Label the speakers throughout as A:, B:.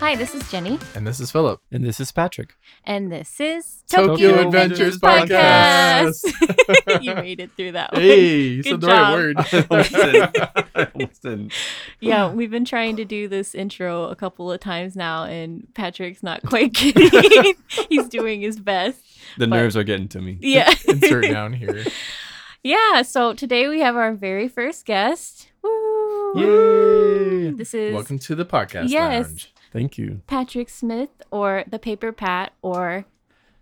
A: Hi, this is Jenny,
B: And this is Philip.
C: And this is Patrick.
A: and this is
B: Tokyo Adventures Podcast.
A: you made it through that one.
B: Hey, you
A: Oh, Good
B: said the right
A: job.
B: word.
C: Listen.
A: Yeah, we've been trying to do this intro a couple of times now, and Patrick's not quite kidding. He's doing his best.
C: The nerves are getting to me.
A: Yeah.
B: Insert down here.
A: yeah, so today we have our very first guest. Woo!
C: Yay!
A: This is
B: Welcome to the podcast
A: Yes.
B: lounge.
C: Thank you.
A: Patrick Smith or the Paper Pat or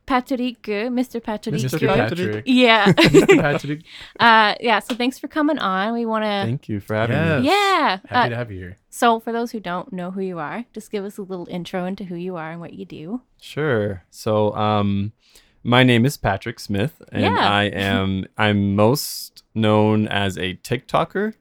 A: Patrick, Mr. Patrick.
B: Mr.
C: Patrick.
B: Patrick.
A: Yeah.
B: Mr. Patrick.
A: uh, yeah, so thanks for coming on. We want to.
C: Thank you for having
B: Yeah.
C: me.
B: you.
A: Yeah.
B: Happy
A: Uh,
B: to have you here.
A: so, for those who don't know who you are, just give us a little intro into who you are and what you do.
C: Sure. So, um, my name is Patrick Smith, and
A: Yeah.
C: I am I'm most known as a TikToker.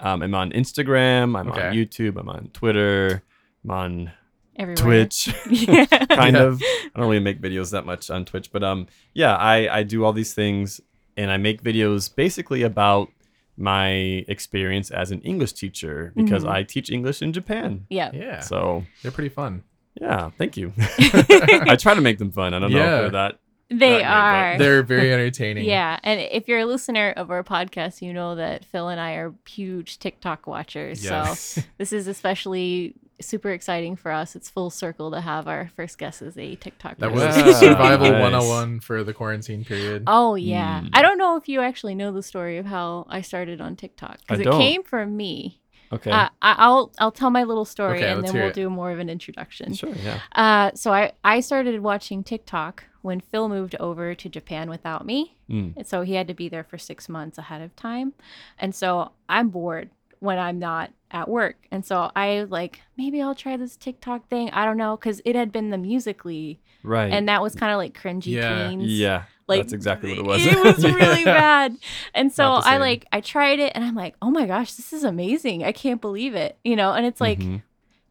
C: Um, I'm on Instagram. I'm
B: Okay.
C: on YouTube. I'm on Twitter. I'm on
A: Everywhere.
C: Twitch.
A: yeah.
C: kind
B: Yeah.
C: of. I don't really make videos that much on Twitch, but um, yeah, I I do all these things, and I make videos basically about my experience as an English teacher because
A: Mhm.
C: I teach English in Japan.
A: Yeah.
B: Yeah.
C: So
B: They're pretty fun.
C: yeah, thank you. I try to make them fun. I don't know
B: Yeah.
C: if they're that.
A: They
C: Not
A: are.
C: me,
B: They're very entertaining.
A: yeah. And if you're a listener of our podcast, you know that Phil and I are huge TikTok watchers. So,
B: Yes.
A: this is especially super exciting for us. It's full circle to have our first guest as a TikTok
B: That was
A: person.
C: Yeah.
B: survival
C: Nice.
B: 101 for the quarantine period.
A: Oh yeah.
C: Mm.
A: I don't know if you actually know the story of how I started on TikTok because
C: I
A: it
C: don't.
A: came from me.
C: Okay.
A: Uh, I, I'll I'll tell my little story
B: Okay,
A: and
B: let's
A: then
B: hear
A: we'll
B: it.
A: do more of an introduction.
C: sure. Yeah.
A: Uh, so I I started watching TikTok when Phil moved over to Japan without me,
C: Mm.
A: and so he had to be there for six months ahead of time, and so I'm bored when I'm not at work, and so I was like maybe I'll try this TikTok thing. I don't know because it had been the musically,
C: Right.
A: and that was kind of like cringy
B: Yeah.
A: teens.
C: yeah,
A: Like
C: that's exactly what it was.
A: It was really
B: Yeah.
A: bad. And so
B: Not the
A: I
B: same.
A: like I tried it and I'm like, "Oh my gosh, this is amazing. I can't believe it." You know, and it's like
C: Mhm.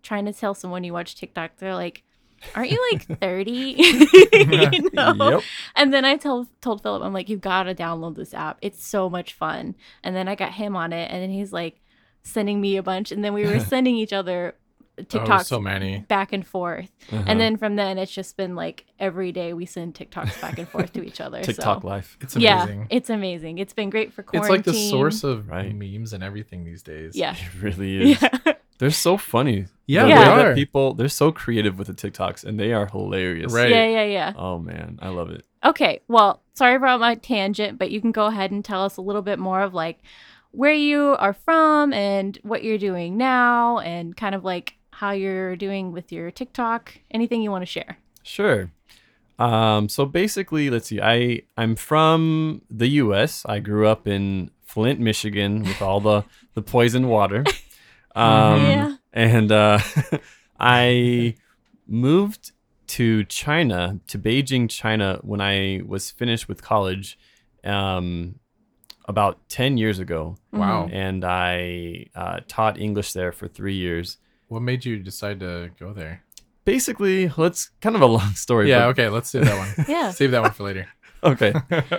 A: trying to tell someone you watch TikTok, they're like, "Aren't you like 30?" you know?
C: Yep.
A: And then I told told Philip, I'm like, "You got to download this app. It's so much fun." And then I got him on it and then he's like sending me a bunch and then we were sending each other
B: Oh,
A: TikToks
B: so many.
A: back and forth.
C: Uh-huh.
A: And then from then it's just been like every day we send TikToks back and forth to each other.
C: Uh-huh. TikTok
A: so.
C: life.
B: It's
A: yeah,
B: amazing.
A: it's amazing. It's been great for
B: it's
A: quarantine.
B: like the source of
C: Right.
B: memes and everything these days.
A: Yeah.
C: It really is.
A: Yeah.
C: They're so funny.
B: Yeah,
C: The
A: they
C: way that
B: are.
C: people they're so creative with the TikToks and they are hilarious.
B: Right.
A: yeah, yeah, yeah.
C: Oh man, I love it.
A: Okay, well, sorry about my tangent, but you can go ahead and tell us a little bit more of like where you are from and what you're doing now and kind of like how you're doing with your TikTok, anything you want to share.
C: Sure. Um, so basically, let's see. I I'm from the U.S. I grew up in Flint, Michigan, with all the the poison water. Um,
A: Yeah.
C: And uh, I moved to China, to Beijing, China, when I was finished with college, um, about ten years ago,
A: Mm-hmm.
B: Wow.
C: and I uh, taught English there for three years.
B: What made you decide to go there?
C: Basically, let's kind of a long story.
B: yeah,
C: but
B: okay, let's do that one.
A: Yeah.
B: Save that one for later.
C: okay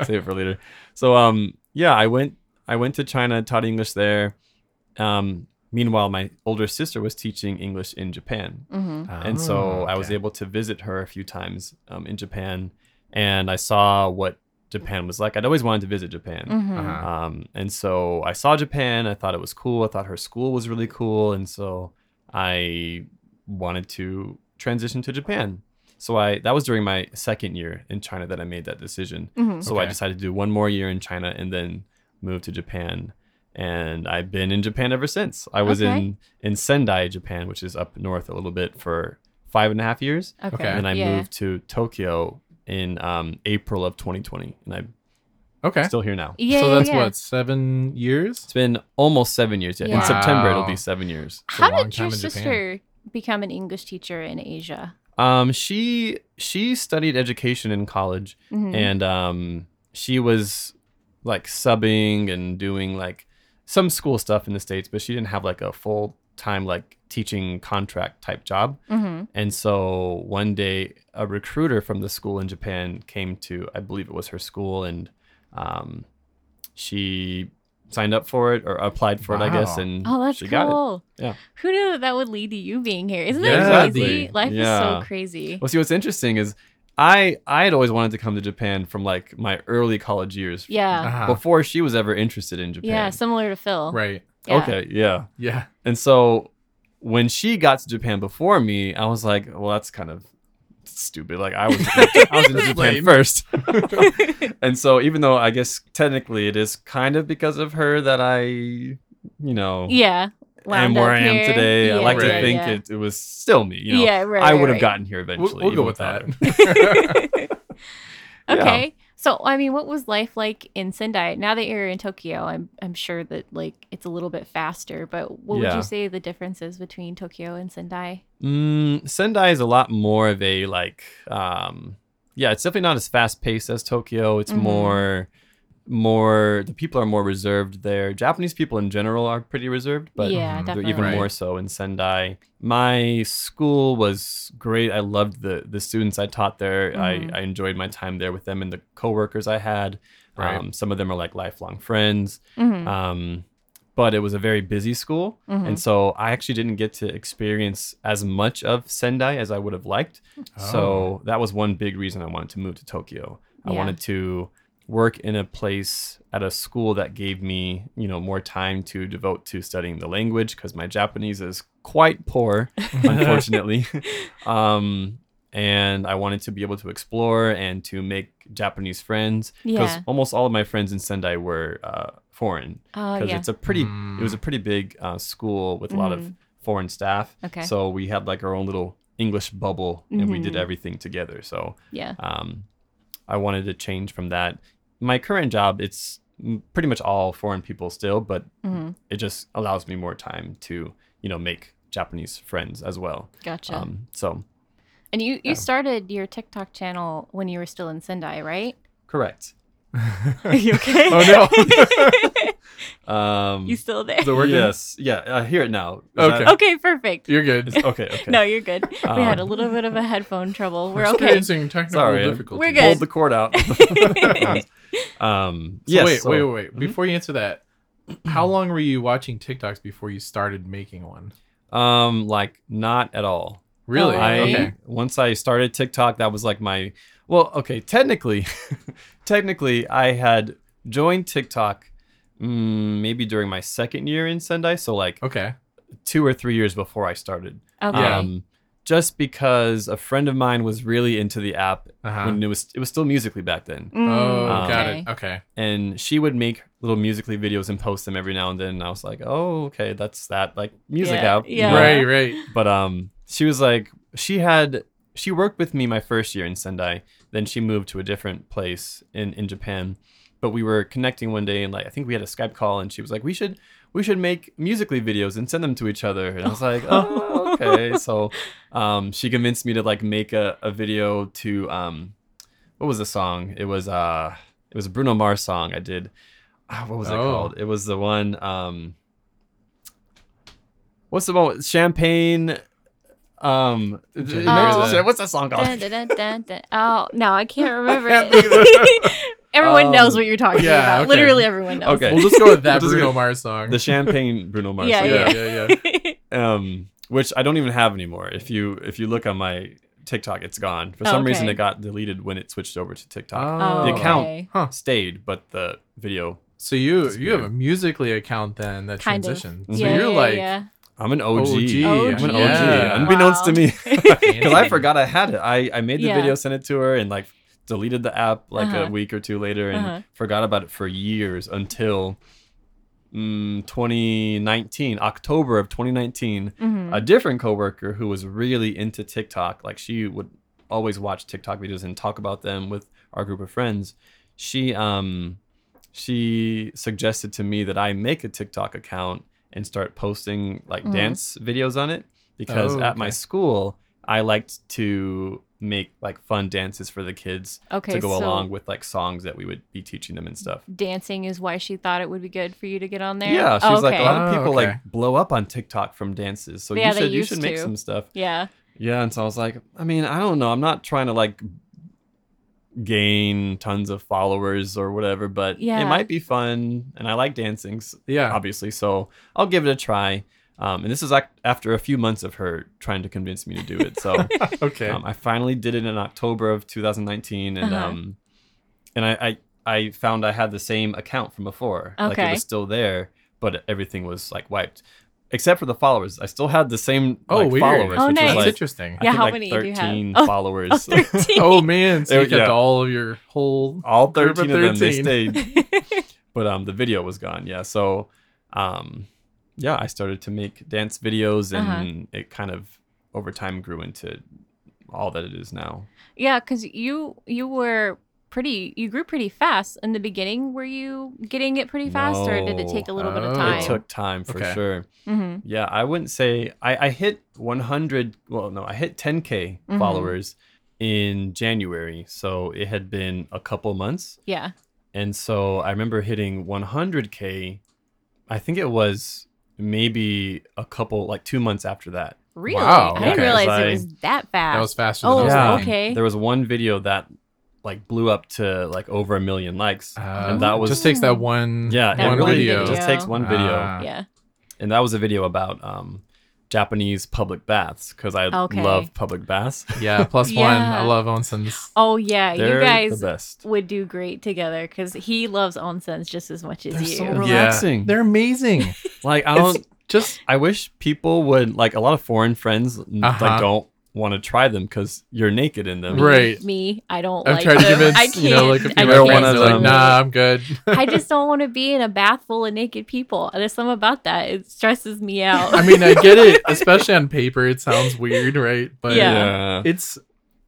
C: save it for later so um yeah i went i went to china taught english there um meanwhile my older sister was teaching english in japan
A: Mm-hmm.
C: and so i was
B: Oh, Okay.
C: able to visit her a few times um, in japan and i saw what japan was like i'd always wanted to visit japan
A: Mm-hmm.
B: Uh-huh.
C: um, and so I saw Japan. I thought it was cool. I thought her school was really cool. And so I wanted to transition to Japan. So I that was during my second year in China that I made that decision.
A: Mhm.
C: So I
B: Okay.
C: decided to do one more year in China and then move to Japan. And I've been in Japan ever since. I was
A: Okay.
C: in in Sendai, Japan, which is up north a little bit for five and a half years.
A: Okay.
B: Okay.
C: And I
A: yeah.
C: moved to Tokyo in um, April of 2020, and I'm
B: Okay.
C: still here now.
A: Yeah.
B: so
A: yeah,
B: that's
A: yeah.
B: what, seven years?
C: It's been almost seven years yet.
A: Yeah.
C: In September, it'll
B: Wow.
C: be seven years.
B: It's a
A: How
B: long
A: did your
B: time in Japan.
A: sister become an English teacher in Asia?
C: Um, she she studied education in college,
A: Mhm.
C: and um, she was like subbing and doing like some school stuff in the states, but she didn't have like a full time like teaching contract type job.
A: Mhm.
C: And so one day, a recruiter from the school in Japan came to, I believe it was her school, and um, she signed up for it or applied for it, I guess,
B: Wow.
C: and
A: Oh, that's
C: she got it.
A: cool.
C: Yeah.
A: Who knew that that would lead to you being here? Isn't
B: Yeah,
A: that
B: exactly.
A: crazy? Life is
C: Yeah.
A: so crazy.
C: Well, see, what's interesting is I I had always wanted to come to Japan from like my early college years.
A: Yeah.
B: Ah,
C: Before she was ever interested in Japan.
A: Yeah. Similar to Phil.
B: right.
A: Yeah.
C: Okay. Yeah.
B: Yeah.
C: And so when she got to Japan before me, I was like, well, that's kind of stupid. Like I was I was in Japan
B: Lame.
C: first. and so even though I guess technically it is kind of because of her that I, you know,
A: Yeah.
C: am
A: wound
C: where
A: up
C: I am
A: here.
C: today. I
A: Yeah,
C: like
A: yeah,
C: to think
A: yeah.
C: it, it was still me. You know,
A: Yeah, right,
C: I
A: right,
C: would have
A: right.
C: gotten here
B: We'll,
C: eventually.
B: we'll go
C: even
B: with that.
C: without her. Yeah.
A: Okay. So, I mean, what was life like in Sendai? Now that you're in Tokyo, I'm I'm sure that like it's a little bit faster, but what would
C: Yeah.
A: you say the differences between Tokyo and Sendai?
C: Mm, Sendai is a lot more of a like, um, yeah, it's definitely not as fast paced as Tokyo. It's
A: Mhm.
C: more, more the people are more reserved there. Japanese people in general are pretty reserved, but
A: yeah,
B: Mhm.
C: they're
A: definitely.
C: even
B: Right.
C: more so in Sendai. My school was great. I loved the the students I taught there.
A: Mhm.
C: I, I enjoyed my time there with them and the coworkers I had.
B: Right.
C: Um, some of them are like lifelong friends.
A: Mhm.
C: Um, but it was a very busy school.
A: Mhm.
C: And so I actually didn't get to experience as much of Sendai as I would have liked. So that was one big reason I wanted to move to Tokyo. I
A: Oh. Yeah.
C: wanted to work in a place at a school that gave me, you know, more time to devote to studying the language because my Japanese is quite poor, unfortunately. um, and I wanted to be able to explore and to make Japanese friends because
A: Yeah.
C: almost all of my friends in Sendai were uh, foreign
A: Oh,
C: because
A: yeah.
C: it's a pretty it was
B: Mm.
C: a pretty big uh, school with a lot of
A: Mhm.
C: foreign staff
A: Okay.
C: so we had like our own little english bubble and we did
A: Mhm.
C: everything together so
A: yeah.
C: um, i wanted to change from that my current job it's m- pretty much all foreign people still but
A: hmm
C: it just allows me more time to you know make japanese friends as well
A: Gotcha.
C: um, so
A: and you you
C: yeah.
A: started your TikTok channel when you were still in Sendai, right?
C: correct
A: Are you okay?
B: Oh no.
C: um,
A: you still there?
B: Is it working?
C: yes yeah uh, hear it now Is
B: Okay.
C: that-
A: Okay, perfect.
B: You're good.
C: is- okay okay
A: No, you're good. we had a
C: Um,
A: little bit of a headphone trouble. We're okay.
B: Experiencing technical
C: Sorry.
B: difficulties.
A: We're good.
C: Hold the cord out. um,
B: So
C: yes,
B: wait,
C: so-
B: wait, wait, wait. Before you answer that, how long were you watching TikToks before you started making one?
C: Um, like not at all.
B: Really?
A: Oh,
C: I
B: okay.
C: once I started TikTok, that was like my well, okay, technically, technically I had joined TikTok mm, maybe during my second year in Sendai, so like
B: Okay.
C: two or three years before I started.
A: Okay.
B: Yeah.
C: Um, just because a friend of mine was really into the app
B: Uh-huh.
C: when it was it was still Musically back then.
A: Mm,
B: oh,
C: Um,
B: got
A: okay.
B: it. Okay.
C: and she would make little musically videos and post them every now and then and i was like oh okay that's that like music
A: Yeah,
C: app you
A: yeah.
C: know?
B: Right, right.
C: but um she was like she had she worked with me my first year in sendai then she moved to a different place in in japan but we were connecting one day and like i think we had a skype call and she was like we should we should make musically videos and send them to each other and i was like oh okay so um she convinced me to like make a, a video to um what was the song it was uh it was a bruno mars song i did Ah, what was it
B: Oh.
C: called it was the one um what's the one with champagne um
B: trying to
A: remember
B: that.
C: what's that song called
A: Oh. Dun, dun, dun, dun, dun. Oh no, I can't remember
B: can't
A: it. everyone
C: Um,
A: knows what you're talking
B: yeah,
A: about.
B: okay.
A: Literally, everyone knows.
C: Okay.
B: We'll just go with
C: We'll
B: that
C: just
B: Bruno
C: go-
B: Mars song.
C: the champagne bruno mars
A: Oh, Yeah,
C: song.
B: yeah, yeah, yeah.
C: um, which I don't even have anymore. If you if you look on my TikTok, it's gone. For
A: Oh,
C: some reason,
A: okay.
C: it got deleted when it switched over to TikTok.
A: Oh,
C: the
B: Oh.
C: account
A: okay.
B: Huh.
C: stayed, but the video.
B: So you
C: It's
B: you have a musically account then that
A: Kind of.
B: transition.
C: Mhm.
B: So
A: Yeah,
B: you're
A: yeah,
B: like
A: yeah.
C: I'm an OG.
B: OG.
C: I'm an OG.
B: Yeah.
C: Unbeknownst to
A: Wow.
C: me, because I
B: Fancy.
C: forgot I had it. I I made the
A: Yeah.
C: video, sent it to her, and like deleted the app like
A: Uh-huh.
C: a week or two later, and
A: Uh-huh.
C: forgot about it for years until. Mm, 2019 October of 2019
A: Mhm.
C: a different coworker who was really into TikTok, like she would always watch TikTok videos and talk about them with our group of friends. She um she suggested to me that I make a TikTok account and start posting like
A: Mhm.
C: dance videos on it because
B: Oh,
C: at my
B: okay.
C: school I liked to make like fun dances for the kids
A: okay.
C: to go
A: so
C: along with like songs that we would be teaching them and stuff.
A: dancing is why she thought it would be good for you to get on there.
C: Yeah, she
A: Oh,
C: was like a
A: okay.
C: lot of
B: Oh,
C: people
B: okay.
C: like blow up on TikTok from dances. So
A: Yeah,
C: you
A: they
C: should you
A: used
C: should make
A: to.
C: some stuff.
A: yeah.
C: Yeah, and so I was like, I mean, I don't know. I'm not trying to like gain tons of followers or whatever, but
A: Yeah.
C: it might be fun. And I like dancing, s-
B: Yeah.
C: obviously, so I'll give it a try. Um, and this is ac- after a few months of her trying to convince me to do it. So
B: Okay.
C: um, I finally did it in October of 2019, and
A: Uh-huh.
C: um, and I, I I found I had the same account from before. Like
A: Okay.
C: it was still there, but everything was like wiped, except for the followers. I still had the same
B: oh,
C: like,
B: weird.
C: followers,
A: Oh,
C: which
A: nice.
B: That's
C: was like
B: interesting.
C: I
A: Yeah,
C: think,
A: how
C: like
A: many do you have?
C: 13
A: Oh,
C: followers.
A: Oh, 13.
B: Oh man, so
C: It-
B: you kept
C: yeah.
B: all of your whole.
C: All
B: Group of
C: 13 of them they
B: 13.
C: stayed. but um the video was gone yeah so um yeah i started to make dance videos and
A: Uh-huh.
C: it kind of over time grew into all that it is now
A: yeah, because you you were pretty you grew pretty fast in the beginning. Were you getting it pretty fast, or did it
C: No.
A: take a little bit
B: Oh.
A: of time?
C: it took time for
B: Okay.
C: sure
A: hmm
C: yeah i wouldn't say i i hit 100 well no i hit 10k
A: Mhm.
C: followers in january so it had been a couple months
A: Yeah.
C: And so I remember hitting 100K. I think it was maybe a couple, like two months after that.
A: Really?
B: Wow,
A: I didn't
C: okay.
A: realize
C: Like-
A: it was that
B: That was
A: fast.
B: faster. Than
A: Oh,
B: I was
A: Yeah.
B: thinking.
A: okay.
C: There was one video that like blew up to like over a million likes.
B: Uh,
C: and that was
B: just takes that one.
C: yeah,
A: That
B: one
A: one
B: video.
A: video.
C: Just takes one video.
B: Ah.
A: yeah.
C: and that was a video about um, Japanese public baths because I
A: Okay.
C: love public baths.
B: Yeah, plus one.
A: Yeah.
B: I love Onsens.
A: Oh yeah,
C: They're
A: you guys
C: the best.
A: would do great together because he loves onsens just as much as
C: They're
A: you.
C: so
B: Yeah,
C: Relaxing.
B: they're amazing.
C: Like I
B: It's
C: don't
B: just
C: I wish people would like a lot of foreign friends n-
B: Uh-huh.
C: like don't want to try them because you're naked in them.
A: Me-
B: Right.
A: Me, I don't
B: I've
A: like
B: tried to
A: them.
B: convince
A: I can't.
B: you know like a few
A: I
B: of my
C: Wear
A: can't
C: one
B: friends are
C: of
B: like,
C: them.
B: nah, I'm good.
A: I just don't want to be in a bath full of naked people. There's something about that. It stresses me out.
B: I mean, I get it, especially on paper. It sounds weird, right? But
A: Yeah.
B: it's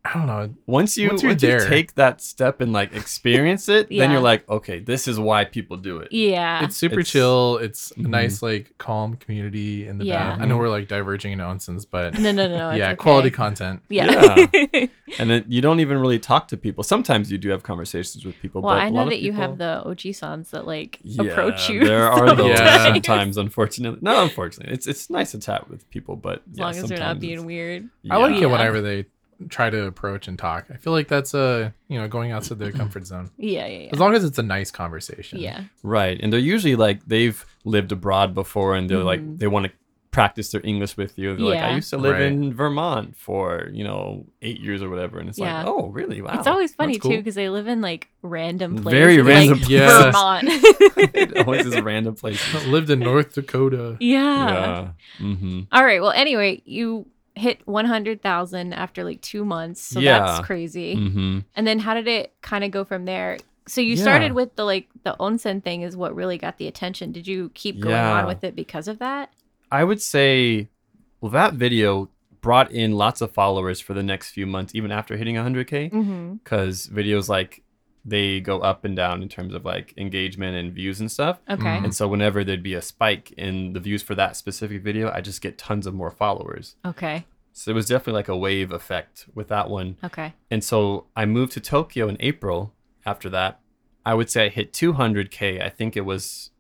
B: I don't know.
C: Once you
B: Once
C: once,
B: you're
C: you
B: there.
C: take that step and like experience it,
A: Yeah.
C: then you're like, okay, this is why people do it.
A: yeah.
B: It's super
C: It's- Mm-hmm.
B: chill. It's a nice, like calm community in the
A: Yeah.
B: bath. I know we're like diverging in nonsense, but
A: no, no, no. no, Oh, it's
B: yeah,
A: okay.
B: quality content.
A: Yeah.
C: And then you don't even really talk to people. Sometimes you do have conversations with people.
A: well,
C: but
A: I
C: a
A: know
C: lot
A: that
C: of
A: you have
C: people-
A: the OG sons that like
C: Yeah,
A: approach you.
C: There are those
B: Yeah.
C: sometimes, unfortunately. Not unfortunately. It's it's nice to chat with people, but
A: As
C: yeah,
A: long as they're not
C: sometimes
A: being
C: it's-
A: weird.
B: I like
A: Yeah.
B: it whenever they try to approach and talk. I feel like that's a you know going outside their comfort zone.
A: Yeah, yeah,
B: As
A: yeah.
B: long as it's a nice conversation.
A: Yeah.
C: Right. And they're usually like they've lived abroad before and they're
A: Mhm.
C: like they want to practice their English with you. They're like,
A: Yeah.
C: I used to live
B: Right.
C: in Vermont for, you know, eight years or whatever. And it's
A: Yeah.
C: like, oh really? Wow.
A: It's always funny
C: That's cool.
A: too because they live in like random places.
C: Very random
A: like,
B: places.
A: Vermont.
C: it always is random places.
B: Lived in North Dakota.
A: yeah.
C: hmm
A: All right. Well, anyway, you hit 100,000 after like two months. So
C: Yeah.
A: that's crazy.
C: hmm
A: And then how did it kind of go from there? So you
C: Yeah.
A: started with the like the onsen thing is what really got the attention. Did you keep going
C: Yeah.
A: on with it because of that?
C: I would say well that video brought in lots of followers for the next few months, even after hitting hundred K.
A: Mm-hmm.
C: Because videos like they go up and down in terms of like engagement and views and stuff.
A: Okay.
B: Mm.
C: And so whenever there'd be a spike in the views for that specific video, I just get tons of more followers.
A: Okay.
C: So it was definitely like a wave effect with that one.
A: Okay.
C: And so I moved to Tokyo in April after that. I would say I hit 200K. I think it was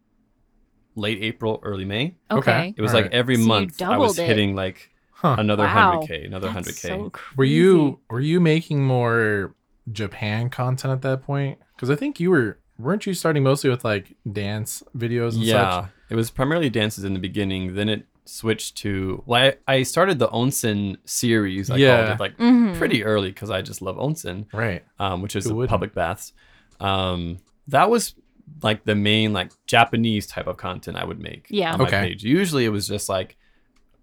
C: late April, early May.
A: Okay.
C: It was
B: All
C: like
B: right.
C: every
A: So you
C: month I was
A: doubled it.
C: hitting like
B: Huh.
C: another
A: Wow.
C: 100K, another
A: That's
C: 100K.
A: so
B: Were
A: crazy.
B: you were you making more Japan content at that point? Because I think you were weren't you starting mostly with like dance videos and
C: yeah,
B: such?
C: it was primarily dances in the beginning. Then it switched to well, I, I started the onsen series. I
B: Yeah.
C: called it like
A: Mhm.
C: pretty early because I just love onsen,
B: Right.
C: um, which is
B: Who
C: the
B: wouldn't?
C: public baths. Um, that was like the main like Japanese type of content I would make.
A: Yeah.
C: on my
B: Okay.
C: page. Usually it was just like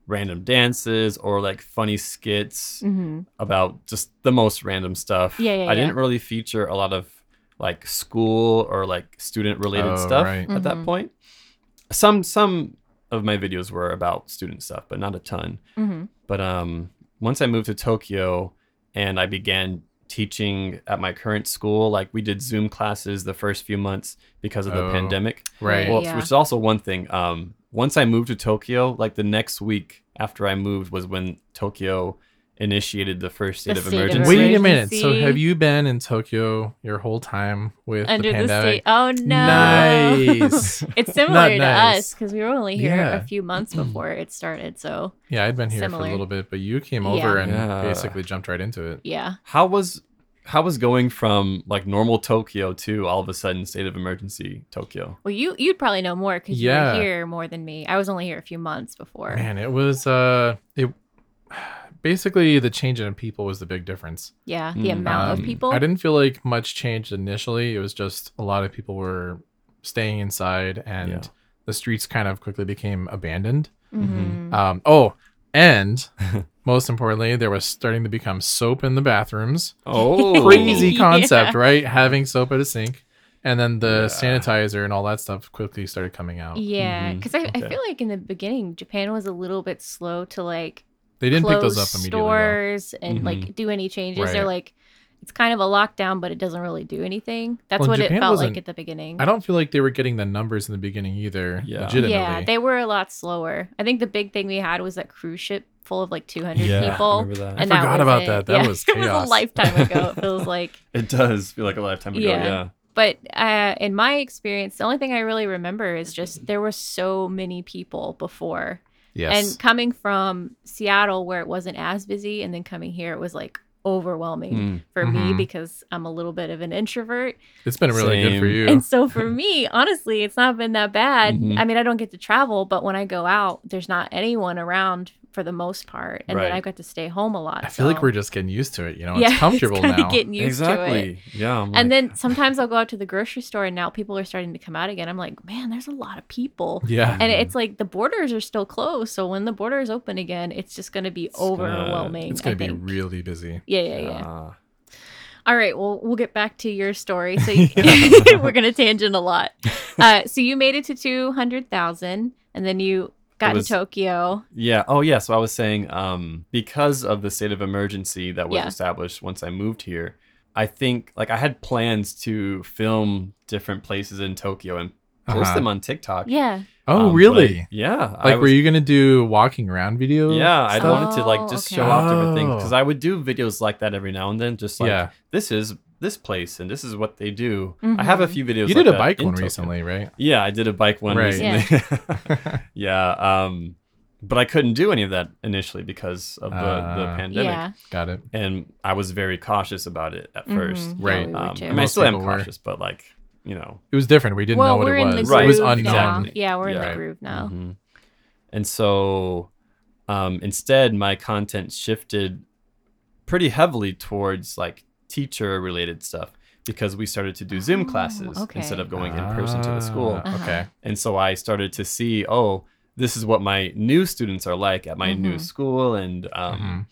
C: random dances or like funny skits
A: Mhm.
C: about just the most random stuff.
A: Yeah, yeah,
C: I didn't really feature a lot of like school or like student related
B: Oh,
C: stuff
B: right.
C: at that
A: Mhm.
C: point. Some some of my videos were about student stuff, but not a ton.
A: Mhm.
C: But um once I moved to Tokyo and I began teaching at my current school, like we did Zoom classes the first few months because of the
B: Oh.
C: pandemic.
B: Right.
C: Well,
A: Yeah.
C: which is also one thing. Um, once I moved to Tokyo, like the next week after I moved was when Tokyo initiated the first state
A: The
C: of
A: state of
C: emergency.
A: emergency.
B: Wait a minute. So
A: Emergency.
B: have you been in Tokyo your whole time with
A: Under
B: the
A: the, state.
B: pandemic?
A: Oh no.
B: Nice.
A: It's similar to
B: nice.
A: us because we were only here
B: Yeah.
A: a few months before it started. So
B: yeah, I'd been here for
A: Similar.
B: a little bit, but you came over
A: Yeah.
B: and
C: Yeah.
B: basically jumped right into it.
A: yeah.
C: How was how was going from like normal Tokyo to all of a sudden state of emergency Tokyo?
A: Well, you you'd probably know more because you
B: Yeah.
A: were here more than me. I was only here a few months before.
B: Man, it was uh it basically the change in people was the big difference.
A: Yeah, the
C: Mm,
A: amount of
B: Um,
A: people.
B: I didn't feel like much changed initially. It was just a lot of people were staying inside and
C: Yeah.
B: the streets kind of quickly became abandoned.
A: Mhm.
B: Um oh, and most importantly, there was starting to become soap in the bathrooms.
C: Oh,
B: Crazy
A: Yeah.
B: concept, right? Having soap at a sink. And then the
C: Yeah.
B: sanitizer and all that stuff quickly started coming out.
A: Yeah,
B: mm-hmm.
C: Mhm.
A: because I, I
C: Okay.
A: feel like in the beginning, Japan was a little bit slow to like
B: They didn't pick those up
A: close
B: immediately. though. Mm-hmm.
A: stores and like do any changes. They're
B: Right.
A: like, it's kind of a lockdown, but it doesn't really do anything. That's
B: Well,
A: what it
B: Japan
A: felt like
B: wasn't-
A: at the beginning.
B: I don't feel like they were getting the numbers in the beginning either.
C: Yeah.
B: Legitimately.
A: yeah, they were a lot slower. I think the big thing we had was that cruise ship full of like 200
C: Yeah, I
A: people.
C: remember that.
A: And
B: I forgot
A: was
B: about
A: it.
B: that. That
A: Yeah,
B: was
A: it was a
B: chaos.
A: lifetime ago. It feels like
C: It does feel like a lifetime ago.
A: Yeah.
C: Yeah.
A: but uh, in my experience, the only thing I really remember is just there were so many people before,
B: Yes.
A: and coming from Seattle where it wasn't as busy, and then coming here it was like overwhelming
C: Mm.
A: for me
B: Mhm.
A: because I'm a little bit of an introvert,
B: it's been really good for
C: Same.
B: you.
A: and so for me, honestly, it's not been that bad.
C: Mhm.
A: I mean, I don't get to travel, but when I go out, there's not anyone around for the most part, and then
C: Right.
A: I got to stay home a lot.
B: I feel like
A: so-
B: we're just getting used to it. You know,
A: yeah,
B: it's comfortable
A: kinda
B: now.
A: Getting used to it
C: exactly. Yeah. I'm
A: and
C: like,
A: then sometimes I'll go out to the grocery store and now people are starting to come out again. I'm like, man, there's a lot of people.
B: yeah.
A: And it's like the borders are still closed. So when the borders open again, it's just going to be
C: It's gonna-
A: overwhelming.
B: It's going
A: I
B: to be
A: think.
B: really busy.
A: Yeah, yeah, yeah.
C: uh,
A: All right. Well, we'll get back to your story. So you,
C: Yeah.
A: we're going to tangent a lot. Uh, so you made it to 200,000 and then you got
C: was-
A: to Tokyo.
C: yeah. Oh, yeah. So I was saying, um, because of the state of emergency that was
A: Yeah.
C: established once I moved here, I think like I had plans to film different places in Tokyo and post
B: Uh-huh.
C: them on TikTok.
A: Yeah.
B: Oh,
C: Um, but
B: really?
C: yeah.
B: Like,
C: I was-
B: were you going to do walking around videos?
C: Yeah, I
A: stuff?
C: wanted to like
A: Oh,
C: just
A: okay.
C: show off different things because
B: Oh.
C: I would do videos like that every now and then. Just like
B: yeah.
C: this is this place and this is what they do. I have a
A: Mhm.
C: few videos.
B: You
C: like
B: did a
C: that
B: bike
C: in
B: one
C: Tokyo.
B: recently, right?
C: Yeah, I did a bike one
B: Right.
C: recently. Yeah. Um, but I couldn't do any of that initially because of the, the
B: Ah.
C: pandemic,
A: Yeah.
B: Got it.
C: and I was very cautious about it at 1st
A: Mhm. Yeah,
B: Right.
A: we were
C: Um,
A: too.
C: I mean, I
B: Most
C: still am
B: people were.
C: cautious, but like you know,
B: It was different. We didn't
A: well,
B: know what
A: we're
B: it
A: in
B: was.
A: the
C: Right.
B: It was
A: groove
B: unknown.
A: now.
C: Exactly.
A: Yeah, we're in
C: Yeah.
A: the groove now.
B: Mm-hmm.
C: Mhm. And so um, instead, my content shifted pretty heavily towards like teacher related stuff because we started to do Zoom
A: Oh,
C: classes instead
A: okay.
C: of going in person to the school.
B: Ah, Okay.
C: And so I started to see, oh, this is what my new students are like at my new
A: Mhm.
C: school. And um,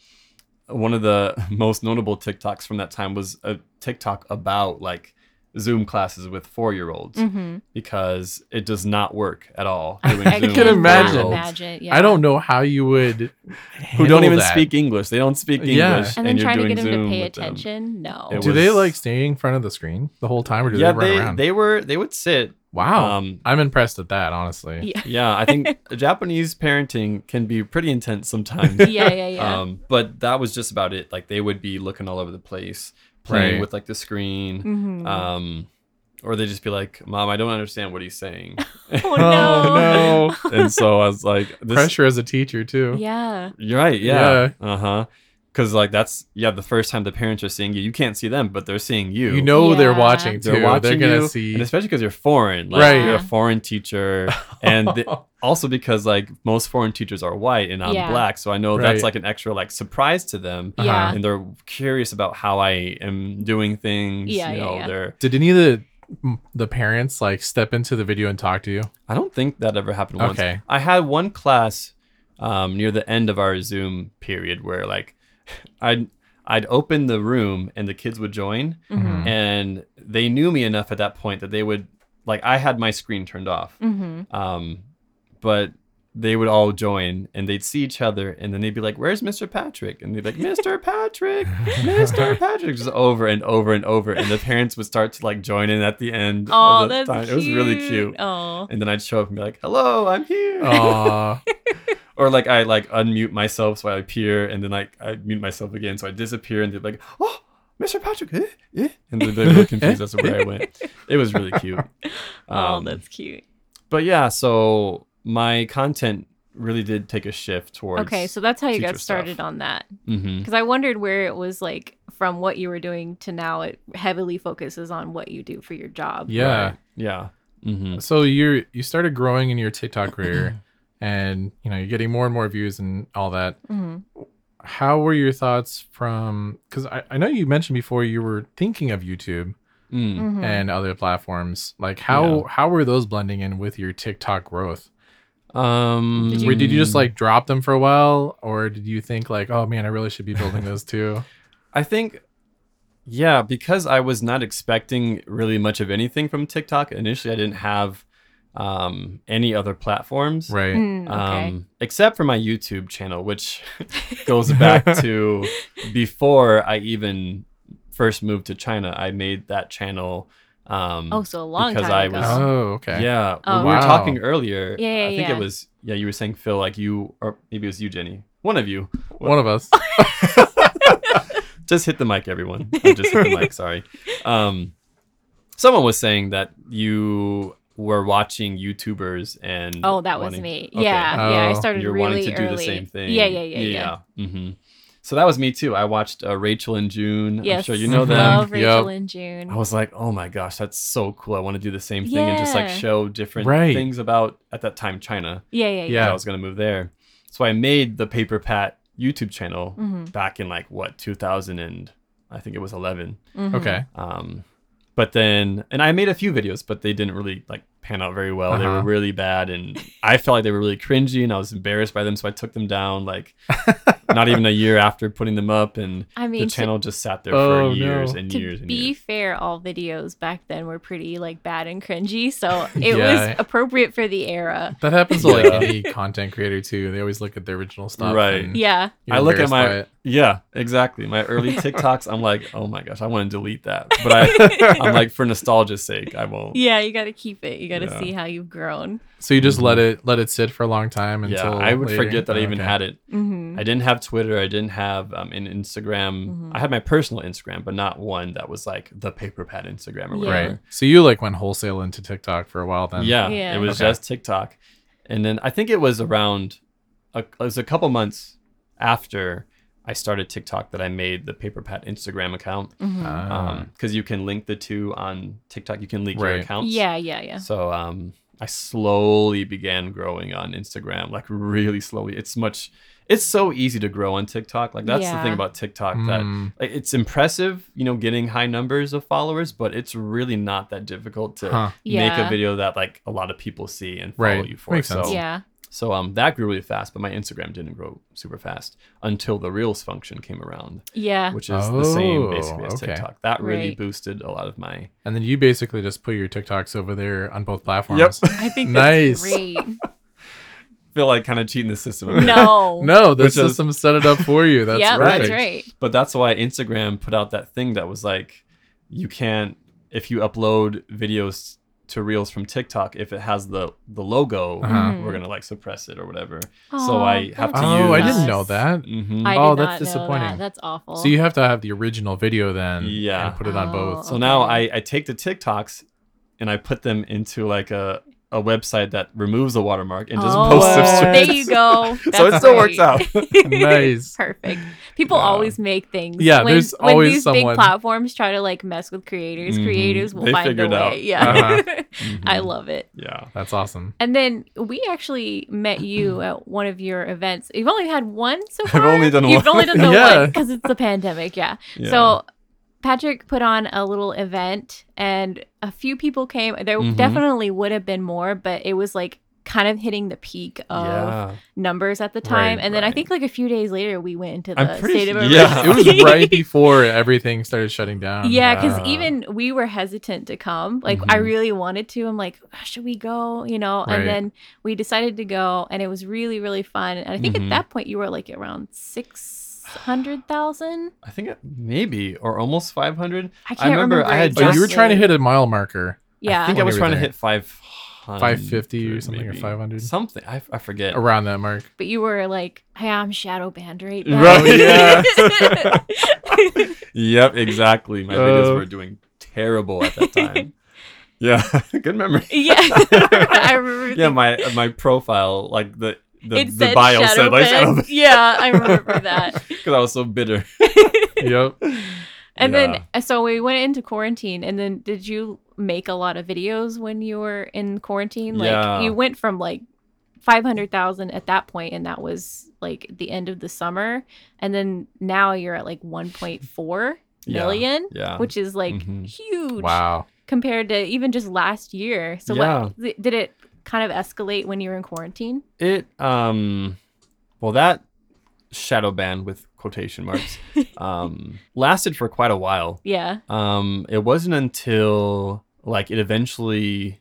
B: Mm-hmm.
C: one of the most notable TikToks from that time was a TikTok about like Zoom classes with four year olds
A: Mm-hmm.
C: because it does not work at all. doing
A: I, I
C: Zoom
B: can
A: cannot
C: with
B: imagine.
C: four-year-olds
A: imagine. Yeah.
B: I don't know how you would.
C: Who don't
B: handle
C: even
B: that.
C: speak English. They don't speak English.
B: Yeah.
A: and then
C: you're
A: trying to
C: doing
A: get him
C: Zoom
A: to pay
C: with them.
A: attention. No.
C: It
B: Do they
C: was-
B: like stay in front of the screen the whole time, or do
C: yeah,
B: they run
C: they,
B: around? Oh.
C: they were they would sit.
B: wow,
C: Um,
B: I'm impressed at that. Honestly,
A: Yeah.
C: yeah, I think Japanese parenting can be pretty intense sometimes.
A: yeah, yeah, yeah.
C: Um, but that was just about it. Like they would be looking all over the place, playing
B: Right.
C: with like the screen,
A: Mhm.
C: um, or they just be like, "Mom, I don't understand what he's saying."
A: oh,
B: no.
C: and so I was like, this,
B: pressure as a teacher too.
A: Yeah.
C: You're right. Yeah. Uh huh. Because like that's yeah, the first time the parents are seeing you, you can't see them, but they're seeing you.
B: You know they're
A: Yeah.
B: watching too.
C: they're
B: They're,
C: watching
B: gonna
C: you,
B: see.
C: and especially because you're foreign. Like
B: Right.
C: you're a foreign teacher, and th- also because like most foreign teachers are white and I'm
A: Yeah.
C: black, so I know
B: Right.
C: that's like an extra like surprise to them,
B: Uh-huh.
A: Yeah.
C: and they're curious about how I am doing things.
A: Yeah,
C: you
A: yeah,
C: know,
A: yeah.
C: they're.
B: Did any of the the parents like step into the video and talk to you?
C: I don't think that ever happened once.
B: Okay.
C: I had one class um, near the end of our Zoom period where like I'd I'd open the room and the kids would join.
A: Mm-hmm.
C: and they knew me enough at that point that they would like I had my screen turned off.
A: Mm-hmm.
C: Um but they would all join and they'd see each other and then they'd be like, Where's Mr. Patrick? And they'd be like, Mr. Patrick, Mr. Patrick just over and over and over. And the parents would start to like join in at the end
A: Oh,
C: of the
A: that's
C: time. It was really cute.
A: Oh.
C: And then I'd show up and be like, Hello, I'm here.
B: Aw.
C: Or like I like unmute myself so I appear and then like I mute myself again so I disappear and they're like, Oh, Mr. Patrick, eh, eh. And then they're really confused as to where I went. It was really cute.
A: oh,
C: Um,
A: that's cute.
C: but yeah, so my content really did take a shift towards.
A: Okay, so that's how you
C: future
A: got
C: stuff.
A: started on that.
C: Mhm.
A: Because I wondered where it was like from what you were doing to now, it heavily focuses on what you do for your job.
B: Yeah.
C: Right. Yeah. hmm
B: So you you started growing in your TikTok career, and you know you're getting more and more views and all that.
A: hmm
B: How were your thoughts from? Because I, I know you mentioned before you were thinking of YouTube
C: Mm.
A: Mm-hmm. Hmm.
B: and other platforms. Like how how were those blending in with your TikTok growth?
A: Mm.
C: Um,
A: Did you-
B: Where did you just like drop them for a while, or did you think like, oh man, I really should be building those too?
C: I think, yeah, because I was not expecting really much of anything from TikTok initially. I didn't have um, any other platforms,
B: right.
A: Hmm. Mm, okay.
C: um, except for my YouTube channel, which goes back to before I even first moved to China. I made that channel. Um,
A: oh, so a long
C: because
A: time ago.
C: I was-
B: Oh, okay.
C: Yeah, when
A: Oh.
C: we were
B: Wow.
C: talking earlier.
A: Yeah, yeah,
C: I think
A: yeah.
C: it was yeah. You were saying Phil, like you, or maybe it was you, Jenny. One of you.
B: One of us.
C: just hit the mic, everyone. I just hit the mic. Sorry. Um, someone was saying that you were watching YouTubers and
A: oh, that was
C: wanting-
A: me.
C: Okay.
A: Yeah, yeah. I
B: Oh.
A: started
C: You're
A: really
C: wanting to do
A: early.
C: the same thing.
A: Yeah, yeah, yeah, yeah.
C: hmm So that was me too. I watched uh, Rachel and June.
A: Yes,
C: I'm sure you know
B: Mhm.
C: them.
A: Love Rachel and June.
C: I was like, oh my gosh, that's so cool. I want to do the same thing and just like
A: Yeah.
C: show different
B: Right.
C: things about at that time China.
A: yeah, yeah, yeah.
B: Yeah.
C: I was gonna move there. So I made the Paper Pat YouTube channel
A: Mhm,
C: back in like what 2000 and I think it was 11.
A: mhm.
B: Okay.
C: Um, but then, and I made a few videos, but they didn't really like pan out very well. They were
B: Uh-huh.
C: really bad, and I felt like they were really cringy, and I was embarrassed by them, so I took them down. Like, not even a year after putting them up, and
A: I mean,
C: the
A: to-
C: channel just sat there
B: Oh,
C: for years
B: no.
C: and
A: to
C: years and
A: be
C: years.
A: fair, all videos back then were pretty like bad and cringy, so it
B: Yeah.
A: was appropriate for the era.
B: That happens to like
C: Yeah.
B: any content creator too. They always look at the original stuff.
C: Right.
B: and
A: Yeah,
B: you're
C: I look at
B: embarrassed
C: my-
B: by it.
C: Yeah, exactly. My early TikToks, I'm like, oh my gosh, I want to delete that, but I, I'm like, for nostalgia's sake, I won't.
A: yeah. You got to keep it. You got to
C: Yeah.
A: see how you've grown.
B: So you just let it let it sit for a long time
C: Mm-hmm. Yeah,
B: until
C: I would
B: later? Oh,
C: forget that I even
B: Okay.
C: had it.
A: Mm-hmm.
C: I didn't have Twitter. I didn't have um, an Instagram.
A: Mhm.
C: I had my personal Instagram, but not one that was like the paper pad Instagram or
A: Yeah.
C: whatever.
B: Right. So you like went wholesale into TikTok for a while then.
C: Yeah,
A: Yeah.
C: It was
B: Okay.
C: just TikTok, and then I think it was around. A, it was a couple months after I started TikTok that I made the paper pad Instagram account
A: Mhm.
B: Ah.
C: because you can link the two on TikTok. You can link your
B: Right.
C: accounts.
A: yeah, yeah, yeah.
C: So um, I slowly began growing on Instagram, like really slowly. It's much. It's so easy to grow on TikTok. Like that's the
A: Yeah.
C: thing about TikTok that
B: Mm,
C: like, it's impressive, you know, getting high numbers of followers, but it's really not that difficult to
B: huh.
A: Yeah.
C: make a video that like a lot of people see and follow
B: Right.
C: you for.
B: Makes
C: so
B: sense.
A: Yeah.
C: so um that grew really fast, but my Instagram didn't grow super fast until the Reels function came around,
A: Yeah.
C: which is the same
B: Oh,
C: basically as
B: okay.
C: TikTok. That really
A: Right.
C: boosted a lot of my
B: And then you basically just put your TikToks over there on both platforms.
A: I think
B: Nice.
A: that's great.
C: feel like kind of cheating the system. a bit.
A: No.
B: No, the
C: Which is-
B: system set it up for you. That's
A: yep,
B: right.
A: that's right.
C: But that's why Instagram put out that thing that was like, you can't if you upload videos to Reels from TikTok if it has the the logo,
B: Uh-huh.
A: Mhm.
C: we're gonna like suppress it or whatever.
A: Aw,
C: I have to
A: that's
B: Oh, I
C: use-
A: nuts.
B: didn't know that.
C: Mm-hmm.
A: I
B: Oh,
A: did not know
B: that's
A: that.
B: disappointing.
A: That's awful.
B: So you have to have the original video then.
C: Yeah.
B: And put it
A: Oh.
B: on both.
C: so now I
A: okay.
C: I take the TikToks and I put them into like a a website that removes the watermark and just
A: Oh,
C: posts them
B: What?
C: straight.
A: There you go.
C: so it
A: That's
C: still works
A: great.
C: out.
B: Nice.
A: Perfect. People
C: Yeah.
A: always make things.
B: Yeah,
A: When,
B: there's
A: when
B: always
A: these
B: someone-
A: big platforms try to like mess with creators,
C: Mhm.
A: creators will
C: They
A: find a
C: figured
A: way.
C: out.
A: Yeah.
B: Uh-huh.
A: I
C: Mhm.
A: love it.
C: Yeah.
B: That's awesome.
A: And then we actually met you at one of your events. You've only had one so far.
C: only done
A: You've
C: one.
A: only done the
B: Yeah.
A: one because it's the pandemic. Yeah.
C: yeah.
A: So Patrick put on a little event and a few people came. There
C: Mhm.
A: definitely would have been more, but it was like kind of hitting the peak of
C: yeah.
A: numbers at the time.
C: Right,
A: and then I
C: right.
A: think like a few days later we went into
C: I'm
A: the
C: pretty
A: state of
C: su-
A: emergency.
C: yeah.
B: It was right before everything started shutting down.
A: Yeah, because
C: Yeah.
A: even we were hesitant to come. Like, I
C: Mhm.
A: really wanted to. I'm like, "Ah, should we go? You know,
B: Right.
A: and then we decided to go, and it was really, really fun. And I think
C: Mhm.
A: at that point, you were like around 600,000.
C: I think it, maybe or almost 500.
A: I can't
C: remember
A: remember.
C: I had
B: Oh,
A: exactly.
B: you were trying to hit a mile marker.
A: Yeah.
C: I think I
B: When
C: was
B: we were
C: trying to
B: there.
C: hit 500.
B: 550 or something, or 500.
C: Something. I, I forget.
B: around that mark.
A: but you were like, hey, I'm shadow banned right now.
C: Right, Yep, exactly. My videos
A: Oh.
B: Uh.
C: were doing terrible at that time. yeah, good memory.
A: yeah. I remember.
C: Yeah, my my profile, like the the,
A: it
C: the
A: said
C: bio said like
A: Shadowpen. yeah, I remember that.
C: because I was so bitter.
B: yep.
A: And
C: Yeah.
A: then, uh, so we went into quarantine, and then did you make a lot of videos when you were in quarantine? Like,
C: Yeah.
A: you went from like 500,000 at that point, and that was like the end of the summer. And then now you're at like 1.4
C: Yeah.
A: million,
C: Yeah.
A: which is like
C: Mhm.
A: huge
B: Wow.
A: compared to even just last year. So,
C: Yeah.
A: what th- did it kind of escalate when you were in quarantine?
C: it um well that shadow ban with quotation marks um lasted for quite a while.
A: Yeah.
C: Um, it wasn't until like it eventually.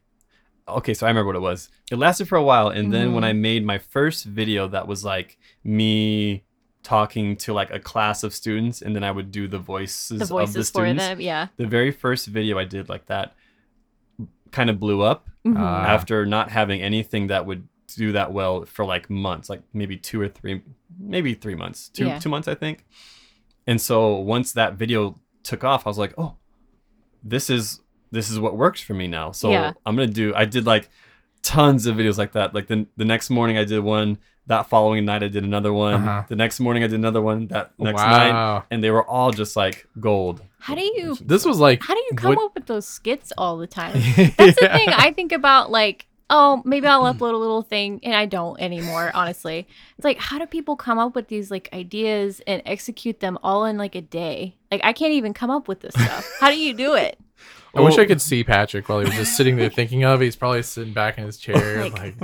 C: Okay, so I remember what it was. It lasted for a while, and then when
A: Mhm.
C: I made my first video, that was like me talking to like a class of students, and then I would do the voices,
A: The
C: of the
A: voices for
C: students.
A: them. Yeah.
C: The very first video I did like that kind of blew up
A: Mhm.
B: Uh,
C: after not having anything that would do that well for like months, like maybe two or three, maybe three months, two
A: Yeah.
C: two months, I think. And so once that video took off, I was like, oh, this is this is what works for me now. So
A: Yeah.
C: I'm gonna do. I did like tons of videos like that. Like the the next morning, I did one. That following night, I did another one.
B: Uh-huh.
C: The next morning, I did another one. That next night,
B: wow.
C: and they were all just like gold.
A: How do you
B: This was like
A: How do you come
B: What-
A: up with those skits all the time? That's the thing I think about. Like, oh, maybe I'll upload a little thing, and I don't anymore. Honestly, it's like, how do people come up with these like ideas and execute them all in like a day? Like, I can't even come up with this stuff. How do you do it?
B: I wish I
C: Well,
B: could see Patrick while he was just sitting there thinking of. it. He's probably sitting back in his
A: Oh
B: chair,
A: Like-
B: like,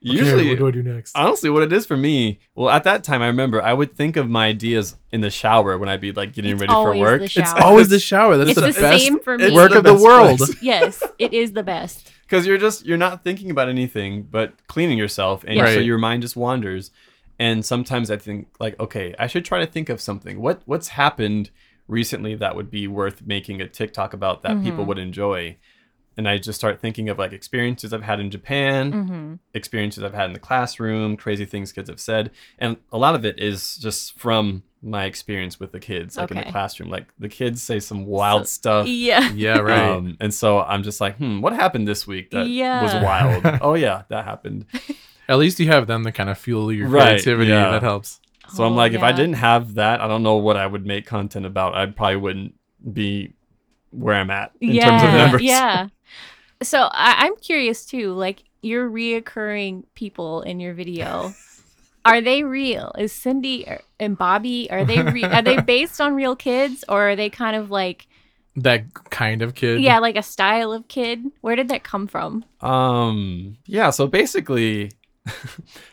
C: Usually,
B: "Okay, what do I do next?
C: honestly what it is for me well at that time i remember i would think of my ideas in the shower when i'd be like getting
A: It's
C: ready for
A: always
C: work
A: the
B: Oh, it's
A: shower.
B: always the shower. That's
A: It's
B: the,
A: the
B: best
A: same for me.
B: work of the world.
A: yes, it is the best.
C: because you're just you're not thinking about anything but cleaning yourself and
B: Yeah.
C: so
B: Right.
C: your mind just wanders and sometimes i think like okay i should try to think of something what what's happened recently that would be worth making a tiktok about that people
A: Mhm.
C: would enjoy and i just start thinking of like experiences i've had in japan
A: hmm
C: experiences I've had in the classroom, crazy things kids have said, and a lot of it is just from my experience with the kids, like in
A: Okay. e
C: the classroom. Like the kids say some wild stuff,
A: Yeah.
B: Yeah, right.
C: um, and so I'm just like, hmm, what happened this week that was
A: Yeah.
C: wild? oh yeah, that happened.
B: At least you have them to kind of fuel your
C: Right,
B: creativity.
C: yeah.
B: That helps.
C: So I'm
A: Oh,
C: like, if I
A: yeah.
C: didn't have that, I don't know what I would make content about. I probably wouldn't be where I'm at in
A: yeah,
C: terms of numbers.
A: Yeah. So I- I'm curious too, like your reoccurring people in your video. Are they real? Is Cindy or- and Bobby are they re- are they based on real kids or are they kind of like
B: That kind of kid.
A: yeah like a style of kid? Where did that come from?
C: Um. Yeah. So basically,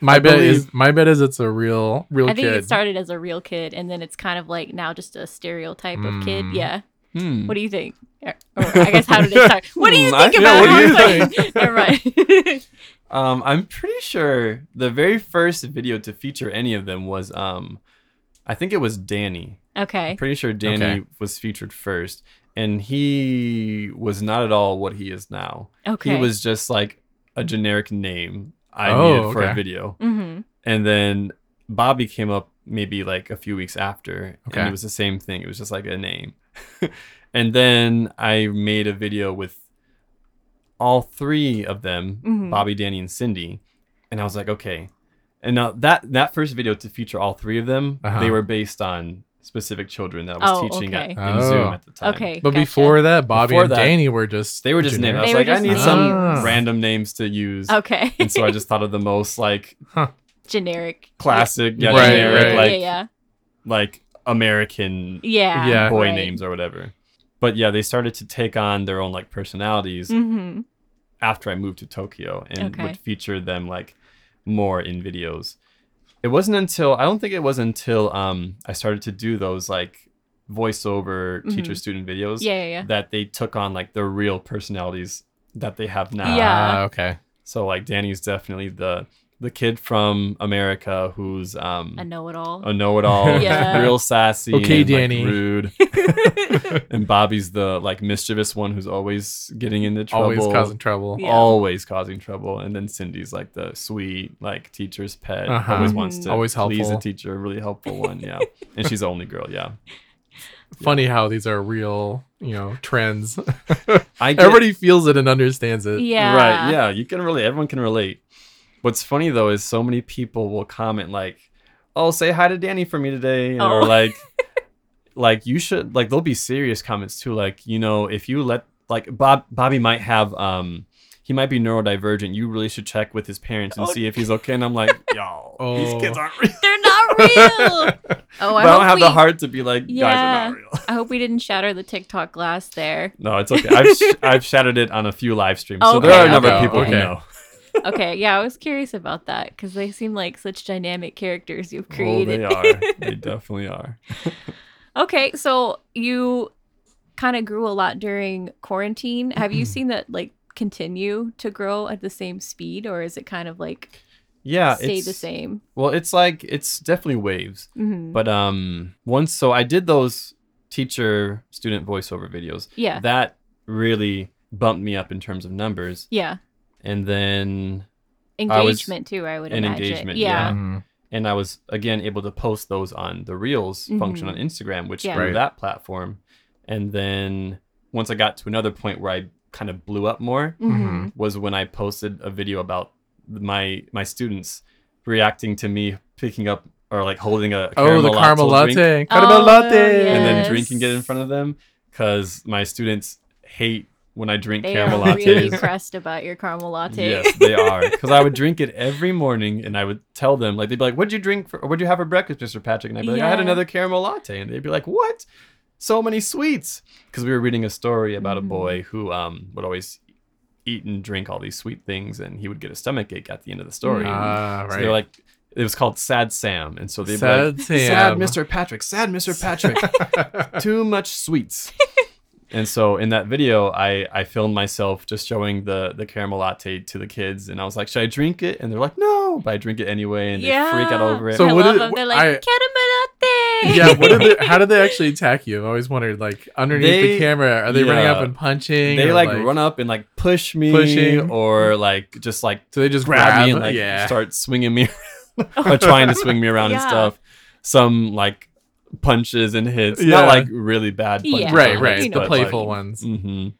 B: My
C: I
B: bet
C: believe-
B: is my bet is it's a real real
A: I think
B: kid.
A: it started as a real kid and then it's kind of like now just a stereotype of kid.
B: Mm.
A: Yeah.
C: hmm.
A: What do you think? Or, or I guess how did it start? What do you
C: Hmm, I-
A: think about?
C: yeah, what do
A: how
C: you
A: it started? Never mind.
C: Um, I'm pretty sure the very first video to feature any of them was um, I think it was Danny. I'm
A: okay.
C: pretty sure Danny
B: Okay.
C: was featured first, and he was not at all what he is now.
A: Okay.
C: He was just like a generic name I
B: Oh,
C: needed for a
B: okay.
C: video,
A: Mm-hmm.
C: and then Bobby came up maybe like a few weeks after,
B: Okay.
C: and it was the same thing. It was just like a name, and then I made a video with all three of them
A: Mhm.
C: Bobby, Danny, and Cindy. And I was like, okay. And now that that first video to feature all three of them,
B: Uh-huh.
C: they were based on specific children that I was
A: Oh,
C: teaching
A: okay.
C: at, in Zoom
B: Oh.
C: at the time.
A: Okay.
B: but
A: gotcha.
B: before that, Bobby
C: Before
B: and
C: that,
B: Danny were just
C: They were just named. I
B: generic.
C: was
A: They were
C: like, I
A: just
C: need
A: names. Ah.
B: Ah.
C: some random names to use.
A: Okay.
C: And so I just thought of the most like
A: generic
C: classic, yeah,
B: Right,
C: generic,
B: right.
C: like
A: yeah,
C: like American
A: yeah,
B: Yeah.
C: boy
A: right.
C: names or whatever. But yeah, they started to take on their own like personalities
A: Mhm.
C: after I moved to Tokyo and
A: Okay.
C: would feature them like more in videos. It wasn't until I don't think it was until um I started to do those like voiceover teacher student videos
A: Mm-hmm. Yeah, yeah, yeah.
C: that they took on like their real personalities that they have now.
A: Yeah.
B: Ah, okay.
C: So like Danny's definitely the the kid from America who's um
A: I know it all.
C: a know-it-all,
A: Yeah.
C: real sassy,
B: Okay,
C: and, like,
B: Danny.
C: rude, and Bobby's the like mischievous one who's always getting into trouble,
B: Always causing trouble.
A: Yeah.
C: always causing trouble. And then Cindy's like the sweet, like teacher's pet,
B: Uh-huh.
C: always wants to
B: Always
C: please the
B: helpful.
C: teacher, really helpful one. Yeah, and she's the only girl. Yeah,
B: Funny how these are real, you know, trends.
C: I get,
B: Everybody feels it and understands it.
A: yeah,
C: right. Yeah, you can relate. Everyone can relate. What's funny though is so many people will comment like, "Oh, say hi to Danny for me today,"
A: Oh.
C: or like, like you should like. There'll be serious comments too, like you know, if you let like Bob Bobby might have um he might be neurodivergent. You really should check with his parents and
A: Oh.
C: see if he's okay. And I'm like, yo,
B: Oh.
C: these kids aren't real.
A: They're not real. Oh, I,
C: But
A: hope
C: I don't have
A: we,
C: the heart to be like, guys
A: Yeah.
C: are not real.
A: I hope we didn't shatter the TikTok glass there.
C: No, it's okay. I've sh- I've shattered it on a few live streams, so
A: Okay,
C: there are a number
B: okay.
C: of people who
B: Okay.
C: know.
A: Okay, yeah, I was curious about that because they seem like such dynamic characters you've
C: Oh,
A: created.
C: they are. They definitely are.
A: Okay, so you kind of grew a lot during quarantine. Have you
C: Mm-hmm.
A: seen that like continue to grow at the same speed, or is it kind of like
C: Yeah,
A: stay the
C: it's-
A: same?
C: Well, it's like it's definitely waves.
A: hmm
C: But um once so I did those teacher student voiceover videos.
A: yeah,
C: That really bumped me up in terms of numbers.
A: yeah,
C: And then I was-
A: engagement too. I would
C: and
A: imagine.
C: engagement,
A: yeah.
C: yeah.
B: Mm-hmm.
C: Mm-hmm. and I was again able to post those on the Reels function on Instagram, which
A: Mm-hmm. Yeah.
C: grew
B: Right.
C: that platform. And then once I got to another point where I kind of blew up more
B: Mm-hmm.
A: hmm
C: was when I posted a video about my my students reacting to me picking up or like holding a
B: Oh, the caramel
C: drink
B: latte.
A: Oh,
B: Caramel latte.
A: yeah.
C: and
A: Yes.
C: then drinking it in front of them because my students hate when I drink
A: They
C: caramel
A: are really
C: lattes.
A: pressed about your caramel latte.
C: Yes, they are. Because I would drink it every morning, and I would tell them, like, they'd be like, "What'd you drink for? Or what'd you have for breakfast, Mister Patrick?" And I'd be like, "I had
A: Yeah.
C: another caramel latte," and they'd be like, "What? So many sweets?" Because we were reading a story about
A: Mhm.
C: a boy who um would always eat and drink all these sweet things, and he would get a stomach ache at the end of the story.
B: Ah,
C: So
B: right.
C: they're like, it was called Sad Sam, and so they'd be like,
B: sad,
C: "Sad
B: Sam.
C: Mister Patrick, sad Mister Patrick." too much sweets. and so in that video, I I filmed myself just showing the the caramel latte to the kids, and I was like, "Should I drink it?" And they're like, "No," but I drink it anyway, and
A: Yeah.
C: they freak out over it.
B: So
A: I
B: what
A: love
B: did-
A: them. They're like
B: I-
A: caramel latte.
B: yeah, what did they, how did they actually attack you? I've always wondered, like underneath the
C: They-
B: camera, are they running
C: yeah.
B: up and punching?
C: they
B: or,
C: like, run up and like push me,
B: Pushing.
C: or like just like
B: So they just
C: grab,
B: grab
C: me and like
B: yeah.
C: start swinging me, or trying to swing me around and
A: Yeah.
C: stuff. Some like punches and hits,
B: Yeah.
C: not like really bad. Punches
A: Yeah.
C: and
B: right,
C: hits,
B: right.
A: You know
B: the
A: what
C: but, like,
B: playful ones.
C: mhm.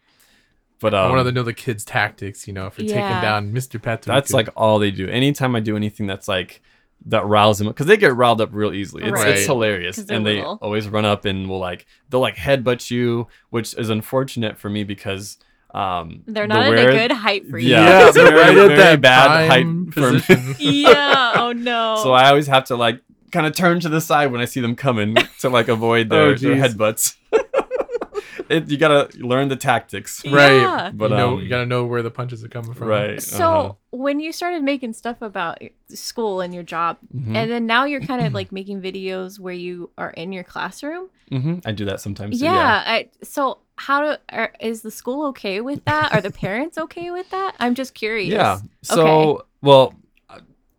C: But
B: I
C: um,
B: wanted to know the kids' tactics, you know, for
A: Yeah.
B: taking down Mr. Patrick.
C: That's like all they do. Anytime I do anything that's like that riles them because they get riled up real easily. It's,
B: Right.
C: it's hilarious,
A: 'Cause they're
C: and they
A: little.
C: always run up and will like they'll like headbutt you, which is unfortunate for me because um
A: They're
C: the
A: not in
C: wear-
A: a good height for you.
C: Yeah,
B: yeah,
C: it's
B: they're
C: very,
B: right at
C: very
B: that
C: bad height
B: time
C: for me.
B: position.
A: Yeah, Oh no.
C: So I always have to like kind of turn to the side when I see them coming to like avoid their,
B: Oh,
C: their
B: geez.
C: headbutts. it, you gotta learn the tactics,
A: Yeah.
B: right?
C: But,
B: you know,
C: um,
B: you gotta know where the punches are coming from.
C: right?
A: So when you started making stuff about school and your job,
C: Mhm.
A: and then now you're kind of like making videos where you are in your classroom.
C: Mhm. I do that sometimes. too,
A: yeah. I, so how do are, is the school okay with that? Are the parents okay with that? I'm just curious.
C: Yeah. So, well,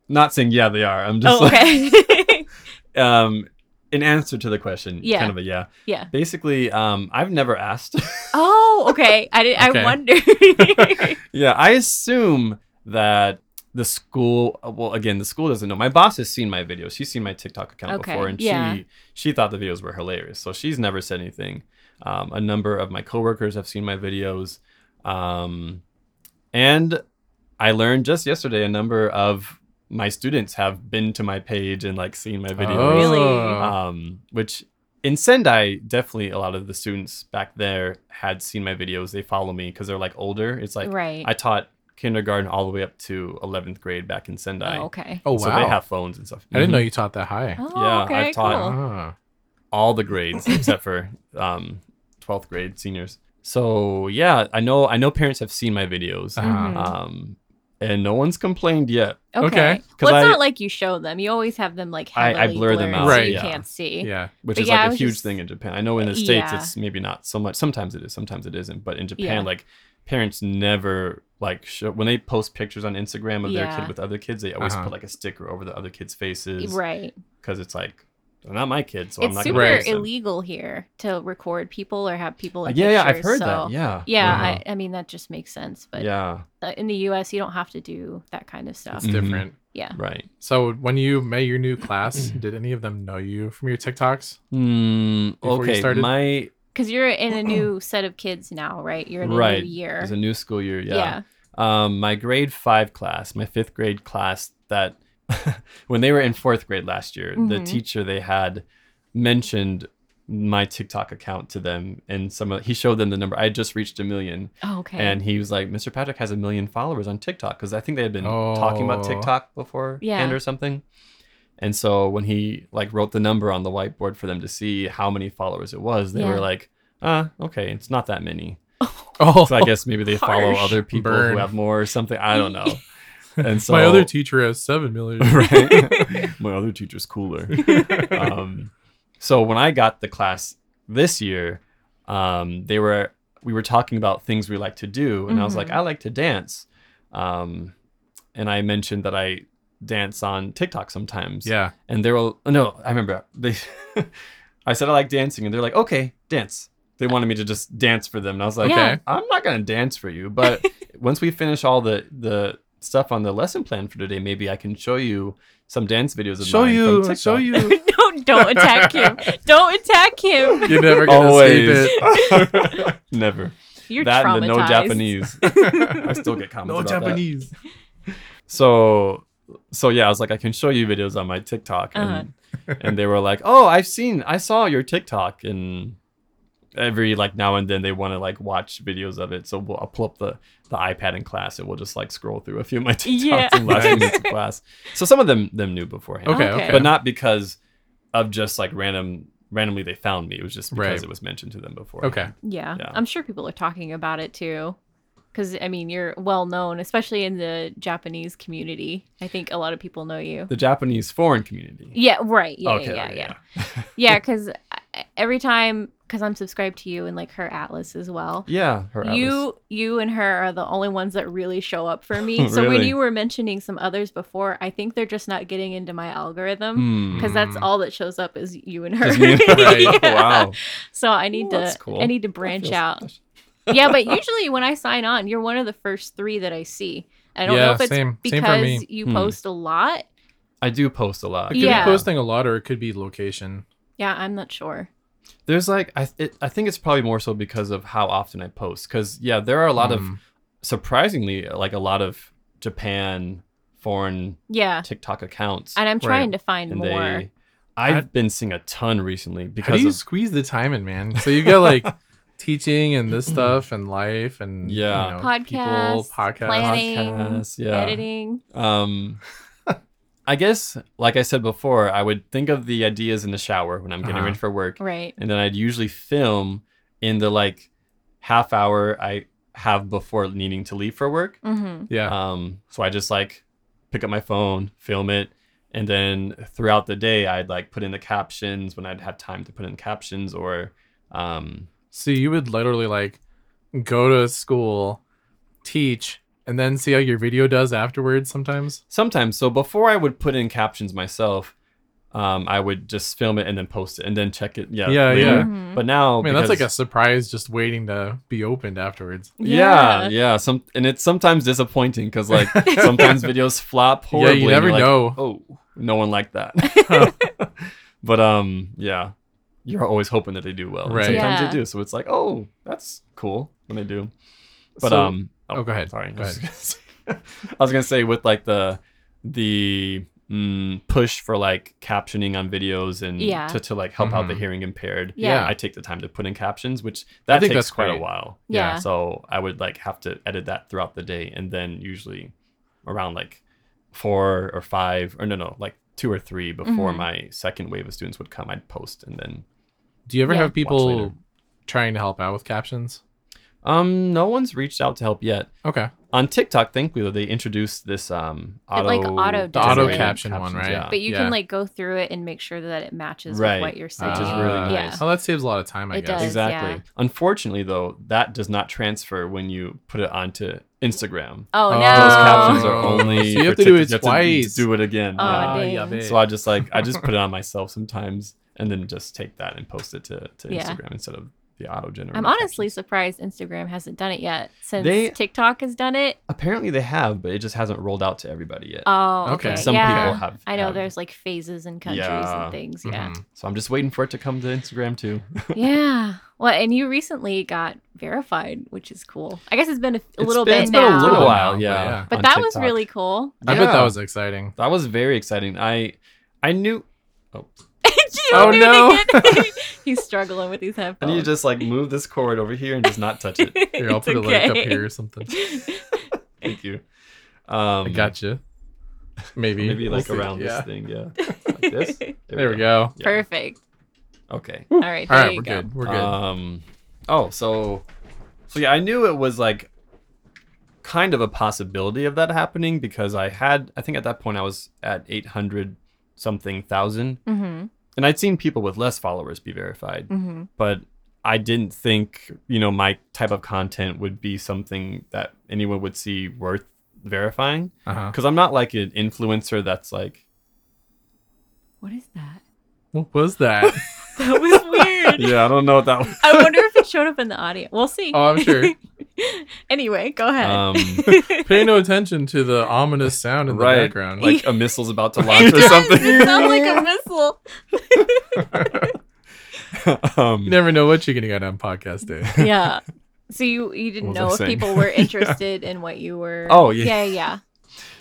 C: not saying yeah they are. I'm just
A: Oh, okay.
C: like um in answer to the question,
A: Yeah.
C: kind of a yeah.
A: yeah.
C: Basically, um I've never asked.
A: Oh, okay. I did,
B: Okay.
A: I wondered.
C: yeah, I assume that the school uh, well again, the school doesn't know. My boss has seen my videos. She's seen my TikTok account
A: Okay,
C: before and
A: yeah.
C: she she thought the videos were hilarious. So she's never said anything. Um a number of my coworkers have seen my videos. Um and I learned just yesterday a number of my students have been to my page and like seen my videos
B: Oh.
A: Really?
C: um, which in Sendai, definitely a lot of the students back there had seen my videos. They follow me because they're like older. It's like
A: right.
C: I taught kindergarten all the way up to 11th grade back in Sendai.
A: oh, okay.
B: Oh wow!
C: So they have phones and stuff.
B: I didn't know
C: Mhm.
B: you taught that high.
A: Oh,
C: Yeah, I've
A: okay.
C: taught-
A: cool.
B: Ah.
C: all the grades except for um, 12th grade seniors. So yeah, I know I know parents have seen my videos.
B: Uh-huh.
A: Mhm.
C: Um, and no one's complained yet.
A: Okay.
B: Okay.
A: Well, it's
C: I-
A: not like you show them. You always have them like
C: I- I
A: heavily
C: blur them
A: blurred
C: out,
A: so
B: Right.
A: you
C: yeah.
A: can't see.
B: Yeah.
C: which
A: But
C: is
A: yeah, I
C: like a
A: was
C: huge
A: just-
C: thing in Japan. I know in the states
A: Yeah.
C: it's maybe not so much. Sometimes it is, sometimes it isn't. But in Japan,
A: Yeah.
C: like parents never like show when they post pictures on Instagram of their
A: Yeah.
C: kid with other kids, they always
B: Uh-huh.
C: put like a sticker over the other kids' faces because
A: Right.
C: it's like they're not my kids, so I'm
A: it's
C: not
A: super
C: gonna
B: Right.
C: post them.
A: illegal here to record people or have people in
C: yeah, yeah, I've
A: pictures,
C: heard
A: so-
C: that. Yeah,
A: Yeah,
B: Uh-huh.
A: I, I mean that just makes sense. But
C: yeah,
A: uh, in the U.S., you don't have to do that kind of stuff.
B: It's
C: Mhm.
B: different.
A: Yeah.
C: right.
B: So when you met your new class,
C: Mm-hmm.
B: did any of them know you from your TikToks?
C: Mm,
B: Before you
C: okay,
B: started?
C: my
A: because you're in a new set of kids now, right? You're in a
C: Right.
A: new year.
C: it's a new school year.
A: yeah.
C: Yeah, um, my grade five class, my fifth grade class, that when they were in fourth grade last year, the
A: Mhm.
C: teacher they had mentioned my TikTok account to them, and some of, he showed them the number. I had just reached a million,
A: Oh, okay.
C: and he was like, "Mr. Patrick has a million followers on TikTok," because I think they had been talking about
B: Oh.
C: TikTok before
A: Yeah.
C: and or something. And so when he like wrote the number on the whiteboard for them to see how many followers it was, they
A: Yeah.
C: were like, "Ah, okay, it's not that many."
B: Oh,
C: So I guess maybe they follow
A: Harsh.
C: other people
B: Burn.
C: who have more or something. I don't know. And so
B: my other teacher has seven million.
C: right? my other teacher's cooler. Um, so when I got the class this year, um, they were we were talking about things we like to do, and I was like,
A: Mhm.
B: Mm-hmm.
C: I like to dance, um, and I mentioned that I dance on TikTok sometimes.
B: yeah.
C: and they were no, I remember they. I said I like dancing, and they're like, okay, dance. They wanted me to just dance for them, and I was like,
A: Yeah.
B: Okay.
C: I'm not gonna dance for you, but once we finish all the the stuff on the lesson plan for today, maybe I can show you some dance videos of
B: Show
C: mine from
B: you.
C: TikTok.
B: Show you.
A: no, don't attack him. Don't attack him.
B: You're never gonna
C: Always,
B: escape
C: never.
A: You're
C: that
A: traumatized.
C: and the no Japanese.
B: it.
C: I still get comments
B: no
C: about that.
B: Japanese.
C: So, so yeah, I was like, I can show you videos on my TikTok, and
A: Uh-huh.
C: and they were like, oh, I've seen, I saw your TikTok, and every like now and then they want to like watch videos of it. So we'll, I'll pull up the the iPad in class, and we'll just like scroll through a few of my TikToks
A: Yeah.
C: in last few minutes of class. So some of them them knew beforehand.
B: Okay.
A: Okay.
B: Okay.
C: but not because of just like random randomly they found me. It was just because
B: Right.
C: it was mentioned to them before.
B: Okay.
A: Yeah.
C: Yeah.
A: I'm sure people are talking about it too. Because, I mean, you're well known, especially in the Japanese community. I think a lot of people know you.
C: The Japanese foreign community.
A: Yeah, right. Yeah,
C: okay,
A: yeah,
C: okay,
A: yeah. Yeah, because every time, because I'm subscribed to you and like her Atlas as well.
C: Yeah, her
A: you
C: Atlas.
A: you and her are the only ones that really show up for me. So when
C: Really?
A: you were mentioning some others before, I think they're just not getting into my algorithm
C: Hmm.
A: because that's
B: Mm.
A: all that shows up is you and her.
C: Just me and her, right? Oh,
A: Yeah.
C: Hmm. Wow.
A: So I need
C: Well,
A: to
C: that's cool.
A: I need to
C: That
A: branch
C: feels
A: out.
C: special.
A: yeah, but usually when I sign on, you're one of the first three that I see. I don't know
B: Yeah,
A: if it's
B: same. Same for
A: because
B: me.
A: you
C: Hmm.
A: post a lot.
C: I do post a lot.
B: It could
A: Yeah.
B: be posting a lot, or it could be location.
A: Yeah, I'm not sure.
C: There's like I it, I think it's probably more so because of how often I post cuz yeah, there are a lot
B: Mm.
C: of surprisingly like a lot of Japan foreign
A: Yeah,
C: TikTok accounts
A: and I'm trying to find
C: and
A: more.
C: they
B: I-
C: I've been seeing a ton recently because
B: How do you
C: of
B: squeeze the time in, man? So you got like teaching and this stuff and life and
C: Yeah.
B: you know, people,
A: Podcasts,
B: podcasts.
A: planning.
C: podcasts, yeah.
A: Editing.
C: Um, I guess, like I said before, I would think of the ideas in the shower when I'm getting
B: Uh-huh.
C: ready for work,
A: Right.
C: and then I'd usually film in the like half hour I have before needing to leave for work.
A: Mm-hmm.
B: Yeah,
C: Um, so I just like pick up my phone, film it, and then throughout the day I'd like put in the captions when I'd have time to put in captions or um,
B: so you would literally like go to school, teach, and then see how your video does afterwards. Sometimes.
C: sometimes. So before I would put in captions myself. Um, I would just film it and then post it and then check it. Yeah,
B: Yeah,
C: later.
B: yeah.
A: Mm-hmm.
C: But now,
B: I mean, that's like a
C: because-
B: surprise just waiting to be opened afterwards.
C: yeah, yeah, Some and it's sometimes disappointing because like sometimes videos flop horribly.
B: yeah, you
C: and
B: never
C: you're like,
B: know.
C: Oh, no one liked that. but um, yeah, you're always hoping that they do well. and
B: Right.
C: Sometimes
A: Yeah.
C: they do, so it's like, oh, that's cool when they do. But
B: So-
C: um,
B: oh, go ahead.
C: Sorry,
B: Go
C: I was gonna say- I was gonna say with like the the mm, push for like captioning on videos and
A: Yeah.
C: to, to like help out the
B: Mhm.
C: hearing impaired.
A: Yeah.
C: I take the time to put in captions, which that
B: think
C: takes
B: that's
C: quite a
B: great.
C: while.
A: Yeah. Yeah.
C: So I would like have to edit that throughout the day, and then usually around like four or five, or no, no, like two or three before
A: Mhm.
C: my second wave of students would come, I'd post, and then
B: Do you ever
A: Yeah.
B: have
C: later.
B: people trying to help out with captions?
C: um, no one's reached out to help yet.
B: Okay.
C: On TikTok, thankfully, though, they introduced this um auto
A: like, auto
B: The auto
A: Generated
B: caption one, right?
C: yeah.
A: But you
B: Yeah.
A: can like go through it and make sure that it matches
C: Right,
A: with what you're saying.
C: Which is really
B: Ah.
A: nice.
B: Oh, that saves a lot of time, I
A: It
B: guess.
A: does.
C: Exactly.
A: yeah.
C: Unfortunately, though, that does not transfer when you put it onto Instagram.
A: Oh, no.
C: Those captions are only.
B: So you have
C: for
B: to do it
C: TikTok. You have to
B: twice.
C: do it again.
A: Oh,
C: Ah, yeah.
A: dang.
C: So I just like I just put it on myself sometimes, and then just take that and post it to, to
A: Yeah.
C: Instagram instead of the auto generated.
A: I'm honestly surprised Instagram hasn't done it yet since
C: They-
A: TikTok has done it.
C: apparently they have, but it just hasn't rolled out to everybody yet.
A: Oh,
B: Okay.
A: okay.
B: And
C: Some
A: yeah.
C: people have.
A: I know
C: have-
A: there's like phases and countries
C: Yeah. Mm-hmm.
A: and things. Yeah.
B: Mhm.
C: So I'm just waiting for it to come to Instagram too.
A: yeah. Well, and you recently got verified, which is cool. I guess it's been a, a
C: It's
A: little
C: been-
A: bit
C: it's been
A: now.
C: a little while,
B: But
C: yeah.
B: yeah.
A: But
C: on
A: that was
C: TikTok.
A: really cool.
B: I bet that
C: Yeah.
B: was exciting.
C: That was very exciting. I I knew
A: You
B: Oh,
A: knew
B: no.
A: to get- He's struggling with these
C: I
A: headphones.
C: need to just like move this cord over here and just not touch it.
B: Here, I'll
A: It's
B: put a link up
A: okay.
B: here or something.
C: Thank you. Um,
B: I gotcha. Maybe
C: Maybe like
B: We'll see.
C: around
B: Yeah.
C: this thing. Yeah. Like this.
B: There we go.
C: Yeah.
A: Perfect.
C: Okay.
A: All right. There
B: All right,
A: you
B: we're
A: go.
B: good. We're good.
C: Um, oh, so so yeah, I knew it was like kind of a possibility of that happening because I had I think at that point I was at eight hundred something thousand,
A: Mm-hmm.
C: and I'd seen people with less followers be verified,
A: Mm-hmm.
C: but I didn't think you know my type of content would be something that anyone would see worth verifying
B: uh-huh.
C: because I'm not like an influencer that's like
A: What is that?
B: What was that?
A: That was weird.
C: yeah I don't know what that was.
A: I wonder if it showed up in the audio. We'll see.
B: Oh, I'm sure.
A: anyway, go ahead.
C: Um,
B: Pay no attention to the ominous sound in the
C: Right.
B: background. Like,
C: like a missile's about to
A: it
C: launch or
A: does.
C: something.
A: It sounds like a missile.
B: you
C: um,
B: never know what you're gonna get on podcast day.
A: Yeah. So you you didn't
C: What was
A: know
C: I
A: if
C: saying?
A: people were interested in what you were.
C: Oh, yeah.
A: Yeah yeah.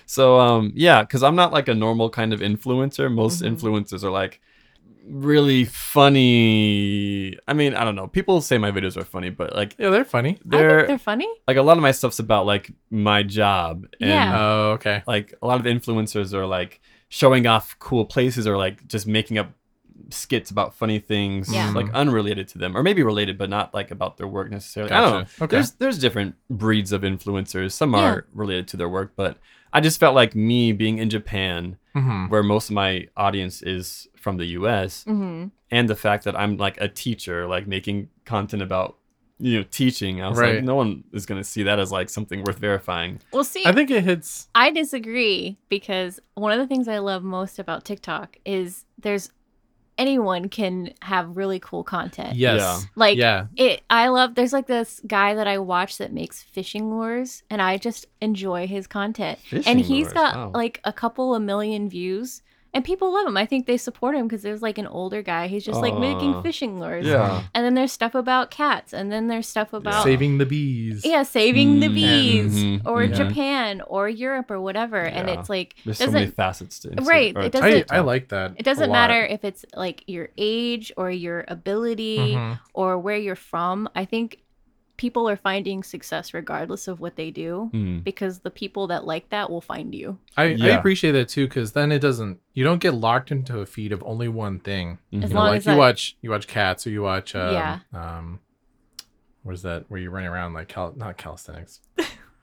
C: So um, yeah, because I'm not like a normal kind of influencer. Most
A: Mhm.
C: influencers are like really funny. I mean, I don't know. People say my videos are funny, but like
B: Yeah, they're funny.
A: I
C: they're,
A: think they're funny.
C: like a lot of my stuff's about like my job and uh,
A: Yeah.
B: Oh, okay.
C: like a lot of influencers are like showing off cool places or like just making up skits about funny things
A: Yeah.
C: like unrelated to them or maybe related but not like about their work necessarily. I don't know.
B: Gotcha. Okay.
C: There's there's different breeds of influencers. Some
A: Yeah.
C: are related to their work, but I just felt like me being in Japan,
B: Mhm.
C: where most of my audience is from the U.S.,
A: Mm-hmm.
C: and the fact that I'm like a teacher, like making content about you know teaching, I was
B: Right.
C: like, no one is gonna see that as like something worth verifying.
A: We'll see.
B: I think it hits.
A: I disagree because one of the things I love most about TikTok is there's anyone can have really cool content.
B: Yes.
A: Like
B: yeah.
A: it I love there's like this guy that I watch that makes fishing lures and I just enjoy his content. and
C: Fishing
A: he's
C: lures,
A: got
C: wow.
A: like a couple of million views and people love him. I think they support him because there's like an older guy. He's just like making
C: Aw.
A: fishing lures.
C: yeah,
A: And then there's stuff about cats and then there's stuff about
B: Saving the bees.
A: oh. yeah, saving the
C: Mm,
A: bees
C: mhm,
A: or
B: yeah.
A: Japan or Europe or whatever. And
C: Yeah.
A: it's like
C: there's so
A: doesn't
C: many facets to Insta-
A: Right,
C: or
A: it
C: to
A: doesn't-
B: I,
C: TikTok.
B: I like that.
A: it doesn't
C: a lot.
A: matter if it's like your age or your ability
C: Mm-hmm.
B: Mhm.
A: or where you're from. I think people are finding success regardless of what they do
C: Mm.
A: because the people that like that will find you.
B: I, I
C: Yeah.
B: appreciate that too, because then it doesn't. You don't get locked into a feed of only one thing.
A: As
B: You
C: Mhm.
B: know,
A: long
B: like
A: as
B: you
A: I-
B: watch you watch cats or you watch um,
A: Yeah.
B: um what is that where you run around like cal- not calisthenics.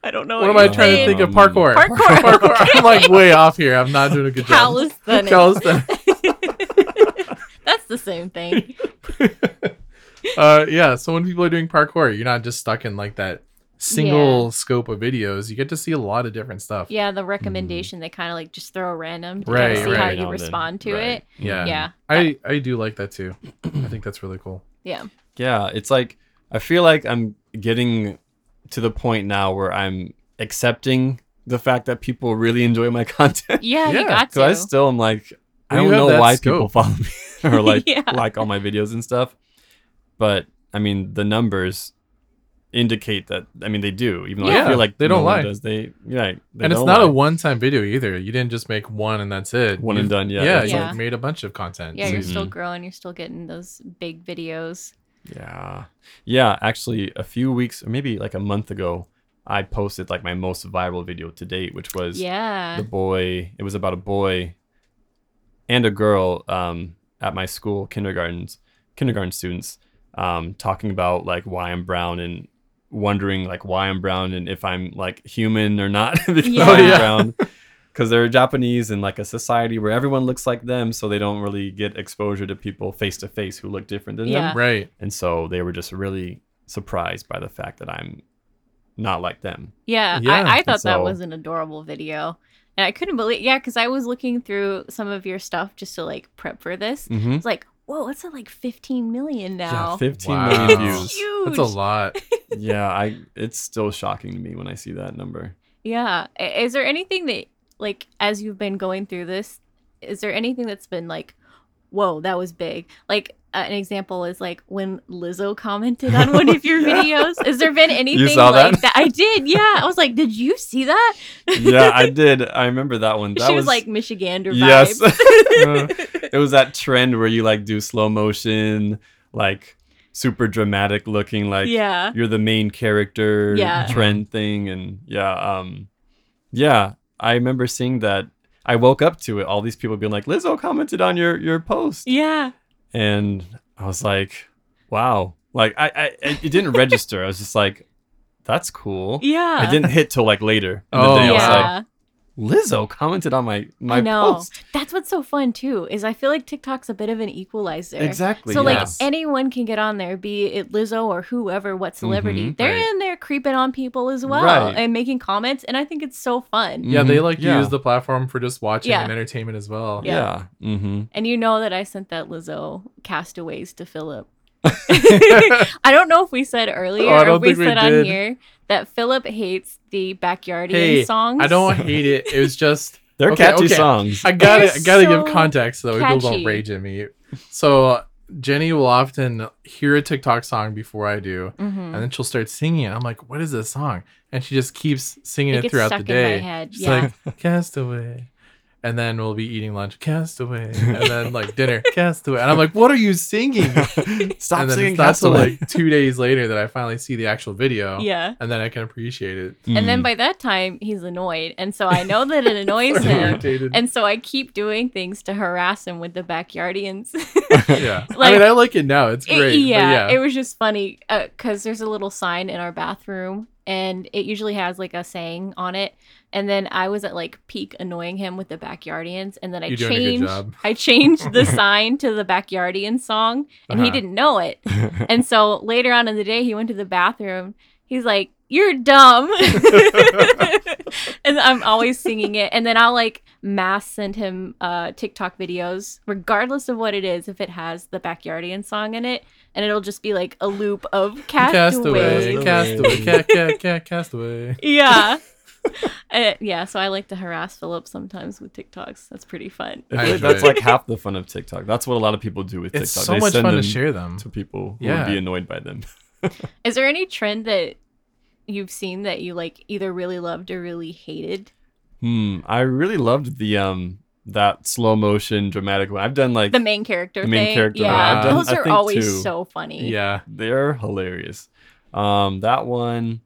A: I don't know.
B: what am I
C: you're
B: trying to
C: saying.
B: think of?
C: Um,
B: Parkour.
A: Oh, Parkour,
B: I'm like way off here. I'm not doing a good job.
A: Calisthenics.
B: Calisthenics.
A: That's the same thing.
B: Uh, yeah. So when people are doing parkour, you're not just stuck in like that single scope of videos. You get to see a lot of different stuff.
A: Yeah, the recommendation they kind of like just throw random to
B: Right,
A: kinda see
B: right.
A: how
C: Every now
A: you
C: and then.
A: respond to
C: Right.
A: it.
B: Yeah.
A: Yeah.
B: I I do like that too. I think that's really cool.
A: Yeah.
C: Yeah, it's like I feel like I'm getting to the point now where I'm accepting the fact that people really enjoy my content.
A: Yeah, you
B: Yeah,
A: got to.
C: So I still am like, I
B: Well, you
C: don't
B: have
C: know
B: that
C: why people
B: scope.
C: follow me or like
A: Yeah.
C: like all my videos and stuff. But I mean, the numbers indicate that. I mean, they do. Even though
B: Yeah,
C: I feel like
B: they
C: no
B: don't
C: one
B: lie.
C: Does they? Yeah, they
B: and it's
C: don't
B: not a
C: lie.
B: one-time video either. You didn't just make one and that's it.
C: One and
B: You've-
C: done, yeah.
B: Yeah,
C: It's
B: you
A: like-
B: made a bunch of content. Mm-hmm.
A: yeah,
B: So
A: you're
B: you-
A: still growing. You're still getting those big videos.
C: Yeah. Yeah. Actually, a few weeks, or maybe like a month ago, I posted like my most viral video to date, which was
A: Yeah.
C: the boy it was about a boy and a girl um, at my school kindergartens kindergarten students um, talking about like why i'm brown and wondering like why i'm brown and if i'm like human or not because
A: Yeah.
B: Oh,
C: i'm
B: yeah.
C: brown because they're japanese in like a society where everyone looks like them so they don't really get exposure to people face to face who look different than
A: Yeah.
C: them
B: Right.
C: and so they were just really surprised by the fact that i'm not like them
A: Yeah,
B: Yeah,
A: I, I thought that
C: so-
A: was an adorable video. And I couldn't believe, yeah, because I was looking through some of your stuff just to like prep for this.
C: mm-hmm.
A: It's like, whoa, it's at like 15 million
C: yeah
A: now.
C: 15
B: Wow.
C: million
A: It's
C: views
B: That's
A: huge.
B: a lot.
C: yeah, I it's still shocking to me when I see that number.
A: Yeah. I- Is there anything that, like, as you've been going through this, is there anything that's been like, whoa, that was big? Like, uh, an example is like when Lizzo commented on one of your videos. Has there been anything
C: saw
A: like
C: that?
A: that? I did. Yeah, I was like, did you see that?
C: yeah, I did. I remember that one. That
A: she was, like Michigander
C: Yes.
A: vibes.
C: it was that trend where you like do slow motion, like super dramatic looking, like
A: yeah.
C: you're the main character
A: Yeah.
C: trend thing, and yeah, um, yeah. I remember seeing that. I woke up to it. All these people being like, "Lizzo commented on your your post,"
A: Yeah.
C: and I was like, "Wow!" Like I, I it didn't register. I was just like, "That's cool."
A: Yeah.
C: I didn't hit till like later. in
B: Oh,
C: the day. I was
A: yeah.
C: like, Lizzo commented on my my
A: I know.
C: post.
A: That's what's so fun too, is I feel like TikTok's a bit of an equalizer.
C: Exactly.
A: So
B: yes.
A: like anyone can get on there, be it Lizzo or whoever, what celebrity.
C: Mhm,
A: They're
B: Mm-hmm, right.
A: in there creeping on people as well
C: Right.
A: and making comments, and I think it's so fun.
B: Yeah, they like
C: Mm-hmm. Yeah.
B: use the platform for just watching
A: Yeah.
B: and entertainment as well.
A: Yeah.
C: yeah. Mm-hmm.
A: And you know that I sent that Lizzo castaways to Philip. I don't know if we said earlier
B: Oh, I
A: or
B: don't
A: if we
B: think we
A: said on
B: did.
A: here that Philip hates the Backyardian
B: Hey,
A: songs.
B: I don't hate it. It was just
C: They're
B: Okay,
C: catchy
B: okay.
C: songs.
B: I gotta
A: They're
B: I gotta give
A: so
B: context though. People
A: catchy.
B: don't rage at me. So Jenny will often hear a TikTok song before I do,
A: Mhm.
B: and then she'll start singing. it. I'm like, what is this song? And she just keeps singing
A: It
B: it,
A: gets
B: throughout the
A: stuck in my
B: day.
A: head,
B: She's
A: yeah.
B: like, Castaway. And then we'll be eating lunch, Castaway. And then like dinner, Castaway. And I'm like, what are you singing?
C: Stop
B: and then
C: singing
B: it's not till
C: Castaway.
B: like two days later that I finally see the actual video.
A: Yeah.
B: And then I can appreciate it.
A: And
C: Mm.
A: then by that time he's annoyed. And so I know that it annoys
B: So
A: him.
B: irritated.
A: And so I keep doing things to harass him with the backyardians.
B: yeah.
A: like-
B: I mean, I like it now. It's
A: It-
B: great. but
A: yeah,
B: yeah.
A: it was just funny because there's a little sign in our bathroom, and it usually has like a saying on it. And then I was at like peak annoying him with the Backyardians, and then I
B: You're doing a good
A: changed
B: job.
A: I changed the sign to the Backyardian song, and he
B: Uh-huh.
A: didn't know it. And so later on in the day, he went to the bathroom. He's like, "You're dumb," and I'm always singing it. And then I'll like mass send him uh, TikTok videos, regardless of what it is, if it has the Backyardian song in it, and it'll just be like a loop of castaways.
B: Castaway, castaway,
C: Castaways.
B: cat, cat, cat, castaway.
A: Yeah. Uh, yeah, so I like to harass Philip sometimes with TikToks. That's pretty fun.
B: I
C: I feel like
B: enjoy
C: that's
B: it.
C: like half the fun of TikTok. That's what a lot of people do with
B: It's
C: TikTok.
B: so
C: they
B: much
C: send
B: fun
C: them
B: to share them.
C: to people who
B: Yeah.
C: would be annoyed by them.
A: Is there any trend that you've seen that you like either really loved or really hated?
C: Hmm. I really loved the um that slow motion dramatic one. I've done like
A: The main character
C: The main
A: thing.
C: character,
A: Yeah,
B: I've done-
A: those
C: I
A: are
C: think
A: always
C: too.
A: so funny.
B: Yeah.
C: they're hilarious. Um, that one.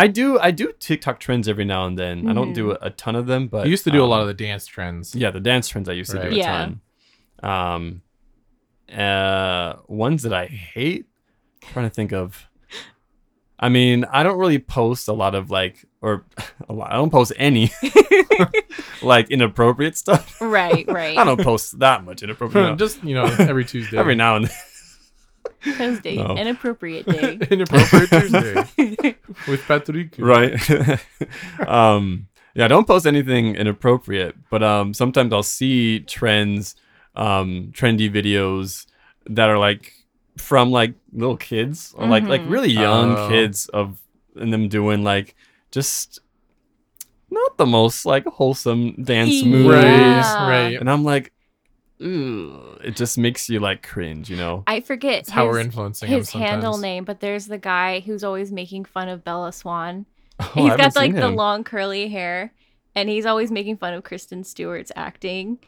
C: I do I do TikTok trends every now and then. I don't do a, a ton of them, but
B: I used to do a
C: um,
B: lot of the dance trends.
C: Yeah, the dance trends I used to
B: Right.
C: do a
A: Yeah.
C: ton. Um, uh, ones that I hate. I'm trying to think of. I mean, I don't really post a lot of like, or a lot. I don't post any like inappropriate stuff.
A: Right, right.
C: I don't post that much inappropriate. stuff.
B: Just, you know, every Tuesday.
C: every now and then.
A: Tuesday,
C: No.
A: inappropriate day.
B: Inappropriate Tuesday with Patrick.
C: right um yeah don't post anything inappropriate but um sometimes i'll see trends um trendy videos that are like from like little kids or like like
A: Mhm.
C: really young
B: Oh.
C: kids of and them doing like just not the most like wholesome dance moves
A: Yeah.
B: Right. Right.
C: and i'm like Ooh, it just makes you like cringe you know
A: I forget
B: That's how we're
A: his-
B: influencing him
A: his
B: sometimes.
A: handle name, but there's the guy who's always making fun of Bella Swan.
C: oh, I
A: he's got
C: haven't
A: like
C: seen
A: the
C: him.
A: long curly hair, and he's always making fun of Kristen Stewart's acting.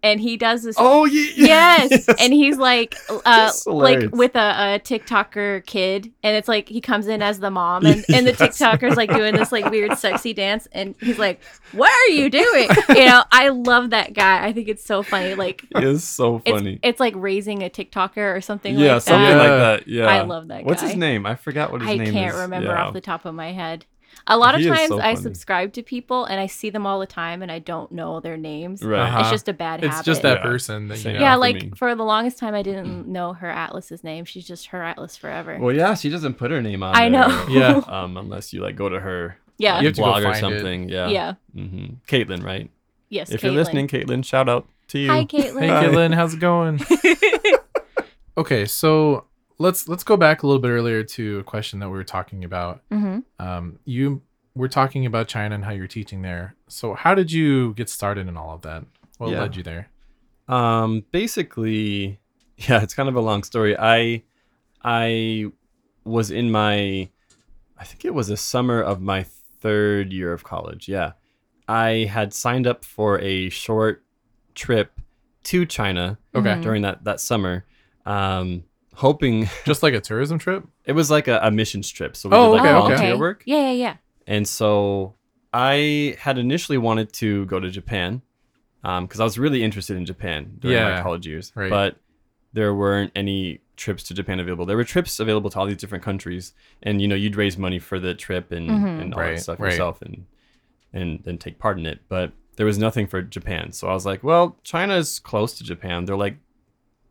A: And he does this
C: oh yeah,
A: yes. and he's like uh
C: That's
A: like
C: hilarious.
A: with a, a tiktoker kid and it's like he comes in as the mom and, and the
C: Yes.
A: tiktoker's like doing this like weird sexy dance and he's like what are you doing you know i love that guy i think it's so funny like
C: he is so
A: it's,
C: funny
A: it's like raising a tiktoker or something
C: yeah,
A: like
C: something
A: that
C: like
B: Yeah.
C: that. Yeah.
A: I love that
C: What's his
A: guy.
C: name? I forgot what his
A: i
C: name is.
A: can't remember
C: Yeah.
A: off the top of my head a lot of
C: He is
A: times
C: so
A: i
C: funny.
A: subscribe to people and i see them all the time and i don't know their names
C: Right.
B: Uh-huh.
A: it's just a bad
B: It's
A: habit
B: just that
C: Yeah.
B: person that, you
C: Same.
B: know.
A: yeah,
C: for
A: like
C: me. Mm.
A: for the longest time, I didn't know her Atlas's name. She's just her Atlas forever.
C: Well, yeah, she doesn't put her name on.
A: I know.
C: there,
B: Yeah.
C: Um, unless you like go to her
A: yeah,
B: You have to go
C: blog or
B: find it.
C: something.
A: yeah,
C: Yeah. hmm Caitlin, right?
A: yes.
C: if you're
A: Caitlyn.
C: listening, Caitlin, shout out to you.
A: hi Caitlin.
B: Hey, Caitlin, how's it going? okay, so let's let's go back a little bit earlier to a question that we were talking about.
A: Mhm.
B: Um, you were talking about China and how you're teaching there. So how did you get started in all of that? What
C: Yeah.
B: led you there?
C: Um, basically, yeah, it's kind of a long story. I I was in my I think it was the summer of my third year of college. Yeah. I had signed up for a short trip to China
B: Okay.
A: Mhm.
C: during that that summer. Um hoping
B: Just like a tourism trip?
C: it was like a, a missions trip. So we
B: Oh,
C: did like
B: okay, okay.
C: volunteer work.
A: Yeah, yeah, yeah.
C: And so I had initially wanted to go to Japan because I was really interested in Japan during
B: Yeah,
C: my college years.
B: right.
C: But there weren't any trips to Japan available. There were trips available to all these different countries, and you know you'd raise money for the trip and,
A: Mhm.
C: and all
B: Right,
C: that stuff
B: right.
C: yourself, and and then take part in it. But there was nothing for Japan, so I was like, well, China's close to Japan. They're like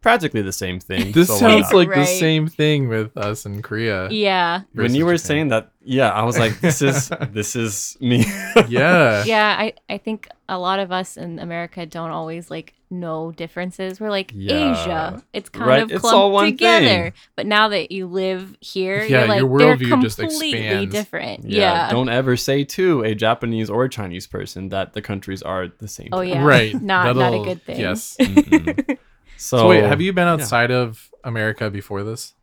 C: practically the same thing.
B: This
C: so why
B: sounds
C: not?
B: like the
A: Right.
B: same thing with us in Korea.
A: Yeah.
C: when you were
B: versus Japan.
C: saying that, yeah, I was like, this is this is me.
B: yeah.
A: Yeah, I, I think a lot of us in America don't always like know differences. We're like
C: Yeah.
A: Asia. It's kind
C: Right,
A: of
C: it's
A: clumped
C: all one
A: together.
C: thing.
A: But now that you live here,
B: Yeah,
A: you're like
B: your
A: they're
B: worldview
A: completely
B: just expands.
A: different.
C: Yeah,
A: Yeah.
C: Don't ever say to a Japanese or a Chinese person that the countries are the same.
A: Oh,
C: thing.
A: yeah.
B: Right.
A: Not- not a
B: That'll-
A: good thing.
B: Yes.
C: Mm-mm. so,
B: So, wait, have you been outside of America before this?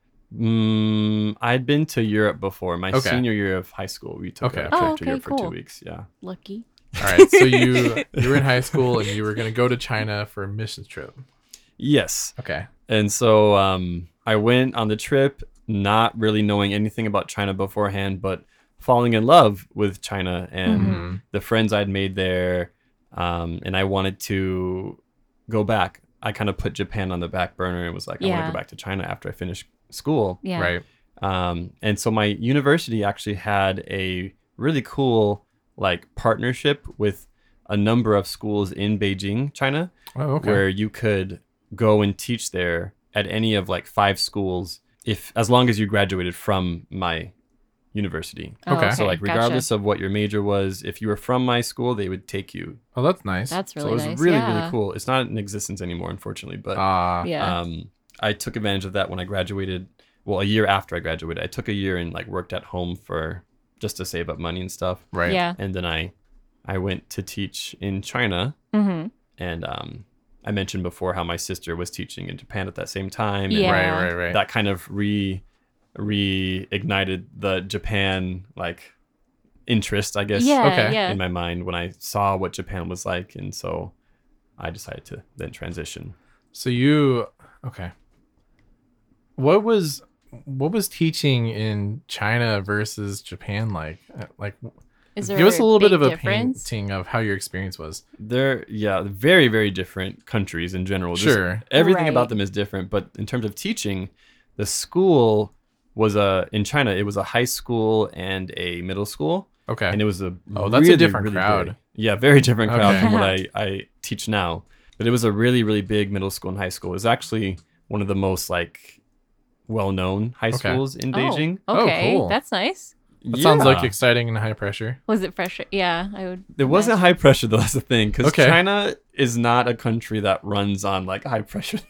C: Mm, I'd been to Europe before. My
B: Okay.
C: senior year of high school, we took
B: Okay.
C: a trip
A: Oh,
C: to
A: okay,
C: Europe for
A: cool.
C: two weeks. Yeah.
A: Lucky.
B: All right. So you you were in high school and you were going to go to China for a mission trip.
C: Yes.
B: Okay.
C: And so um, I went on the trip, not really knowing anything about China beforehand, but falling in love with China and
A: Mm-hmm.
B: Mhm.
C: the friends I'd made there. Um, and I wanted to go back. I kind of put Japan on the back burner and was like, I want
A: Yeah.
C: to go back to China after I finish school.
A: Yeah.
B: Right.
C: Um, and so my university actually had a really cool like partnership with a number of schools in Beijing, China
B: Oh, okay.
C: where you could go and teach there at any of like five schools if as long as you graduated from my university.
A: Oh,
B: Okay.
C: So like
A: gotcha.
C: regardless of what your major was, if you were from my school, they would take you.
B: oh, that's nice.
A: That's
C: so
A: really
C: it was
A: nice.
C: really
A: yeah. Oh,
C: really cool. It's not in existence anymore unfortunately, but
B: Ah.
A: Yeah.
C: um I took advantage of that when I graduated, well a year after I graduated. I took a year and like worked at home for just to save up money and stuff.
B: right.
A: Yeah.
C: And then I I went to teach in China
A: hmm
C: and um, I mentioned before how my sister was teaching in Japan at that same time.
A: Yeah.
B: Right. Right. Right.
C: And that kind of re reignited the Japan like interest, I guess,
A: Yeah.
B: Okay.
A: Yeah.
C: in my mind when I saw what Japan was like, and so I decided to then transition.
B: so you okay. What was what was teaching in China versus Japan like? Uh, Like
A: Is there
B: give us a little bit
A: big
B: of a
A: difference?
B: painting of how your experience was.
C: They're yeah, very very different countries in general. Just
B: sure.
C: everything
A: Right.
C: about them is different but in terms of teaching the school was a in china it was a high school and a middle school
B: Okay.
C: and it was a
B: Oh, that's a different crowd.
C: big- yeah very different crowd
B: Okay.
C: from what I, I teach now but it was a really really big middle school and high school it was actually one of the most like well-known high
B: Okay.
C: schools in
A: Oh,
C: beijing
B: Oh,
A: okay.
B: cool.
A: That's nice.
B: that sounds like
C: Yeah.
B: exciting and high pressure.
A: Was it fresh? Yeah, I would.
C: There wasn't high pressure though. That's the thing, because
B: Okay.
C: China is not a country that runs on like high pressure.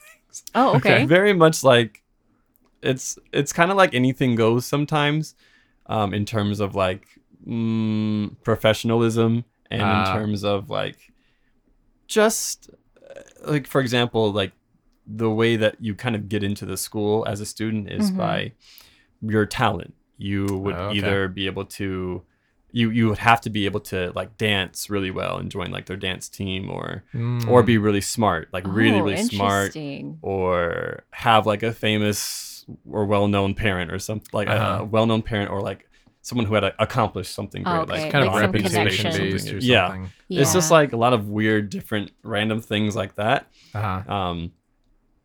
A: Oh, okay.
C: very much like it's it's kind of like anything goes sometimes um in terms of like mm, professionalism and
B: Ah.
C: in terms of like just uh, like for example like the way that you kind of get into the school as a student is
A: Mhm.
C: by your talent you would
B: Mm-hmm. Oh, okay.
C: either be able to you you would have to be able to like dance really well and join like their dance team or or
B: Mm.
C: be really smart like really
A: Oh,
C: really smart
A: interesting.
C: or have like a famous or well-known parent or something like
B: Uh-huh.
C: a, a well-known parent or like someone who had like, accomplished something great
A: Oh, Okay,
C: like,
B: kind of
A: like some
C: Olympic space
B: reputation
C: or
A: connection.
B: based
C: something.
B: or
C: yeah.
B: something.
A: Yeah.
C: it's just like a lot of weird different random things like that
B: Uh-huh.
C: um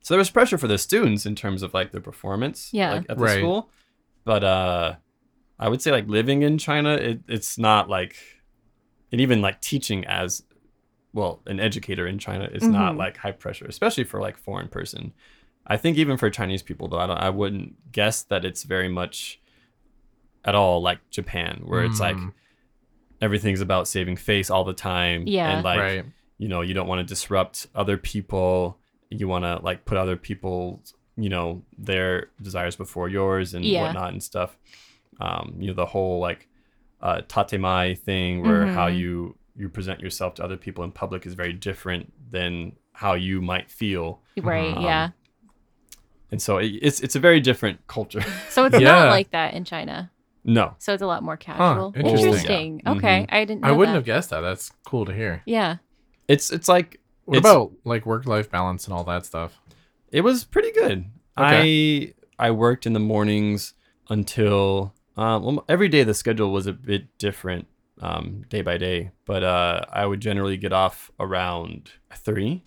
C: so there was pressure for the students in terms of like their performance
A: Yeah.
C: like at the
B: Right.
C: school but uh i would say like living in china it, it's not like and even like teaching as well an educator in china is not
A: Mhm.
C: like high pressure especially for like foreign person i think even for chinese people though i, don't, I wouldn't guess that it's very much at all like japan where it's like
B: Mm.
C: everything's about saving face all the time
A: Yeah.
C: and like
B: right.
C: you know you don't want to disrupt other people you want to like put other people's you know their desires before yours and
A: Yeah.
C: whatnot and stuff um you know the whole like uh tatemai thing where how
A: Mhm.
C: you you present yourself to other people in public is very different than how you might feel
A: right.
C: um,
A: yeah.
C: and so it, it's it's a very different culture.
A: So it's
B: Yeah.
A: not like that in China.
C: no,
A: So it's a lot more casual.
B: interesting.
A: Interesting.
C: Yeah. Mm-hmm.
A: Okay, I didn't. Know
B: I wouldn't
A: that.
B: have guessed that. That's cool to hear.
A: Yeah.
C: it's it's like
B: What
C: It's-
B: about like work life balance and all that stuff?
C: It was pretty good. I I worked in the mornings until um, well, every day the schedule was a bit different um, day by day, but uh, I would generally get off around three,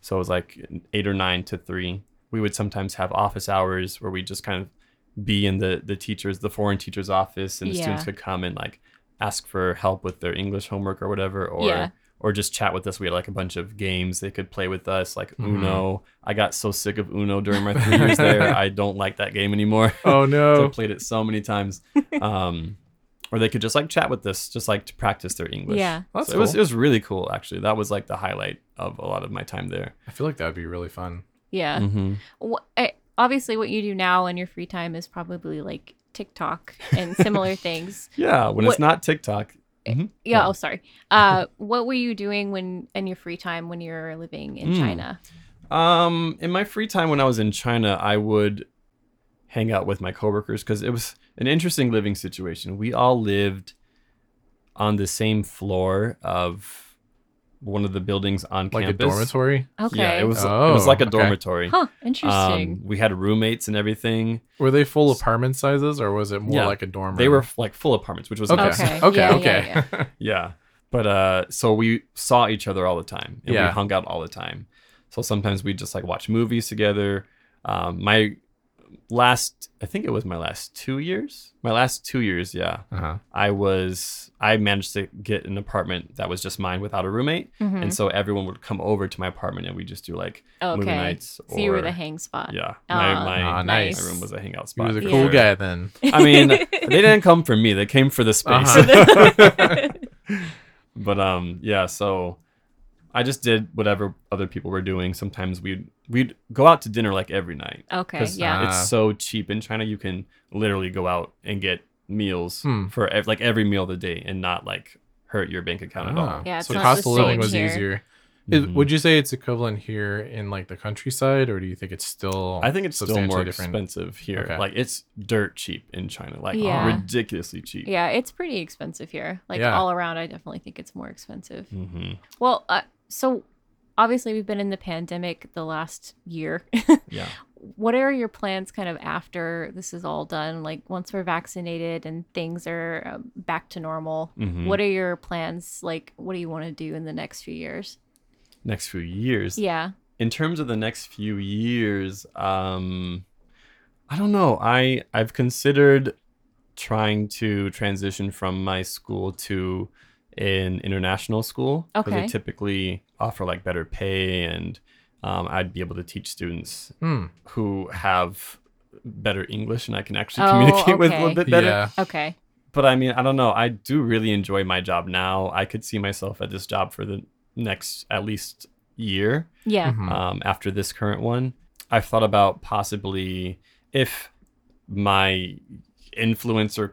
C: so it was like eight or nine to three. We would sometimes have office hours where we just kind of be in the the teachers, the foreign teacher's office, and the students
A: Yeah.
C: could come and like ask for help with their English homework or whatever, or
A: Yeah.
C: or just chat with us. We had like a bunch of games they could play with us, like
B: Mhm.
C: Uno. I got so sick of Uno during my three years there. I don't like that game anymore.
B: Oh
C: I
B: no.
C: played it so many times. Um, or they could just like chat with us, just like to practice their English.
A: Yeah.
B: That's
C: So it was
B: cool.
C: it was really cool actually. That was like the highlight of a lot of my time there.
B: I feel like that would be really fun.
A: Yeah.
C: Mm-hmm.
A: Wh- I- obviously, what you do now in your free time is probably like TikTok and similar things.
C: Yeah, when
A: What-
C: it's not TikTok.
A: Yeah.
B: Mm-hmm.
C: Yeah.
A: Oh, sorry. Uh, what were you doing when in your free time when you were living in
C: Mm.
A: China?
C: Um, in my free time when I was in China, I would hang out with my coworkers because it was an interesting living situation. We all lived on the same floor of one of the buildings on
B: Like
C: campus.
B: a dormitory?
A: Okay.
C: Yeah, it was it
B: Oh,
C: was like a
B: okay.
C: dormitory.
A: Huh.
C: Um,
A: Interesting.
C: we had roommates and everything.
B: Were they full apartment sizes or was it more
C: Yeah.
B: like a dorm?
C: They
B: room?
C: were like full apartments, which was
B: okay.
C: nice.
A: Okay.
B: Okay. Okay.
A: Yeah, yeah,
C: Yeah. But uh so we saw each other all the time and
B: Yeah.
C: we hung out all the time. So sometimes we just like watch movies together. Um my last I think it was my last 2 years. My last 2 years, yeah.
B: uh-huh.
C: I was I managed to get an apartment that was just mine without a roommate.
A: Mhm.
C: And so everyone would come over to my apartment and we just do like movie
A: Okay.
C: nights
A: So you were the
C: or-
A: hang spot.
C: yeah.
A: Ah,
C: my my,
B: Ah,
C: my
B: nice.
C: room was a hangout
B: He
C: spot.
B: was a
A: Yeah.
B: cool guy then.
C: I mean, they didn't come for me. They came for the space.
B: Uh-huh.
C: but um yeah so i just did whatever other people were doing sometimes we'd we'd go out to dinner like every night
A: okay.
C: 'Cause,
A: Yeah.
B: uh, Ah.
C: it's so cheap in china you can literally go out and get meals
B: Hmm.
C: for ev- like every meal of the day and not like hurt your bank account at
B: Ah,
C: all
A: Yeah, it's
B: so
A: not
B: cost
A: the
B: of living
A: same
B: was
A: here.
B: easier. Is-
C: Mhm.
B: would you say it's equivalent here in like the countryside, or do you think it's still?
C: i think it's still more
B: substantially
C: expensive here
B: Okay.
C: like it's dirt cheap in china like
A: Yeah.
C: ridiculously cheap
A: yeah. It's pretty expensive here. Like
B: Yeah.
A: all around, I definitely think it's more expensive.
C: hmm
A: Well, uh, so obviously we've been in the pandemic the last year.
C: yeah
A: what are your plans kind of after this is all done? Like once we're vaccinated and things are um, back to normal,
C: Mhm.
B: Mm-hmm.
A: what are your plans? Like, what do you want to do in the next few years?
C: next few years
A: Yeah.
C: in terms of the next few years um i don't know i i've considered trying to transition from my school to an international school
A: Okay.
C: they typically offer like better pay and um, i'd be able to teach students
B: Hmm.
C: who have better english and i can actually
A: Oh,
C: communicate with a
A: okay.
C: little bit better
B: Yeah.
A: Okay.
C: but i mean i don't know i do really enjoy my job now i could see myself at this job for the next at least year
A: Yeah.
B: Mhm.
C: um, after this current one. I've thought about possibly if my influencer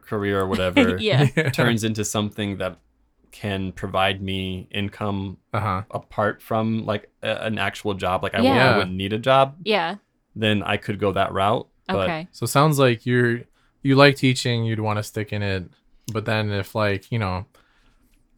C: career or whatever
A: yeah.
C: turns into something that can provide me income
B: Uh-huh.
C: apart from like a, an actual job, like I, won't-
B: Yeah.
C: I wouldn't need a job,
A: Yeah.
C: then I could go that route. But
A: Okay.
B: So it sounds like you're you like teaching, you'd want to stick in it, but then if like you know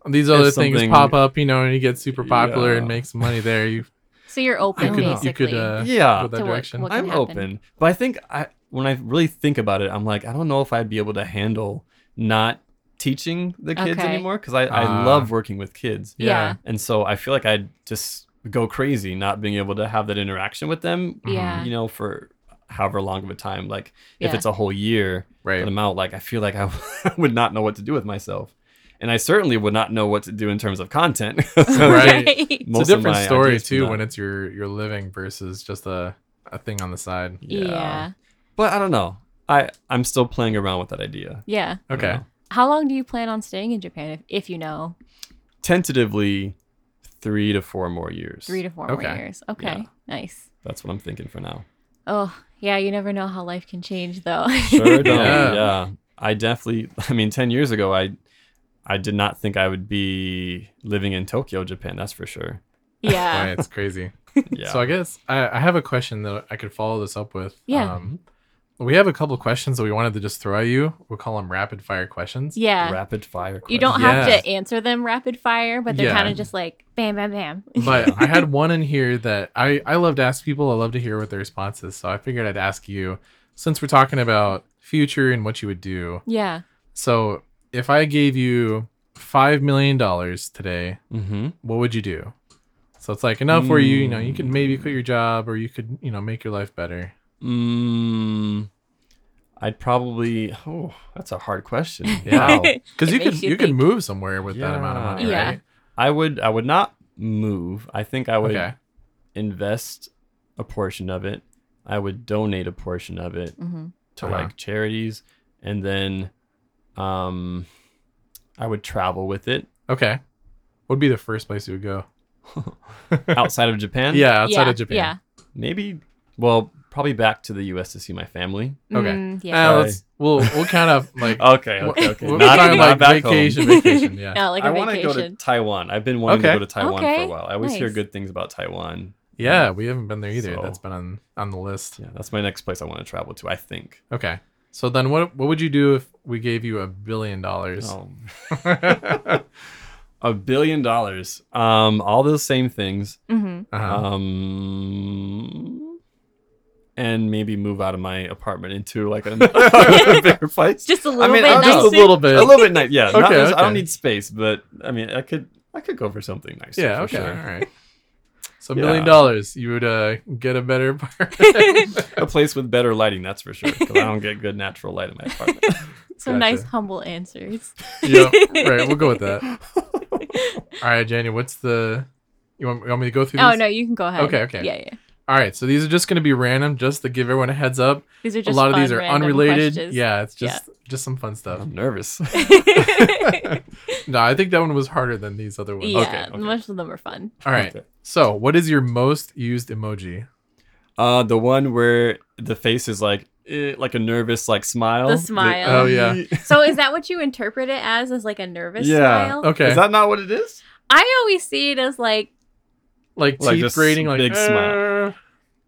B: these
C: If
B: other things
C: something-
B: pop up, you know, and you get super popular and
C: Yeah.
B: make some money there, you
A: So you're open,
B: you could
A: basically.
B: you could uh,
C: Yeah.
B: go that
A: To what-
B: direction.
A: what-
C: I'm
A: can happen.
C: open, but I think I when I really think about it, I'm like, I don't know if I'd be able to handle not teaching the kids
A: Okay.
C: anymore because I, I
B: Ah.
C: love working with kids.
A: yeah.
C: And so I feel like I'd just go crazy not being able to have that interaction with them,
B: Mhm.
A: Yeah.
C: you know, for however long of a time. Like if
A: Yeah.
C: it's a whole year
B: Right.
C: that I'm out, like I feel like I would not know what to do with myself. And I certainly would not know what to do in terms of content. So
B: Right.
C: most
B: it's
C: of
B: a different
C: my
B: story
C: ideas from
B: too
C: that.
B: when it's your your living versus just a a thing on the side.
A: Yeah. yeah.
C: But I don't know. I, I'm still playing around with that idea.
A: Yeah.
C: I don't
B: Okay.
C: know.
A: How long do you plan on staying in Japan if, if you know?
C: Tentatively three to four more years.
A: Three to four more
B: Okay.
A: years. Okay.
C: Yeah.
A: Nice.
C: That's what I'm thinking for now.
A: Oh, yeah. You never know how life can change, though.
C: Sure don't.
B: Yeah.
C: Yeah. I definitely I mean 10 years ago I I did not think I would be living in Tokyo, Japan, that's for sure.
A: yeah.
B: Right, it's crazy.
C: Yeah.
B: So I guess I, I have a question that I could follow this up with.
A: Yeah.
B: Um, we have a couple questions that we wanted to just throw at you. We'll call them rapid fire questions.
A: Yeah.
C: Rapid fire.
A: you don't
C: question.
A: have
B: Yeah.
A: to answer them rapid fire, but they're
B: Yeah.
A: kind of just like bam, bam, bam.
B: But I had one in here that I I love to ask people. I love to hear what their response is. So I figured I'd ask you since we're talking about future and what you would do.
A: yeah.
B: So if I gave you five million dollars today,
C: Mhm.
B: what would you do? So it's like enough where you you know you could maybe quit your job or you could you know make your life better.
C: Mm-hmm. Mm, I'd probably. Oh, that's a hard question.
B: Yeah.
C: Wow.
B: Because
A: It
B: you could
A: makes
B: you,
A: you
B: could
A: think.
B: move somewhere with that amount of
C: Yeah.
B: money,
A: Yeah.
B: right?
C: I would. I would not move. I think I would
B: Okay.
C: invest a portion of it. I would donate a portion of it
A: hmm
C: to
B: Uh-huh.
C: like charities, and then, um, I would travel with it
B: Okay. What would be the first place you would go?
C: outside of Japan.
B: Yeah, outside
A: yeah,
B: of Japan.
A: Yeah.
C: Maybe. Well, probably back to the U.S. to see my family.
B: Okay. Um,
A: Mm, yeah.
B: Yeah. Uh, let's, we'll we'll kind of like
C: Okay.
B: we're- We're,
C: Not,
B: talking
C: not
B: like
C: back home.
B: vacation, vacation. Yeah.
A: yeah, like a
C: I want to
A: vacation.
C: go to Taiwan. I've been wanting
B: Okay.
C: to go to Taiwan for
A: Okay,
C: a while. I always hear
A: nice.
C: good things about Taiwan.
B: Yeah, we haven't been there either.
C: So-
B: That's been on on the list.
C: Yeah, that's my next place I want to travel to. I think.
B: Okay. So then what what would you do if we gave you a billion dollars? Uh-huh.
C: Oh. a billion dollars. Um, all those same things.
A: hmm
B: Uh-huh.
C: Um, and maybe move out of my apartment into like a, a bigger place.
A: Just a little
C: I mean,
A: bit
C: I'll
B: Just
A: nicer.
B: a little bit.
C: a little bit nice. Yeah. not
B: Okay,
C: this- I
B: okay.
C: don't need space, but I mean, I could. I could go for something nice.
B: yeah,
C: for
B: okay. All
C: Sure.
B: right. So a
C: Yeah.
B: million dollars, you would uh, get a better apartment.
C: A place with better lighting, that's for sure. Because I don't get good natural light in my apartment.
A: Some nice
B: Gotcha.
A: humble answers.
B: yep. Right. We'll go with that. All right, Janie, what's the you want, you want me to go through
A: Oh
B: these?
A: no, you can go ahead.
B: Okay, okay.
A: Yeah, yeah.
B: All right, so these are just going to be random, just to give everyone a heads up.
A: These are
B: A
A: just
B: lot of these
A: fun,
B: are
A: random
B: unrelated.
A: questions.
B: Yeah, it's just just some fun stuff.
C: I'm nervous.
B: No, I think that one was harder than these other ones.
A: yeah,
C: okay.
A: most of them are fun.
B: All right.
C: Okay.
B: So, what is your most used emoji?
C: Uh, the one where the face is like eh, like a nervous like smile.
A: The smile.
B: Oh, yeah.
A: So is that what you interpret it as? As like a nervous
C: Yeah.
A: smile?
B: Okay.
C: Is that not what it is?
A: I always see it as like
B: like
C: Like
B: teeth
C: this
B: grating like
C: big smile.
B: "Uh."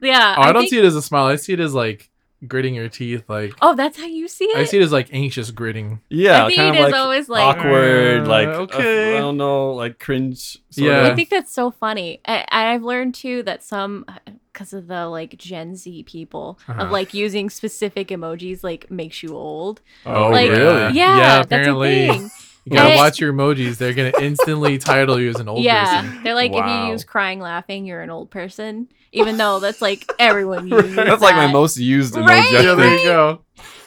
A: yeah.
B: Oh, I, don't
A: think-
B: see it as a smile. I see it as like gritting your teeth like
A: Oh, that's how you see it.
B: I see it as like anxious gritting.
C: Yeah,
A: I think
C: kind
A: it
C: of
A: is
C: like,
A: always like
C: awkward,
B: Uh,
C: like
B: okay.
C: okay. I don't know, like cringe.
B: Yeah.
A: I think that's so funny. I, I've learned too that some, because of the like Gen Z people,
B: Uh-huh.
A: of like using specific emojis like makes you old.
B: Oh,
A: like,
B: really?
A: Yeah,
B: Yeah, apparently.
A: That's a thing.
B: You got to
A: Right.
B: watch your emojis. They're going to instantly title you as an old
A: yeah.
B: person.
A: They're like, if
C: Wow.
A: you use crying laughing, you're an old person, even though that's like everyone uses
C: That's like my
A: that.
C: most used emoji.
A: Right?
C: I
B: Yeah, there
C: think.
B: you go.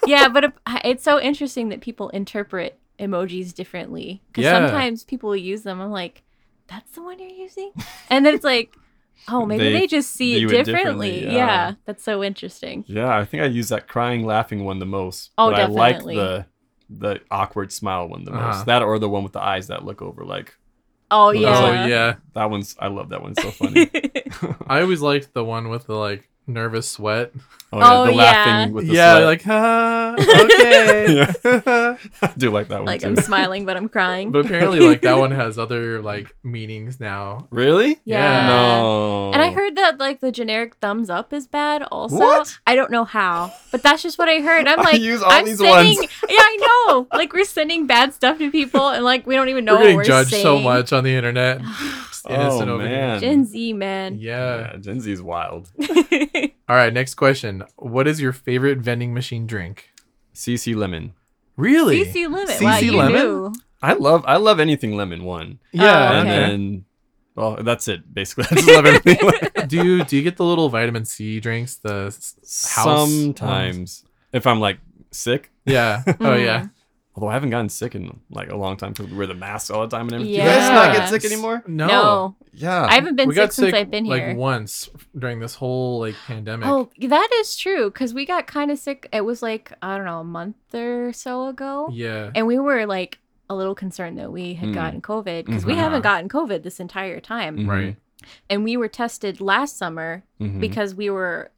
A: yeah, but it- it's so interesting that people interpret emojis differently because
B: Yeah.
A: sometimes people will use them. I'm like, that's the one you're using, and then it's like, oh, maybe
C: They
A: they, just see
C: view
A: it
C: it
A: differently.
C: differently,
A: yeah.
C: yeah.
A: that's so interesting.
C: Yeah, I think I use that crying, laughing one the most.
A: Oh,
C: but I like
A: definitely.
C: the the awkward smile one the
B: Uh-huh.
C: most. That or the one with the eyes that look over. Like
A: Oh
C: Well,
A: yeah,
C: that's
B: Oh
C: like-
B: yeah.
C: that one's. I love that one. So funny.
B: I always liked the one with the like nervous sweat.
C: Oh yeah,
A: Oh,
C: the
A: yeah.
C: laughing with the
B: yeah,
C: sweat.
B: like huh, okay.
C: I do like that one
A: like
C: too.
A: I'm smiling but I'm crying.
B: but apparently, like that one has other like meanings now.
C: Really?
B: Yeah.
C: No.
A: And I heard that like the generic thumbs up is bad. Also,
C: What?
A: I don't know how, but that's just what I heard. I'm
C: I
A: like,
C: use all
A: I'm
C: these
A: sending,
C: ones.
A: yeah, I know. Like we're sending bad stuff to people, and like we don't even know
B: we're getting
A: what we're
B: judged so
A: saying.
B: much on the internet. Just innocent
C: Oh
B: over here.
C: man.
A: Gen Z, man.
B: Um, Yeah.
C: Yeah, Gen Z is wild.
B: All right. Next question. What is your favorite vending machine drink?
C: CC lemon.
B: Really?
A: CC Lemon.
B: CC
A: wow, you
B: Lemon?
A: knew.
C: I love I love anything lemon one.
B: Yeah.
A: Oh,
C: And
A: okay.
C: then well, that's it basically. I just love everything. lemon.
B: do you do you get the little vitamin C drinks? The s- house ones?
C: Sometimes if I'm like sick,
B: Yeah. Oh
A: Mm-hmm.
B: yeah.
C: although I haven't gotten sick in like a long time because we wear the mask all the time and everything.
A: You guys not get
C: sick anymore?
B: No.
A: No.
C: Yeah.
A: I haven't been
B: we got
A: sick since
B: sick
A: I've been
B: like
A: here.
B: once during this whole like pandemic.
A: Oh, that is true. Cause we got kind of sick. It was like I don't know, a month or so ago,
B: Yeah.
A: and we were like a little concerned that we had
C: Mm.
A: gotten COVID because
C: Mhm.
A: we haven't
B: Uh-huh.
A: gotten COVID this entire time,
C: Mhm.
B: Right.
A: and we were tested last summer
C: Mhm.
A: because we were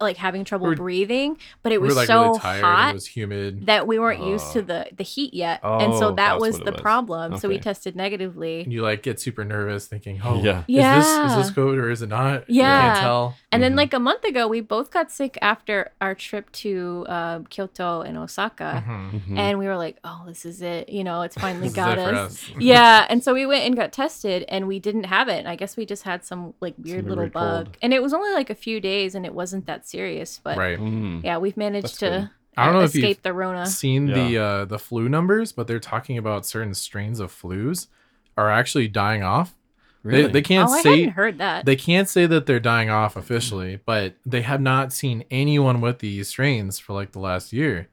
A: like having trouble
B: We're-
A: breathing, but it
B: we
A: was
B: were like
A: so
B: really tired. It
A: hot
B: was humid.
A: that we weren't used to
C: Oh.
A: the the heat yet, and so
C: Oh,
A: that
C: that's
A: was
C: what it
A: the
C: was.
A: problem. So we
C: Okay.
A: tested negatively.
B: and you like get super nervous, thinking, "Oh,
C: Yeah.
A: Yeah.
B: is this is this COVID or is it not? I
A: Yeah.
B: can't tell."
A: And then,
C: Mhm.
A: like a month ago, we both got sick after our trip to uh, Kyoto and Osaka,
B: Mhm.
C: Mhm.
A: and we were like, "Oh, this is it! You know, it's finally
B: This is
A: got
B: it for
A: us."
B: us. Mm-hmm.
A: yeah, and so we went and got tested, and we didn't have it. And I guess we just had some like weird
C: Some
A: little
C: weird
A: bug,
C: cold.
A: and it was only like a few days, and it wasn't that serious. But
B: right.
C: Mm.
A: yeah, we've
C: That's
A: managed
C: good.
A: to
B: I don't
A: uh,
B: know if you've
A: escape the Rona.
B: seen the uh, the flu numbers, but they're talking about certain strains of flus are actually dying off. They, they can't
A: Oh, I
B: say
A: hadn't heard that.
B: they can't say that they're dying off officially, but they have not seen anyone with these strains for like the last year.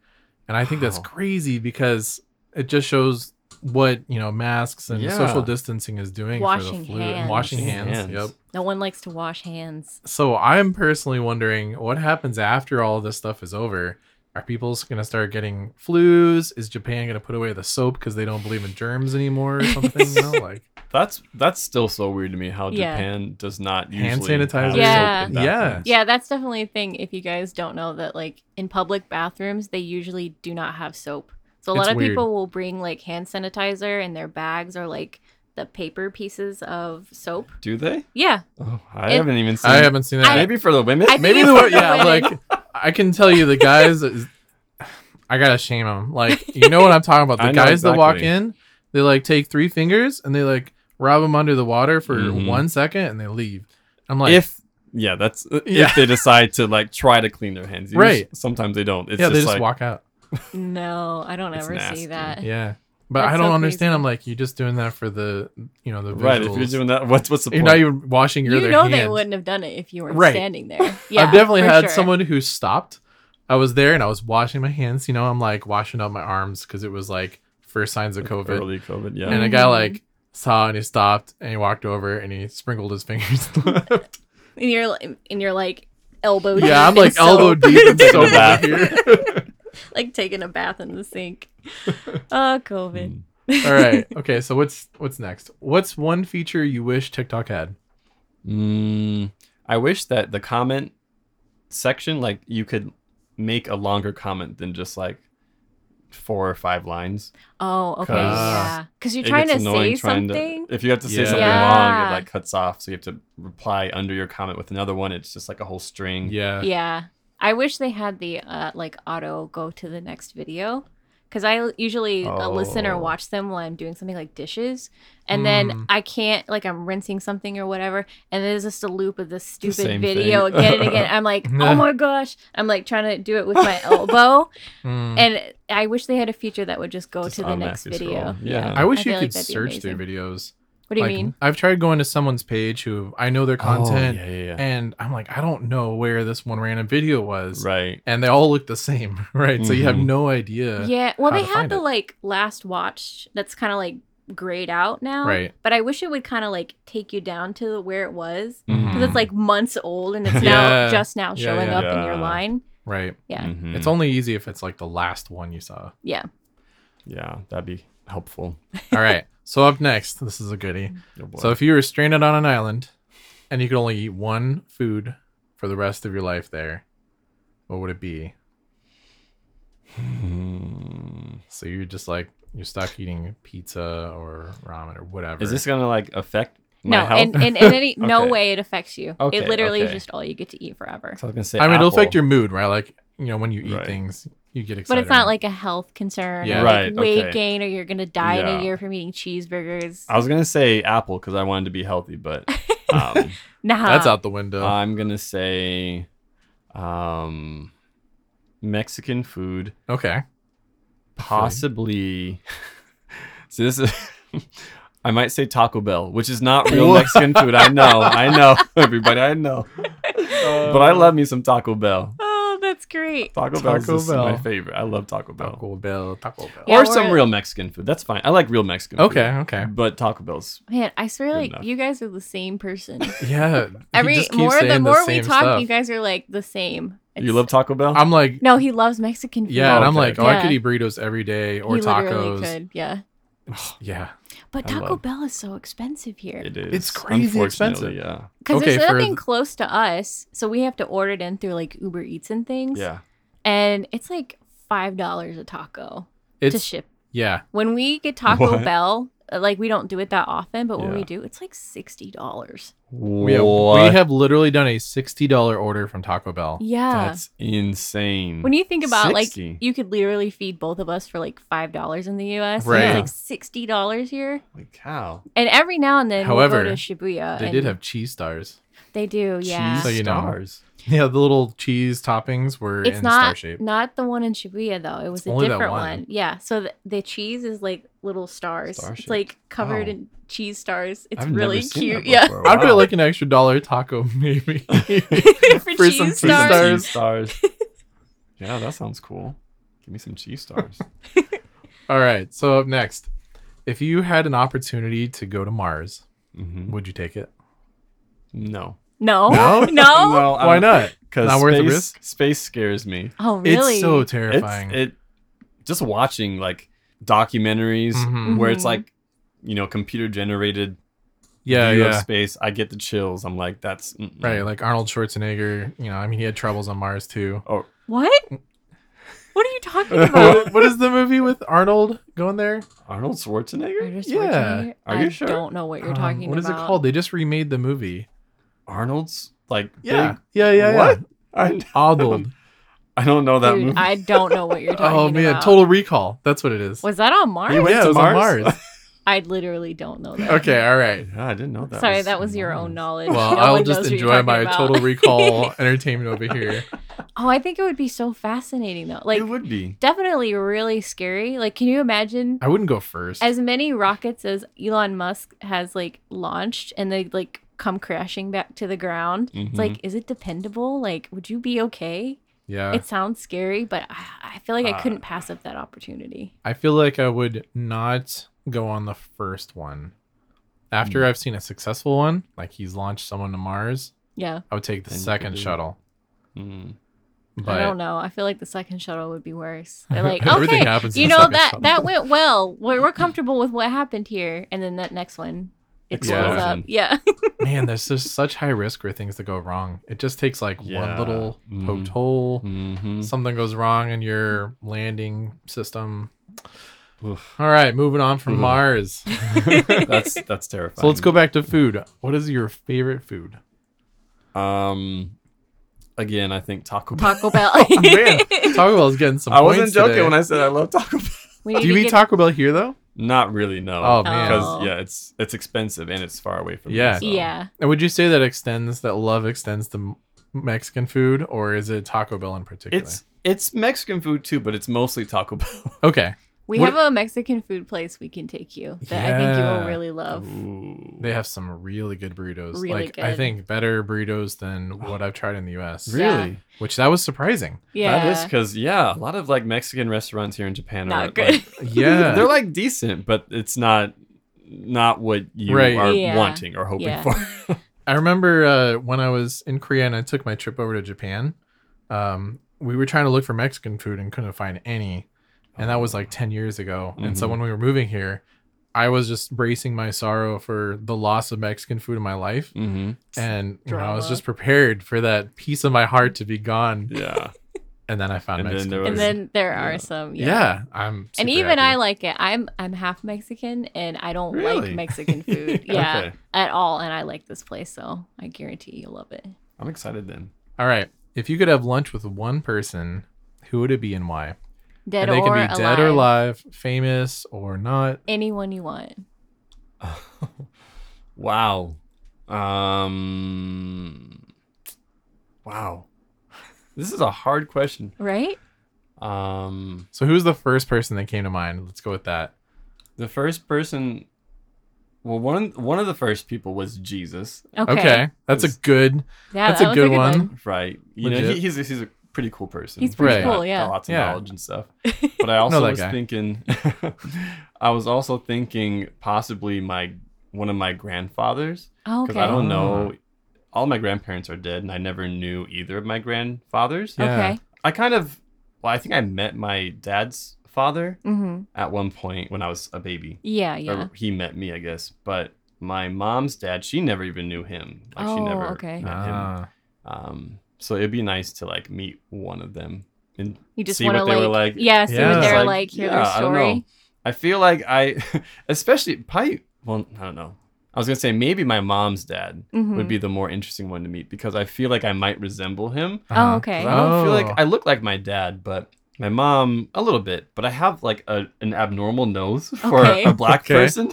B: And I think that's
C: Wow.
B: crazy because it just shows what, you know, masks and
C: Yeah.
B: social distancing is doing
A: Washing
B: for the flu and
A: hands.
B: washing
C: Washing
B: hands.
C: hands.
B: Yep.
A: no one likes to wash hands.
B: So I'm personally wondering what happens after all this stuff is over. Are people going to start getting flus? Is Japan going to put away the soap because they don't believe in germs anymore or something? you know, like
C: That's that's still so weird to me how
A: Yeah.
C: Japan does not
B: Hand
C: usually have
B: sanitizer.
C: soap
A: Yeah.
C: in bathrooms.
B: Yeah.
A: Yeah, that's definitely a thing. If you guys don't know that, like in public bathrooms, they usually do not have soap. So a lot
B: It's
A: of
B: weird.
A: people will bring like hand sanitizer in their bags or like the paper pieces of soap.
C: Do they?
A: Yeah,
C: Oh, I
A: It-
C: haven't even seen.
B: I haven't seen that.
A: I-
C: Maybe for the women.
A: I think
B: maybe
A: it's
B: the
A: for
B: wor- yeah
A: women.
B: like i can tell you the guys is- i gotta shame them like you know what i'm talking about the
C: I know
B: guys that walk
C: exactly.
B: in they like take three fingers and they like rub them under the water for
C: Mhm.
B: one second and they leave i'm like
C: if yeah, that's
B: Yeah.
C: if they decide to like try to clean their hands. You
B: Right.
C: just- sometimes they don't. It's
B: yeah
C: just
B: they just
C: like
B: walk out
A: no, I don't
C: It's
A: ever see
C: nasty.
A: that.
B: yeah but
A: That's
B: i don't
A: so
B: understand
A: crazy.
B: i'm like you're just doing that for the you know the visuals.
C: right. If you're doing that, what's what's the
B: You're
C: point?
B: not even washing your
A: You
B: other
A: know
B: hand.
A: they wouldn't have done it if you were
B: Right.
A: standing there. Yeah,
B: I've definitely
A: for
B: had
A: sure.
B: someone who stopped. I was there and I was washing my hands. You know, I'm like washing up my arms because it was like first signs of COVID.
C: Early COVID. Yeah.
B: And a guy
A: Mhm.
B: like saw and he stopped and he walked over and he sprinkled his fingers. left.
A: and you're li- and you're like elbow. deep
B: yeah, I'm
A: in
B: like elbow
A: soap.
B: deep in
C: Taking a
B: soap
C: bath.
B: over here.
A: like taking a bath in the sink. Oh, COVID.
C: Mm.
B: All right. Okay, so what's what's next? What's one feature you wish TikTok had?
C: Mm, I wish that the comment section, like, you could make a longer comment than just like four or five lines.
A: Oh, okay,
C: 'Cause
A: yeah. Because you're
C: It
A: trying to
C: gets
A: say
C: annoying trying to-
A: something.
C: if you have to say
B: Yeah.
C: something long,
A: Yeah.
C: it like cuts off. So you have to reply under your comment with another one. It's just like a whole string.
B: Yeah.
A: yeah i wish they had the uh like auto go to the next video because i l- usually uh, listen or
C: Oh. Hmm.
A: watch them while i'm doing something like dishes and then
B: Mm.
A: i can't like i'm rinsing something or whatever and there's just a loop of this stupid
C: same
A: video
C: thing.
A: again and again i'm like
B: Nah.
A: oh my gosh i'm like trying to do it with my elbow
B: Mm.
A: and i wish they had a feature that would just go
C: Hmm. Just
A: to the next
C: automatically
A: video
C: scroll. Yeah.
B: I wish
A: I
B: you
A: feel like
B: could
A: that'd be
B: search their
A: amazing.
B: videos.
A: what do you
B: Like,
A: mean
B: I've tried going to someone's page who I know their content
C: Oh, yeah, yeah, yeah.
B: and I'm like, I don't know where this one random video was.
C: Right.
B: And they all look the same, right? So you have
C: Mhm.
B: no idea.
A: yeah well
B: how
A: they
B: to
A: have
B: find
A: the
B: it.
A: like last watch that's kind of like grayed out now
B: Right.
A: but i wish it would kind of like take you down to where it was
C: Mm-hmm.
A: because
B: Mhm.
A: it's like months old and it's
B: Yeah.
A: now just now
B: Yeah,
A: showing
B: yeah. Mm.
A: up in your
C: Yeah.
A: line.
B: Right.
A: Yeah,
C: Mhm.
B: It's only easy if it's like the last one you saw.
A: yeah.
C: yeah, that'd be helpful.
B: All right. So up next, this is a goodie.
C: Oh, boy.
B: So if you were stranded on an island and you could only eat one food for the rest of your life there, what would it be?
C: Hmm.
B: So you're just like you're stuck eating pizza or ramen or whatever.
C: is this gonna like affect my
A: No,
C: health?
A: and in, in any no
C: Okay.
A: way it affects you.
C: Okay,
A: it literally is
C: okay.
A: just all you get to eat forever.
C: So I was gonna say.
B: I mean, it'll affect
C: apple.
B: your mood, right? Like you know when you eat
C: Right.
B: things, you get excited.
A: But it's not like a health concern
B: Yeah.
A: or
C: Right,
A: like weight
C: okay.
A: gain or you're gonna die in
C: Yeah.
A: a year from eating cheeseburgers.
B: Oh,
C: I was gonna say apple because I wanted to be healthy, but um,
A: nah.
B: that's out the window.
C: I'm gonna say um, Mexican food,
B: okay.
C: possibly. so this is. I might say Taco Bell, which is not real Mexican food. I know, I know, everybody, I know. But I love me some Taco Bell.
A: Oh, that's great.
C: Taco,
B: Taco
C: Bell is just
B: Bell.
C: my favorite. I love Taco Bell.
B: Taco Bell. Taco Bell.
A: Yeah,
C: or
A: we're-
C: some real Mexican food. That's fine. I like real Mexican. food.
B: Okay. Okay.
C: But Taco Bell's
A: Man, I swear
C: Good
A: like
C: enough.
A: you guys are the same person.
B: Yeah. he
A: Every
B: just keeps
A: more the
B: saying
A: more we
B: same
A: talk,
B: stuff.
A: you guys are like the same.
C: you
A: It's-
C: love Taco Bell?
B: I'm like,
A: No, he loves Mexican food.
B: yeah, and I'm
C: Okay,
B: like, oh,
A: okay.
B: I could eat burritos every day or
A: he literally
B: tacos.
A: could, yeah.
B: Yeah.
A: But
C: I
A: Taco
C: love-
A: Bell is so expensive here
C: It is.
B: It's crazy
C: unfortunately,
B: expensive.
C: Yeah.
A: because
B: Okay,
A: there's
B: for
A: nothing
B: th-
A: close to us, so we have to order it in through like Uber Eats and things.
C: Yeah.
A: and it's like five dollars a taco to
B: It's
A: ship.
B: yeah.
A: When we get Taco
C: What?
A: Bell, uh, like we don't do it that often, but when we
C: Yeah.
A: do, it's like sixty dollars.
B: We have, we have literally done a sixty dollar order from Taco Bell.
A: Yeah.
C: That's
B: Mm.
C: insane.
A: when you think about like
C: 60.
A: you could literally feed both of us for like five dollars in the U.S. and
B: Right.
A: it's like sixty dollars here,
C: Holy cow.
A: and every now and then we'll
B: However,
A: go to Shibuya.
B: They
A: and
B: did have cheese stars.
A: They do, yeah.
C: Cheese
B: So you know.
C: stars.
B: Yeah, the little cheese toppings were
A: it's
B: in
A: not
B: star shape.
A: not the one in Shibuya though. It was a
B: only that
A: different
B: one.
A: one. Yeah. So the, the cheese is like little stars.
C: Star
A: it's
C: shaped.
A: like covered
B: Oh.
C: Wow.
A: in cheese stars. It's
C: I've never
A: really
C: seen
A: cute.
C: that
A: Yeah.
C: before.
B: I'd put
C: Oh, Wow.
B: like an extra dollar taco maybe.
A: for,
B: For
A: cheese
B: some cheese
C: Give me some
A: stars.
B: stars.
C: cheese stars. yeah, that sounds cool. Give me some cheese stars.
B: All right. So up next, if you had an opportunity to go to Mars,
C: Mhm.
B: would you take it?
C: No.
A: No?
B: No?
A: no,
C: No,
B: Why not?
C: Because
B: Not
C: space,
B: worth the risk?
C: space scares me.
A: Oh, really?
B: It's so
C: It's-
B: terrifying.
C: it just watching like documentaries
B: Mhm.
C: where it's
A: Mhm.
C: like you know computer generated
B: yeah,
C: view of
B: yeah.
C: space. I get the chills. I'm like that's mm-mm.
B: Right, like Arnold Schwarzenegger, you know, I mean, he had troubles on Mars too.
C: Oh,
A: What?
B: Mm.
A: What are you talking about?
B: what what is the movie with Arnold going there?
C: Arnold Schwarzenegger.
A: Arnold
B: Yeah.
A: Schwarzenegger?
C: Are you
A: I
C: sure?
A: don't know what you're
B: Um,
A: talking about.
B: What is it called? They just remade the movie.
C: Arnold's like
B: Yeah,
C: big.
B: yeah, yeah, yeah.
C: What? I,
B: Arnold.
C: I don't know that
A: Dude,
C: movie.
A: I don't know what you're talking about.
B: oh man, Total Recall. That's what it is.
A: Was that on Mars?
C: You went
B: yeah,
C: to
B: it was on
C: Mars?
B: Mars.
A: I literally don't know that.
B: okay, all right.
C: yeah, I didn't know that.
A: Sorry, that was your own knowledge.
B: Well,
A: No
B: I'll
A: one
B: just
A: knows what you're
B: enjoy
A: talking
B: my
A: about.
B: Total Recall entertainment over here.
A: Oh, I think it would be so fascinating though. Like
C: it would be.
A: definitely really scary. Like can you imagine
B: I wouldn't go first.
A: as many rockets as Elon Musk has like launched and they like come crashing back to the ground?
C: Mhm.
A: It's
B: Mm-hmm.
A: like, is it dependable? Like, would you be okay?
B: yeah.
A: It sounds scary, but I, I feel like I couldn't
C: Uh,
A: pass up that opportunity.
B: I feel like I would not go on the first one. After
A: Hmm.
B: I've seen a successful one, like he's launched someone to Mars,
A: Yeah,
B: I would take the
C: Then you
B: second
C: could do-
B: shuttle.
C: Mm.
A: I
B: But
A: don't know. I feel like the second shuttle would be worse. They're like,
B: Everything
A: okay,
B: happens in
A: you
B: the
A: know
B: second
A: that
B: shuttle."
A: that went well. We're, we're comfortable with what happened here, and then that next one it blows up.
C: Explosion.
A: Yeah,
B: man, there's just such high risk for things to go wrong. It just takes like one
C: Yeah.
B: little
C: Mhm.
A: Hmm.
B: poked hole.
C: Mhm.
B: Something goes wrong in your landing system.
C: Oof.
B: All right, moving on from
A: Hmm.
C: Ooh.
B: Mars.
C: that's that's terrifying.
B: So let's go back to food. What is your favorite food?
C: Um, again, I think Taco Bell.
A: Taco Bell.
B: Oh, man, Taco Bell's getting some.
C: I wasn't
B: points
C: joking
B: today.
C: when I said I love Taco Bell.
A: we need
B: Do you
A: to
B: eat
A: get-
B: Taco Bell here though?
C: Not really, no.
B: Oh, man.
A: Oh.
C: because yeah, it's it's expensive and it's far away from. me,
B: Yeah.
C: so.
A: Yeah,
B: And would you say that extends that love extends to M- Mexican food, or is it Taco Bell in particular?
C: It's it's Mexican food too, but it's mostly Taco Bell.
B: okay.
A: we
B: What-
A: have a Mexican food place we can take you that I think you
B: Yeah.
A: will really love.
C: Ooh.
B: They have some really good burritos.
A: Really
B: like I
A: good.
B: think better burritos than what I've tried in the U.S.
C: really.
B: Which that was surprising.
A: Yeah,
C: That is because yeah, a lot of like Mexican restaurants here in Japan
A: not
C: are like-
A: good.
B: Yeah.
C: they're like decent, but it's not not what you
B: Right.
C: are
A: Yeah.
C: wanting or hoping
A: Yeah.
C: for.
B: I remember uh, when I was in Korea and I took my trip over to Japan. Um, we were trying to look for Mexican food and couldn't find any, and that was like ten years ago. And so
C: Mhm.
B: when we were moving here, I was just bracing my sorrow for the loss of Mexican food in my life.
C: hmm
B: and you know, I was
A: Drama.
B: just prepared for that piece of my heart to be gone,
C: Yeah,
B: and then I found
C: And then
B: Mexican.
C: there
B: food.
A: and then there
C: Yeah.
A: are some.
B: yeah. I'm.
A: and
B: super
A: even I
B: happy.
A: like it. I'm I'm half Mexican and I don't
C: Really?
A: like Mexican food. yeah.
C: Okay.
A: At all and I like this place so I guarantee you'll love it.
C: I'm excited then.
B: All right, if you could have lunch with one person, who would it be and why?
A: Dead
B: and they
A: or
B: can be
A: alive.
B: dead or alive, famous or not.
A: Anyone you want.
C: wow. Um Wow. This is a hard question.
A: Right?
C: Um
B: So who's the first person that came to mind? Let's go with that.
C: the first person well one one of the first people was Jesus,
A: Okay.
B: Okay, that's a
C: Who's-
B: good.
A: Yeah,
B: that's
A: that
B: a
A: was
B: good one.
C: right? You know,
B: Legit.
C: he, he's a, he's a pretty cool person.
A: He's pretty
B: Right. cool,
C: got
A: yeah.
C: Lots of
B: Yeah.
C: knowledge and stuff. But I also
B: that
C: was
B: guy.
C: thinking I was also thinking possibly my one of my grandfathers.
A: Oh,
C: because
A: okay.
C: I don't
B: Oh.
C: know. All my grandparents are dead, and I never knew either of my grandfathers.
B: Yeah.
A: Okay.
C: I kind of, well, I think I met my dad's father
A: Mm-hmm.
C: at one point when I was a baby.
A: Yeah,
C: Or
A: yeah.
C: he met me, I guess. But my mom's dad, she never even knew him. Like she
A: Oh,
C: never
A: okay.
C: met him.
B: Ah,
C: Um, so it'd be nice to like meet one of them and
A: You just
C: see
A: want to
C: what they
A: like,
C: were like.
A: yeah, see
B: Yeah.
A: what
C: It's
A: they're
C: like,
A: like, hear
C: yeah,
A: their
C: I don't
A: story.
C: know. I feel like I, especially probably. Well, I don't know. I was gonna say maybe my mom's dad
A: Mhm.
C: would be the more interesting one to meet because I feel like I might resemble him.
A: Oh,
B: uh-huh.
A: okay.
C: 'Cause I don't feel
B: Oh.
C: like I look like my dad, but my mom a little bit. But I have like a, an abnormal nose for
A: Okay.
C: a black
B: Okay.
C: person.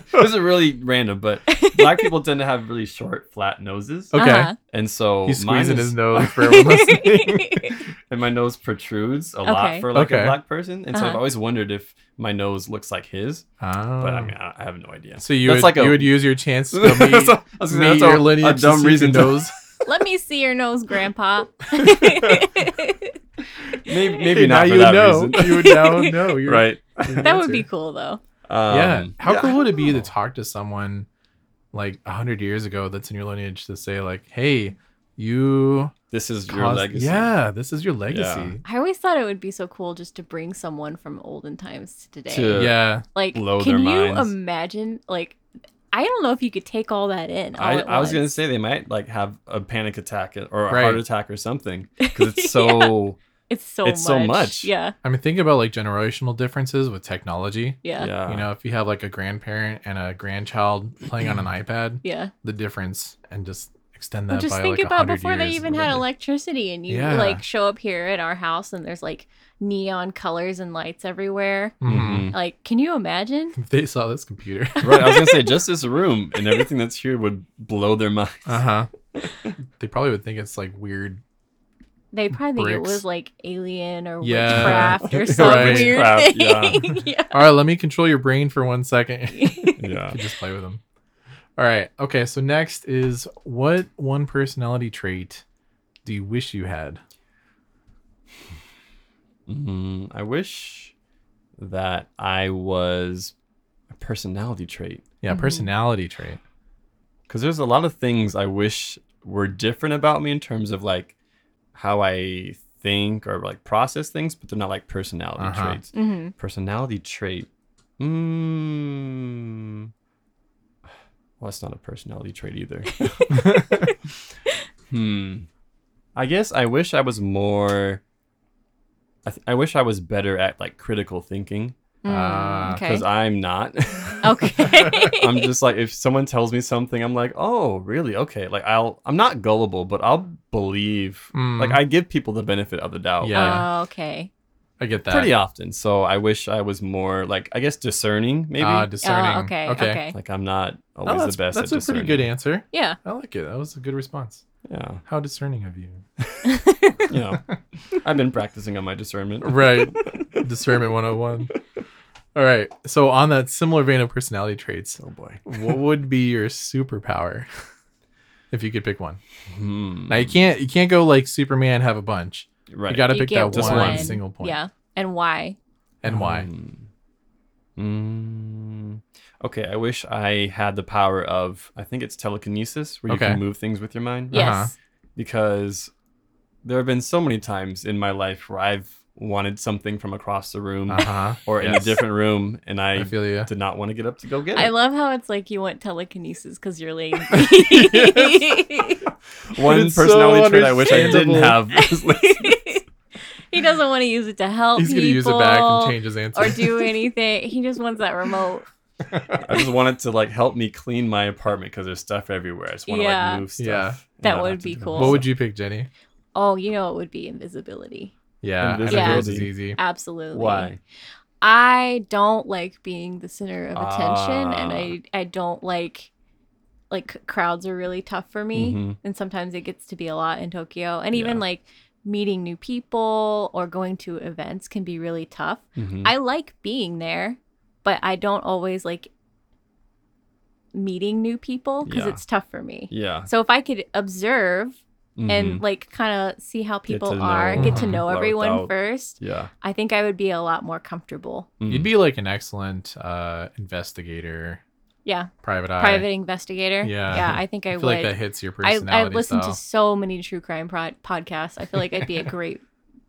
C: this is really random, but black people tend to have really short, flat noses,
B: Okay.
A: Uh-huh.
C: and so
B: He's
C: mine
B: squeezing
C: is-
B: his nose for everyone listening.
C: and my nose protrudes a lot
A: Okay.
C: for like a
B: Okay.
C: black person, and so I've
A: Uh-huh.
C: always wondered if my nose looks like his.
B: Ah.
C: But I mean, I, I have no idea.
B: so you would,
C: That's like a-
B: you would use your chance to go meet,
C: That's a- I was gonna say,
B: meet
C: that's a-
B: your lineage
C: a
B: to
C: dumb
B: see if you
C: reason to-
B: knows.
A: Let me see your nose, Grandpa.
C: Maybe,
B: Hey,
C: maybe not
B: now
C: for
B: you
C: that
B: know.
C: reason.
B: You would now know. You're-
C: right?
B: your
A: that would
B: answer.
A: be cool though.
B: yeah.
C: Um,
B: How
C: yeah, I
B: cool would it be
C: don't know.
B: to talk to someone like a hundred years ago that's in your lineage to say like, "Hey, you
C: This is your
B: caused-
C: legacy.
B: yeah, this is your legacy."
A: I always thought it would be so cool just to bring someone from olden times to today.
C: To-
B: Yeah,
C: Yeah.
A: like,
C: blow
A: can
C: their
A: you
C: minds.
A: imagine? Like, I don't know if you could take all that in. all
C: I,
A: at
C: I was gonna
A: once.
C: say they might like have a panic attack or a
B: Right.
C: heart attack or something because it's so
A: it's so
C: it's
A: much.
C: so much.
A: Yeah,
B: I mean, think about like generational differences with technology.
A: yeah,
C: yeah.
A: yeah.
B: you know, if you have like a grandparent and a grandchild playing on an iPad, the difference, and just extend that.
A: Well, just
B: by,
A: think
B: like,
A: about
B: 100
A: before they
B: years,
A: even
B: it
A: had
B: would-
A: electricity, and you
B: Yeah.
A: like show up here at our house, and there's like neon colors and lights everywhere.
B: Mhm.
C: Mhm.
A: Like, can you imagine?
B: If They saw this computer.
C: right. I was gonna say just this room and everything that's here would blow their minds.
B: Uh huh.
C: Uh-huh.
B: they probably would think it's like weird.
A: They probably think
B: Bricks.
A: it was like alien or
B: Yeah.
A: witchcraft or some
B: Right.
A: weird
C: Witchcraft,
A: thing. Yeah.
B: All right, let me control your brain for one second.
C: yeah.
B: could just play with them. All right. Okay. So next is what one personality trait do you wish you had?
C: Mm, I wish that I was a personality trait
B: Yeah,
A: Mhm.
B: personality trait.
C: because there's a lot of things I wish were different about me in terms of like how I think or like process things, but they're not like personality
B: Uh-huh.
C: traits.
A: hmm
C: Personality trait. Mm. Well, that's not a personality trait either. hmm. I guess I wish I was more. I, th- I wish I was better at like critical thinking
B: Ah,
A: Mm, okay.
C: because I'm not.
A: okay.
C: I'm just like if someone tells me something, I'm like, oh, really? Okay. Like I'll I'm not gullible, but I'll believe.
B: Mm.
C: Like I give people the benefit of the doubt.
B: Yeah.
A: Oh, okay.
B: I get that.
C: Pretty often. So I wish I was more like I guess discerning, maybe.
B: Ah, discerning.
A: Oh, okay. Okay.
B: Okay.
C: like I'm not
B: Oh,
C: always
B: that's
C: the best.
B: that's
C: at
B: a pretty good
C: discerning.
B: answer.
A: Yeah.
B: I like it. That was a good response. How discerning of you?
C: Yeah. You know, I've been practicing on my discernment.
B: Right. Discernment 101. All right. So on that similar vein of personality traits,
C: Oh boy.
B: what would be your superpower if you could pick one?
C: Hmm.
B: Now you can't you can't go like Superman have a bunch.
C: Right.
B: You got to
A: You
B: pick
A: get
B: that
C: Just
B: one,
C: one.
B: single point.
A: Yeah. And why?
B: And why?
C: Mm. Hmm. Okay, I wish I had the power of I think it's telekinesis where you
B: Okay.
C: can move things with your mind.
B: Yeah.
A: Yes.
C: Because there have been so many times in my life where I've wanted something from across the room
B: Uh huh.
C: or in a different room and Hmm. I,
B: I feel you.
C: did not want to get up to go get it.
A: I love how it's like you want telekinesis because you're lazy.
C: One
B: It's so
C: personality trait I wish I didn't
B: understandable.
C: have. is lazy.
A: he doesn't want to use it to help
B: He's
A: people
B: gonna use it back and change his answer.
A: or do anything. He just wants that remote.
C: I just wanted to like help me clean my apartment because there's stuff everywhere. I just want to
A: Yeah.
C: like move stuff.
B: Yeah.
C: and
A: That
C: not
A: would
C: have to
A: be
C: do it
A: cool.
B: what would you pick, Jenny?
A: Oh, you know it would be invisibility.
B: Yeah, I know
A: Invisibility.
B: yours is easy.
A: Absolutely.
C: Why?
A: I don't like being the center of attention, and
C: Ah.
A: I I don't like like c- crowds are really tough for me,
B: Mm-hmm.
C: Mhm.
A: and sometimes it gets to be a lot in Tokyo, and even
C: Yeah.
A: like meeting new people or going to events can be really tough.
B: Mm.
C: Mhm.
A: I like being there, but I don't always like meeting new people because
C: Yeah.
A: it's tough for me.
C: Yeah.
A: So if I could observe
C: Mhm.
B: Mm-hmm.
A: and like kind of see how people
C: to
A: are,
C: know
A: get to
B: Mhm.
A: know
C: without-
A: everyone first,
C: yeah. Mm-hmm.
A: I think I would be a lot more comfortable.
C: Hmm.
B: You'd be like an excellent uh, investigator,
A: Yeah.
B: private eye.
A: private investigator.
B: Yeah.
A: yeah, I think I,
B: I feel
A: would.
B: like that hits your
A: I
B: personality
A: I've listened
B: style.
A: to so many true crime pro- podcasts. I feel like I'd be a great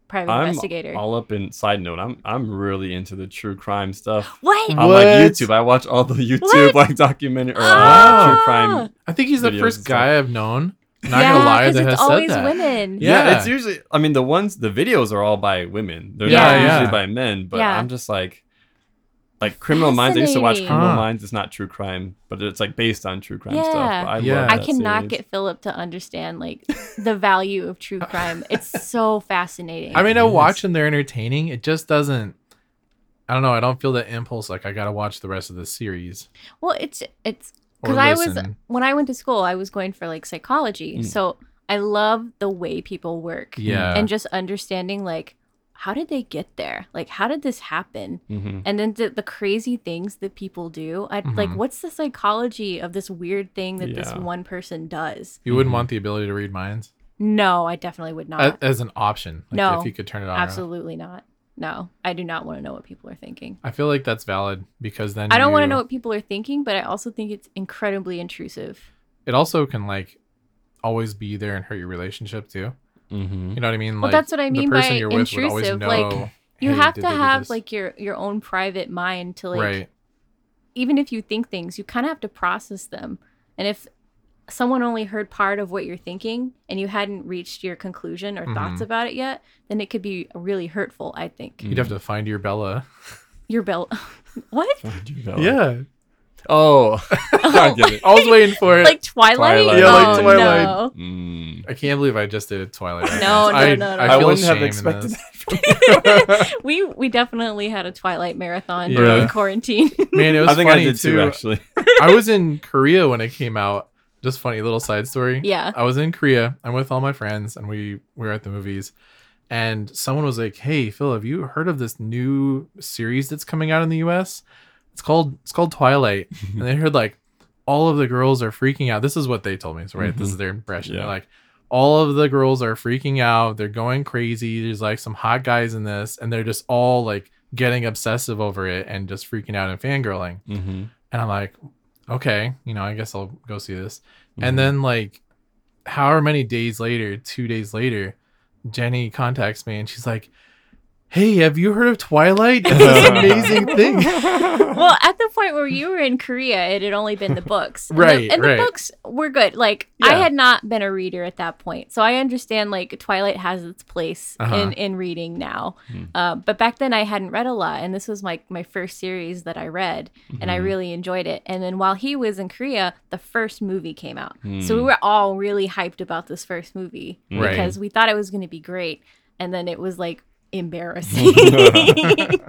A: private
C: I'm
A: investigator.
C: all up in side note. I'm I'm really into the true crime stuff
A: what?
C: on like
B: What?
C: YouTube. I watch all the YouTube
A: What?
C: like documentary or uh,
A: Ah!
C: true crime.
B: I think he's the
C: Videos
B: first
C: and
B: guy I've known. Not
A: yeah,
B: gonna lie,
A: 'cause
B: that has
A: it's
B: said
A: always
B: that.
A: women.
B: Yeah.
C: it's usually. I mean, the ones the videos are all by women. They're
A: Yeah,
C: not
B: yeah.
C: usually by men. But
A: Yeah.
C: I'm just like. Like Criminal Minds, I used to watch
A: Fascinating.
C: Criminal
B: Huh.
C: Minds. It's not true crime, but it's like based on true crime stuff.
A: Yeah.
C: But I
B: Yeah.
C: love
A: I
C: that
A: cannot
C: series.
A: get Philip to understand like the value of true crime. It's so fascinating.
B: I mean, I
C: Yes.
B: watch and they're entertaining. It just doesn't. I don't know. I don't feel that impulse. Like I gotta watch the rest of the series.
A: well, it's it's
B: or
A: because I was
B: listen.
A: when I went to school, I was going for like psychology.
C: Mm.
A: So I love the way people work
B: Yeah.
A: and just understanding like how did they get there? Like how did this happen?
C: Mhm.
A: And then the, the crazy things that people do. I like
B: Mhm.
A: what's the psychology of this weird thing that this
C: Yeah.
A: one person does?
B: you wouldn't
C: Mhm.
B: want the ability to read minds
A: No, I definitely would
B: A-
A: not.
B: as an option. Like,
A: No.
B: If you could turn it on. or off.
A: Absolutely not. No, I do not want to know what people are thinking.
B: I feel like that's valid because then
A: I don't want to
B: you-
A: know what people are thinking, but I also think it's incredibly intrusive.
B: It also can like always be there and hurt your relationship too.
C: Mhm.
B: You know what I mean?
A: Well,
B: Like
A: that's what I mean
B: the person
A: by
B: you're with would always
A: intrusive,
B: know.
A: like, You
B: "Hey,
A: have
B: did
A: to
B: they do
A: have
B: this?"
A: like your your own private mind to like
B: right.
A: even if you think things, you kind of have to process them. And if someone only heard part of what you're thinking and you hadn't reached your conclusion or thoughts
B: Mhm.
A: about it yet, then it could be really hurtful, I think.
C: Mm.
B: You'd have to find your Bella.
A: Your belt. what?
B: Yeah.
C: Oh, I get it.
B: I was waiting for it.
A: Like Twilight?
C: Twilight.
B: Yeah, like
A: Oh,
B: Twilight.
A: no.
C: Mm.
B: I can't believe I just did a Twilight. reference.
A: No, no,
B: I,
A: no, no.
B: I,
A: I
B: feel
C: wouldn't have
B: shame in
C: expected
B: this.
A: we we definitely had a Twilight marathon
B: Yeah.
A: during quarantine.
B: Man, it was
C: I think I
B: funny
C: did
B: too.
C: too, actually.
B: I was in Korea when it came out. Just funny little side story.
A: yeah.
B: I was in Korea. I'm with all my friends, and we we were at the movies. And someone was like, "Hey, Phil, have you heard of this new series that's coming out in the U.S.? It's called it's called Twilight." and they heard like all of the girls are freaking out. This is what they told me. So right, this
C: Mhm.
B: is their impression.
C: Yeah.
B: They're like, all of the girls are freaking out. They're going crazy. There's like some hot guys in this, and they're just all like getting obsessive over it and just freaking out and fangirling.
C: Mm-hmm.
B: And I'm like, okay, you know, I guess I'll go see this. And then like however many days later, two days later, Jenny contacts me and she's like, Hey, have you heard of Twilight? It's this amazing thing.
A: Well, at the point where you were in Korea, it had only been the books. And the-
B: Right,
A: And the,
B: right.
A: books were good. Like I
C: Yeah.
A: had not been a reader at that point. So I understand like Twilight has its place
B: Uh-huh.
A: in, in reading now.
C: Hmm.
A: Uh, but back then I hadn't read a lot and this was like my first series that I read and I
C: Mm.
A: really enjoyed it. And then while he was in Korea, the first movie came out. So we
C: Hmm.
A: were all really hyped about this first movie
B: Right.
A: because we thought it was going to be great, and then it was like embarrassing. it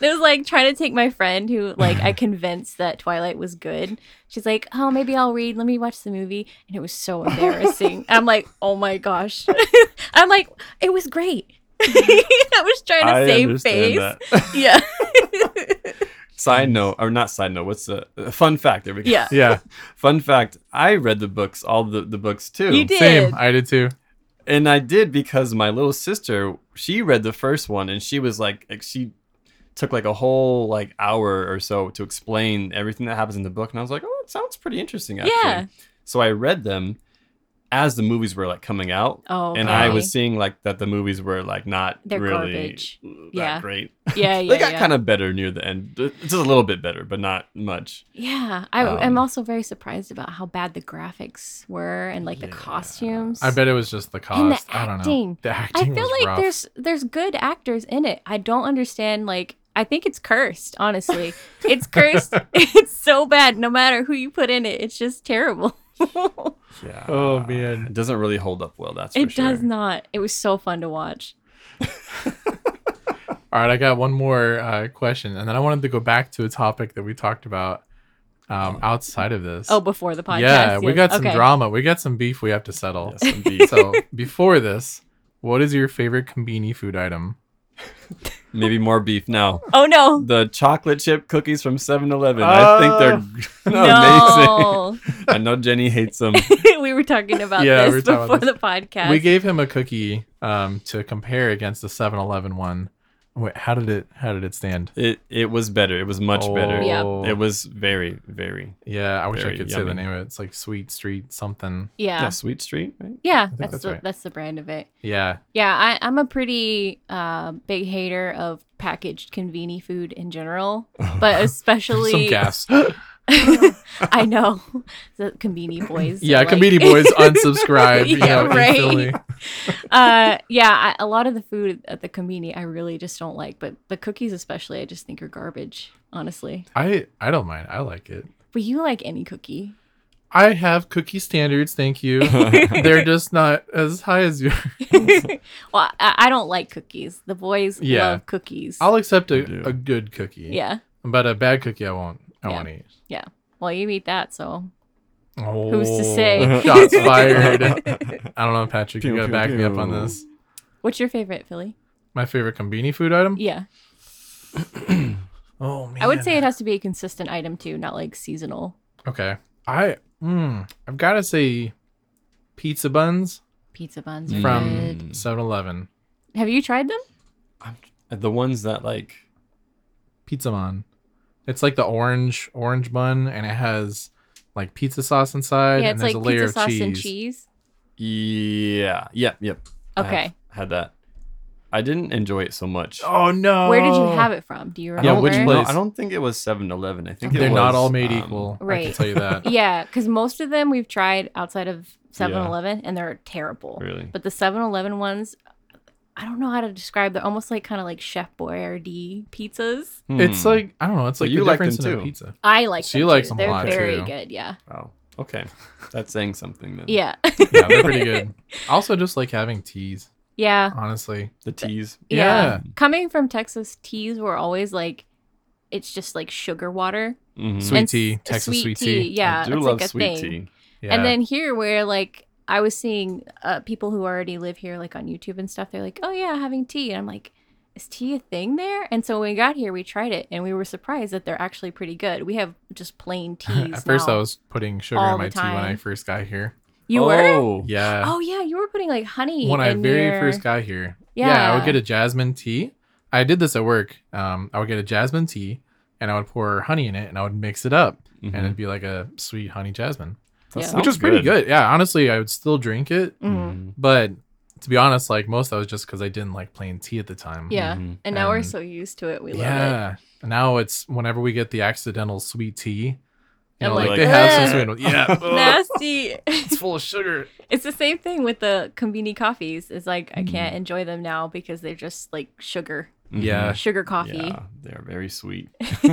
A: was like trying to take my friend who like I convinced that Twilight was good. She's like, "Oh, maybe I'll read. Let me watch the movie." And it was so embarrassing. I'm like, "Oh my gosh." I'm like, "It was great." I was trying to
C: Mm-hmm. I
A: save
C: understand
A: face.
C: that.
A: Yeah.
C: Side note, or not side note, what's the uh, fun fact? There we go.
A: Yeah.
B: Yeah,
C: Fun fact I read the books, all the, the books too.
A: You did.
B: same. I did too.
C: And I did because my little sister, she read the first one and she was like, like, she took like a whole like hour or so to explain everything that happens in the book. And I was like, oh, it sounds pretty interesting actually.
A: Yeah.
C: So I read them as the movies were like coming out.
A: Oh.
C: and I
A: okay.
C: was seeing like that the movies were like not
A: They're
C: really
A: garbage.
C: that
A: Yeah.
C: great.
A: Yeah, yeah.
C: they got
A: yeah.
C: kind of better near the end, Th- just a little bit better, but not much.
A: Yeah, I,
C: Um,
A: I'm also very surprised about how bad the graphics were and like the
C: Yeah.
A: costumes.
B: I bet it was just the cost.
A: And the
B: I don't know.
A: acting.
B: The
A: I
B: acting.
A: feel
B: was
A: like
B: rough.
A: there's there's good actors in it. I don't understand. Like I think it's cursed. Honestly, it's cursed. it's so bad. No matter who you put in it, it's just terrible.
C: Yeah.
B: Oh, man.
C: it doesn't really hold up well. That's for
A: it
C: sure.
A: does not. It was so fun to watch.
B: All right, I got one more uh, question, and then I wanted to go back to a topic that we talked about um, outside of this.
A: Oh, before the podcast.
B: yeah, we
A: yes,
B: got some
A: okay.
B: drama. We got some beef we have to settle.
C: Yes, indeed.
B: so before this, what is your favorite combini food item?
C: Maybe more beef now.
A: Oh no.
C: The chocolate chip cookies from 7-Eleven. I think
B: Oh.
C: they're amazing.
A: No,
C: I know Jenny hates them.
A: we were talking about
B: Yeah, we
A: this
B: were talking
A: before the
B: about
A: podcast.
B: We gave him a cookie um, to compare against the 7-Eleven one, Wait, how did it how did it stand?
C: It it was better. It was much better.
A: Yeah.
C: It was very very
B: Yeah, I wish I
C: very
B: could say the
C: yummy.
B: name of it. It's like Sweet Street something.
C: yeah.
A: Yeah.
C: Sweet Street, right?
A: Yeah,
B: think
A: that's
B: that's
A: the
B: right.
A: that's the brand of it.
B: Yeah.
A: Yeah, I, I'm a pretty uh, big hater of packaged conveni food in general, but especially
B: Some gas.
A: I know the conveni boys.
B: yeah,
A: are like-
B: Comedy Boys unsubscribe. you
A: Yeah,
B: know,
A: right.
B: instantly.
A: uh, yeah, I, a lot of the food at the conveni I really just don't like, but the cookies especially I just think are garbage, honestly.
B: I I don't mind. I like it.
A: But you like any cookie?
B: I have cookie standards, thank you. They're just not as high as yours.
A: well, I, I don't like cookies. The boys
B: Yeah.
A: love cookies.
B: I'll accept
C: I do.
B: a, a good cookie.
A: yeah.
B: But a bad cookie I won't I
A: Yeah.
B: won't eat.
A: Well, you eat that, so
B: Oh,
A: who's to say?
B: Shots fired. I don't know, Patrick. you
C: Pew,
B: gotta
C: pew,
B: back me up
C: pew.
B: on this.
A: What's your favorite, Philly?
B: My favorite combini food item.
A: Yeah.
B: Oh man.
A: I would say it has to be a consistent item too, not like seasonal
B: Okay. I mm, I've gotta say pizza buns
A: pizza buns. Are
B: From-
A: good.
B: 7 Eleven.
A: Have you tried them?
C: I'm, the ones that like
B: Pizza Mon. It's like the orange orange bun and it has like pizza sauce inside
A: yeah,
B: and
A: it's
B: there's
A: like
B: a
A: pizza
B: layer of
A: sauce
B: cheese.
A: and cheese.
C: yeah, yep, yep. I have
A: Okay.
C: had that. I didn't enjoy it so much.
B: Oh no.
A: Where did you have it from? Do you
C: I
A: remember?
B: Yeah,
C: don't
B: which
C: know.
B: place?
C: I don't think it was 7-Eleven. I think it
B: They're
C: was,
B: not all made
C: um,
B: equal. I can
A: right.
B: tell you that.
A: Yeah, because most of them we've tried outside of 7 Eleven and they're terrible.
C: Really?
A: But the 7 Eleven ones, I don't know how to describe. They're almost like kind of like Chef Boyardee pizzas.
B: It's
C: Hmm.
B: like I don't know. It's
C: But
B: like
C: you
B: the
C: like them
B: difference in a
C: too.
B: pizza.
A: I like
B: She
A: them
B: likes
A: too.
B: them a
A: They're
B: lot,
A: very
B: too.
A: good. Yeah.
C: wow. Okay, that's saying something then.
A: Yeah.
B: Yeah, they're pretty good. I also just like having teas,
A: yeah.
B: honestly.
C: The teas.
B: Yeah.
A: Coming from Texas, teas were always like, it's just like sugar water.
C: Mhm.
B: Sweet
A: And s-
B: tea, Texas sweet tea.
A: Yeah.
C: I do
A: that's
C: love
A: like a
C: sweet
A: thing.
C: tea.
B: Yeah.
A: And then here, where like I was seeing uh, people who already live here, like on YouTube and stuff, they're like, "Oh yeah, having tea," and I'm like, "Is tea a thing there?" And so when we got here, we tried it, and we were surprised that they're actually pretty good. We have just plain teas.
B: at first
A: now.
B: I was putting sugar
A: all
B: in my
A: the
B: tea when I
A: time.
B: first got here.
A: you
C: oh,
A: were.
B: Yeah.
A: Oh yeah, you were putting like honey.
B: when I
A: in
B: very
A: your-
B: first got here. I would
A: Yeah.
B: get a jasmine tea. I did this at work. Um, I would get a jasmine tea and I would pour honey in it and I would mix it up
C: Mhm.
B: and it'd be like a sweet honey jasmine.
C: That
A: Yeah.
B: Mm-hmm. Which
C: sounds
B: was pretty Mm-hmm. good. Yeah, honestly, I would still drink it.
A: Mhm.
C: Mhm.
B: But to be honest, like most of that was just because I didn't like plain tea at the time.
A: Yeah,
C: Mhm.
A: and now we're
B: And-
A: so used to it, we love it.
B: yeah. And Now it's whenever we get the accidental sweet tea, you
A: And
B: know, like,
A: like,
B: they have
A: "Ugh."
B: some sweet. Yeah, ugh,
A: Nasty.
B: Oh, it's full of sugar.
A: it's the same thing with the conveni coffees. It's like
B: Mm-hmm.
A: I can't enjoy them now because they're just like sugar,
B: Yeah.
A: sugar coffee.
C: Yeah, they're very sweet.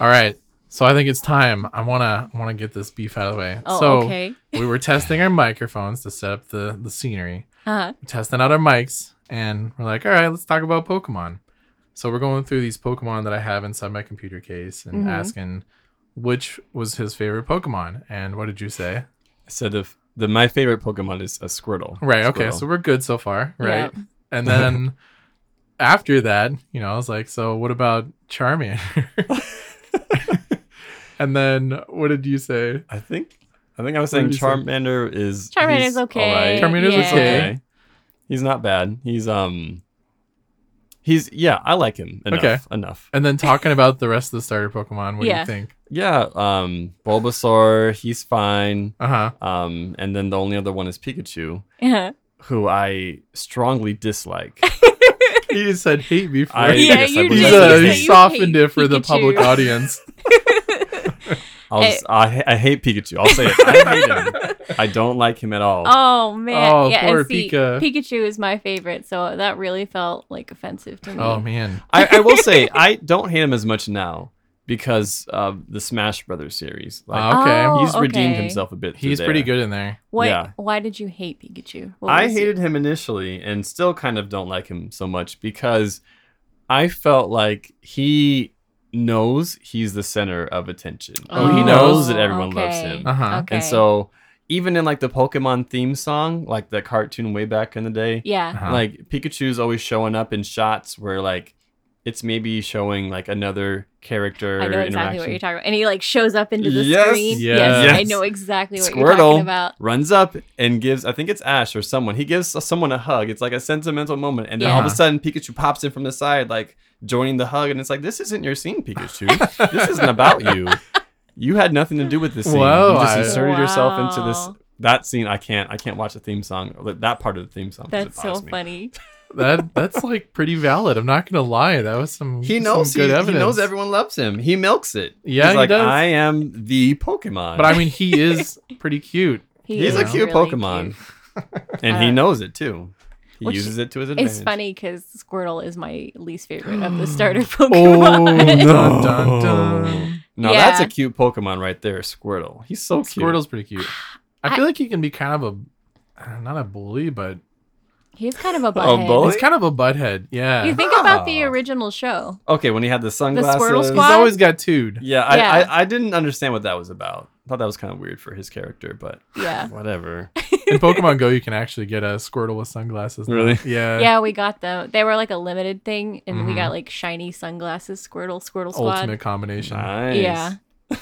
B: All right, so I think it's time. I wanna I wanna get this beef out of the way.
A: oh,
B: so
A: okay.
B: we were testing our microphones to set up the the scenery,
A: Uh-huh.
B: testing out our mics, and we're like, all right, let's talk about Pokemon. So we're going through these Pokemon that I have inside my computer case and
A: Mhm.
B: asking which was his favorite Pokemon, and what did you say?
C: I said the, the my favorite Pokemon is a Squirtle.
B: Right. Okay.
C: Squirtle.
B: So we're good so far. Right.
A: Yeah.
B: And then after that, you know, I was like, so what about Charmander? and then what did you say?
C: I think I think I was
B: What
C: saying
B: did you say?
C: Charmander is
A: Charmander's
C: he's
A: okay.
C: alright.
B: Charmander's
A: yeah.
B: okay.
C: He's not bad. He's um he's yeah, I like him enough.
B: Okay.
C: Enough.
B: And then talking about the rest of the starter Pokemon, what do
A: Yeah.
B: you think?
C: Yeah, um Bulbasaur, he's fine.
B: Uh huh.
C: Um and then the only other one is Pikachu,
A: Yeah.
C: who I strongly dislike.
B: He just said hate me for
C: I
B: it.
A: Yeah,
C: yes, I
A: you
B: He's,
C: believe
A: did.
B: uh,
A: You
C: it.
B: he
A: said you
B: softened
A: hate
B: it for the
A: Pikachu.
B: public audience.
C: I'll
A: Eh.
C: just, I, ha- I hate Pikachu. I'll say it. I hate him. I don't like him at all.
A: Oh man.
B: Oh,
A: yeah, and
B: poor
A: see,
B: Pika.
A: Pikachu is my favorite, so that really felt like offensive to me.
B: Oh man.
C: I, I will say I don't hate him as much now because of the Smash Brothers series. Like,
B: Okay.
A: Oh,
C: he's redeemed
A: okay.
C: himself a bit. through
B: He's
C: there.
B: pretty good in there.
A: What?
C: yeah.
A: Why did you hate Pikachu? What
C: I
A: was it?
C: hated him initially and still kind of don't like him so much because I felt like he knows he's the center of attention.
B: Oh,
C: he
B: Oh,
C: knows that everyone loves
A: okay.
C: him.
B: Uh-huh.
A: Okay.
C: And so even in like the Pokemon theme song, like the cartoon way back in the day,
A: yeah.
B: Uh-huh.
C: Like Pikachu's always showing up in shots where like it's maybe showing like another character
A: I know exactly
C: interaction.
A: what you're talking about. And he like shows up into the
C: Yes.
A: screen.
B: Yes.
A: I
C: Yes.
A: know exactly what you're
C: Squirtle.
A: talking about.
C: runs up and gives I think it's Ash or someone. He gives someone a hug. It's like a sentimental moment. And then all of a
B: Yeah.
C: sudden Pikachu pops in from the side, like joining the hug, and it's like, This isn't your scene, Pikachu. this isn't about you. You had nothing to do with this scene.
B: Whoa,
C: you just
B: I-
C: inserted yourself into this
A: Wow.
C: that scene. I can't I can't watch the theme song. or That part of the theme song. 'cause it
A: That's so
C: bothers me.
A: funny.
B: that that's like pretty valid. I'm not gonna lie. That was some
C: He
B: some
C: knows he,
B: good
C: he
B: evidence.
C: knows everyone loves him. He milks it.
B: Yeah,
C: He's
B: he
C: like,
B: does.
C: I am the Pokemon.
B: But I mean, he is pretty cute.
A: He
C: He's
A: is
C: a cute
A: really
C: Pokemon.
A: cute.
C: and he
A: Uh,
C: knows it too. He
A: which
C: uses it to his advantage.
A: It's funny because Squirtle is my least favorite of the starter Pokemon.
B: Oh,
C: no.
B: Dun, dun, dun.
C: Now that's a
A: Yeah.
C: cute Pokemon right there, Squirtle. He's so cute.
B: Squirtle's pretty cute. I
A: I-
B: feel like he can be kind of a uh, not a bully, but
A: He's kind of a
C: Oh,
A: butthead.
C: bully?
B: he's kind of a butthead. Yeah,
A: You
B: he's
A: think about the
C: Ah.
A: original show.
C: Okay, when he had the sunglasses.
A: Squad?
B: always got two'd.
C: Yeah, I,
A: Yeah.
C: I, I didn't understand what that was about. I thought that was kind of weird for his character, but
A: Yeah.
C: whatever.
B: In Pokemon Go, you can actually get a Squirtle with sunglasses. now.
C: Really?
B: Yeah.
A: Yeah, we got them. They were like a limited thing, and we
B: Mhm.
A: got like shiny sunglasses, Squirtle, Squirtle Squad.
B: Ultimate combination.
C: nice.
A: Yeah.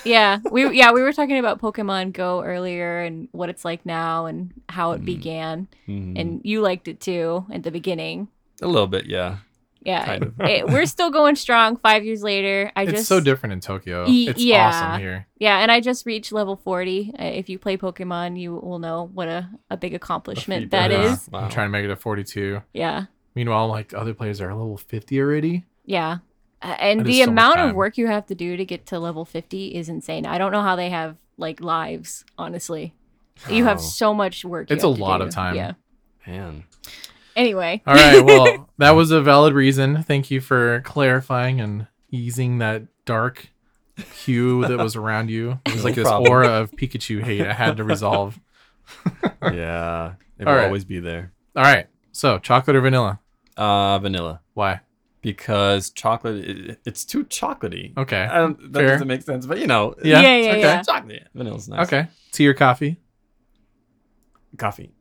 A: Yeah, we yeah we were talking about Pokemon Go earlier and what it's like now and how it
C: Mm.
A: began
C: Mhm.
A: and you liked it too at the beginning.
C: a little bit, yeah.
A: Yeah,
C: Kind of.
A: it- we're still going strong five years later. I
B: it's
A: just
B: so different in Tokyo.
A: Y-
B: it's
A: yeah.
B: awesome here.
A: Yeah, and I just reached level forty. Uh, If you play Pokemon, you will know what a, a big accomplishment that
B: Yeah.
A: is.
C: Wow.
B: I'm trying to make it a 42.
A: Yeah,
B: Meanwhile, like other players are level 50 already.
A: yeah. Uh, and
B: That is
A: the
B: so much
A: amount of
B: time.
A: work you have to do to get to level fifty is insane. I don't know how they have like lives. Honestly, you have
C: Oh.
A: so much work. you
B: It's a
A: have to
B: lot of
A: do.
B: time.
A: Yeah.
C: Man.
A: Anyway.
B: All right. Well, that was a valid reason. Thank you for clarifying and easing that dark hue that was around you. It was
C: No
B: like this
C: problem.
B: aura of Pikachu hate I had to resolve.
C: Yeah. It will
B: All right.
C: always be there.
B: All right. So, chocolate or vanilla?
C: Uh, vanilla.
B: Why?
C: Because chocolate, it, it's too chocolatey.
B: Okay.
C: I don't, that
B: Fair.
C: doesn't make sense, but you know.
B: Yeah,
A: Yeah. Yeah.
B: okay.
A: yeah.
C: Chocolate. Vanilla's nice.
B: Okay. Tea or coffee?
C: Coffee.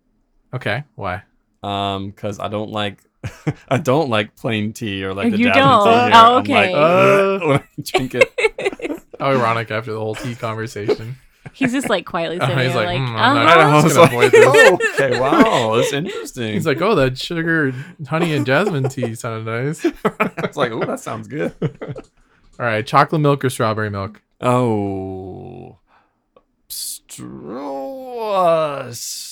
B: Okay. Why?
C: um because i don't like i don't like plain tea or like the
A: You
C: Japanese
A: don't?
C: tea
A: Oh,
C: I'm like,
A: okay.
B: Oh.
C: "Ugh," when I drink it
B: How ironic after the whole tea conversation.
A: He's just like quietly sitting
B: he's
A: there, like,
B: like, "Mm, I'm
A: uh-huh."
B: not- I don't-
C: I was
B: Just gonna
C: like,
B: avoid this.
C: "Oh, okay wow that's interesting
B: He's like, oh, that sugar, honey, and jasmine tea sounded nice.
C: I was like oh that sounds good
B: All right. Chocolate milk or strawberry milk?
C: oh straw s-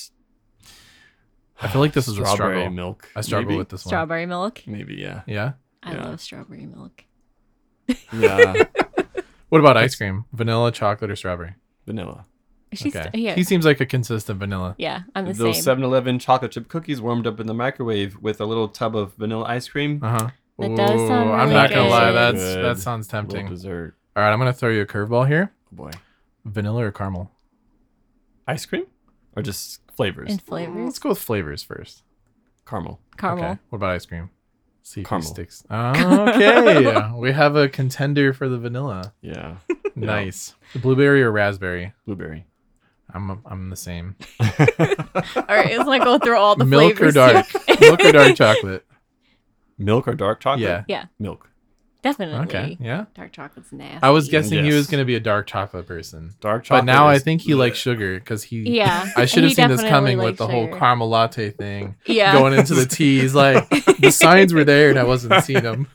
B: I feel like this is a
C: strawberry
B: struggle.
C: milk
B: I struggle
C: maybe?
B: with this one.
A: strawberry milk.
C: maybe yeah
B: Yeah.
A: I
C: Yeah.
A: love strawberry milk.
C: yeah
B: What about ice cream? Vanilla, chocolate, or strawberry?
C: vanilla
A: She's
B: okay.
A: yeah,
B: He seems like a consistent vanilla.
A: yeah. I'm the
C: those
A: same.
C: 7-eleven chocolate chip cookies warmed up in the microwave with a little tub of vanilla ice cream
B: Uh huh.
A: That does sound
B: I'm
A: really
B: not gonna lie.
A: good.
B: That's that
C: Good.
B: sounds tempting.
C: little dessert
B: All right, I'm gonna throw you a curveball here.
C: oh boy
B: Vanilla or caramel?
C: ice cream or just flavors
A: and
B: Mm, Let's
A: flavors,
B: go with flavors first.
C: caramel
A: caramel.
B: Okay. What about ice cream? See if he
C: Caramel.
B: sticks. Okay, we have a contender for the vanilla.
C: yeah
B: Nice. Blueberry or raspberry?
C: blueberry
B: I'm I'm the same.
A: All right, let's not go through all the
B: Milk or
A: flavors.
B: dark? Milk or dark chocolate?
C: milk or dark chocolate
B: Yeah.
C: milk
A: Definitely.
B: Okay. Yeah.
A: Dark chocolate's nasty.
B: I was guessing he
C: Yes.
B: was gonna be a dark chocolate person.
C: dark
B: But
C: chocolate
B: now I
C: is-
B: think he likes sugar because he.
A: Yeah.
B: I should have
A: he
B: seen this
A: definitely
B: coming with
A: likes
B: the
A: sugar.
B: whole caramel latte thing
A: Yeah.
B: going into the tea. He's like, the signs were there and I wasn't seeing them.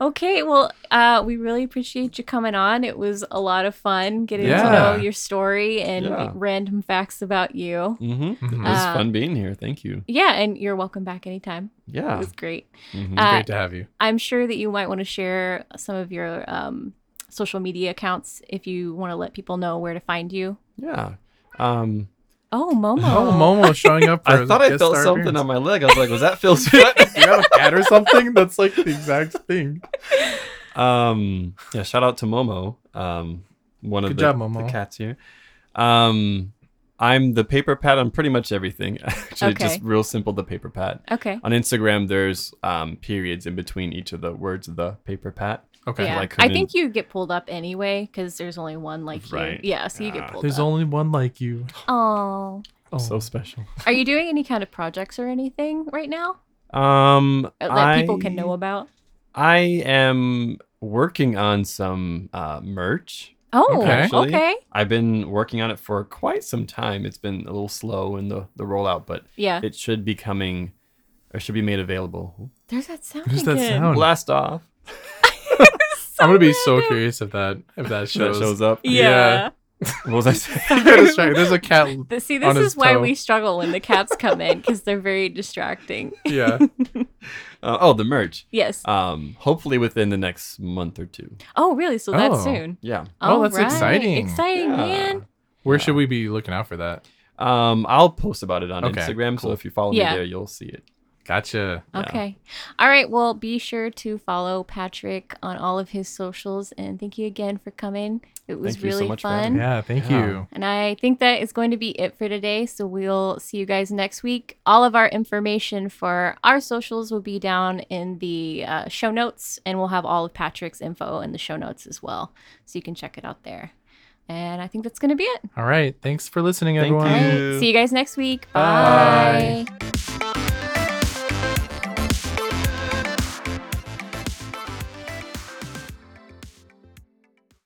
A: okay. Well, uh, we really appreciate you coming on. It was a lot of fun getting to
B: Yeah.
A: know your story and
C: Yeah.
A: random facts about you.
C: Mhm.
B: Mhm.
C: it was
A: Uh,
C: fun being here thank you
A: Yeah, and you're welcome back anytime. It
C: yeah
A: was great.
C: Mhm.
A: Uh,
B: Great to have you.
A: I'm sure that you might want to share some of your um, social media accounts if you want to let people know where to find you.
C: yeah um
A: Oh, Momo.
B: Oh, Momo showing up. For
C: i
B: a
C: thgot i
B: guest
C: felt
B: star
C: something on
B: appearance.
C: my leg i was like was that phil's foot
B: Do you have a cat or something? That's like the exact thing.
C: um yeah shout out to momo um one of
B: Good
C: the,
B: job, Momo.
C: the cats here um i'm the paper pat on pretty much everything actually just
A: Okay.
C: real simple the paper pat
A: Okay.
C: on instagram there's um periods in between each of the words of the paper pat
B: Okay.
A: Yeah.
C: like,
A: I
C: couldn't-
A: think you get pulled up anyway because there's only one like you.
C: Right.
A: Yeah, so you get
C: Yeah.
A: pulled
B: There's
A: up.
B: only one like you.
A: oh.
B: Oh.
C: so special
A: Are you doing any kind of projects or anything right now?
C: Um,
A: that
C: I,
A: people can know about?
C: I am working on some uh, merch.
A: Oh,
B: Okay.
A: okay.
C: Actually- I've been working on it for quite some time. It's been a little slow in the, the rollout, but
A: Yeah.
C: it should be coming or should be made available.
A: There's that sound.
B: There's that
A: again.
B: sound.
C: Blast off.
B: I'm gonna be so
A: Sound.
B: curious if that if that
C: Shows.
B: shows.
C: shows up.
A: Yeah.
B: Yeah.
C: What was I saying?
B: You're distracted. There's a cat.
A: Th- See,
B: On
A: this
B: his
A: is why
B: toe.
A: we struggle when the cats come in because they're very distracting.
B: Yeah.
C: Uh, oh, the merch.
A: Yes.
C: Um, hopefully within the next month or two.
A: Oh, really? So that's
B: Oh.
A: soon.
C: Yeah.
A: All
B: Oh, that's exciting.
A: Exciting,
C: Yeah.
A: man.
B: Where
C: Yeah.
B: should we be looking out for that?
C: Um, I'll post about it on
B: Okay,
C: Instagram.
B: cool.
C: So if you follow
A: Yeah.
C: me there, you'll see it.
B: Gotcha.
C: Yeah.
A: Okay. All right. Well, be sure to follow Patrick on all of his socials. And thank you again for coming. It was
C: Thank you so
A: really
C: much for
A: fun.
C: having
B: Yeah. Thank
C: Yeah.
B: you.
A: And I think that is going to be it for today. So we'll see you guys next week. All of our information for our socials will be down in the uh, show notes, and we'll have all of Patrick's info in the show notes as well. So you can check it out there. And I think that's going to be it.
B: All right. Thanks for listening,
C: Thank
B: everyone.
C: you.
A: All right. See you guys next week.
C: Bye.
A: Bye.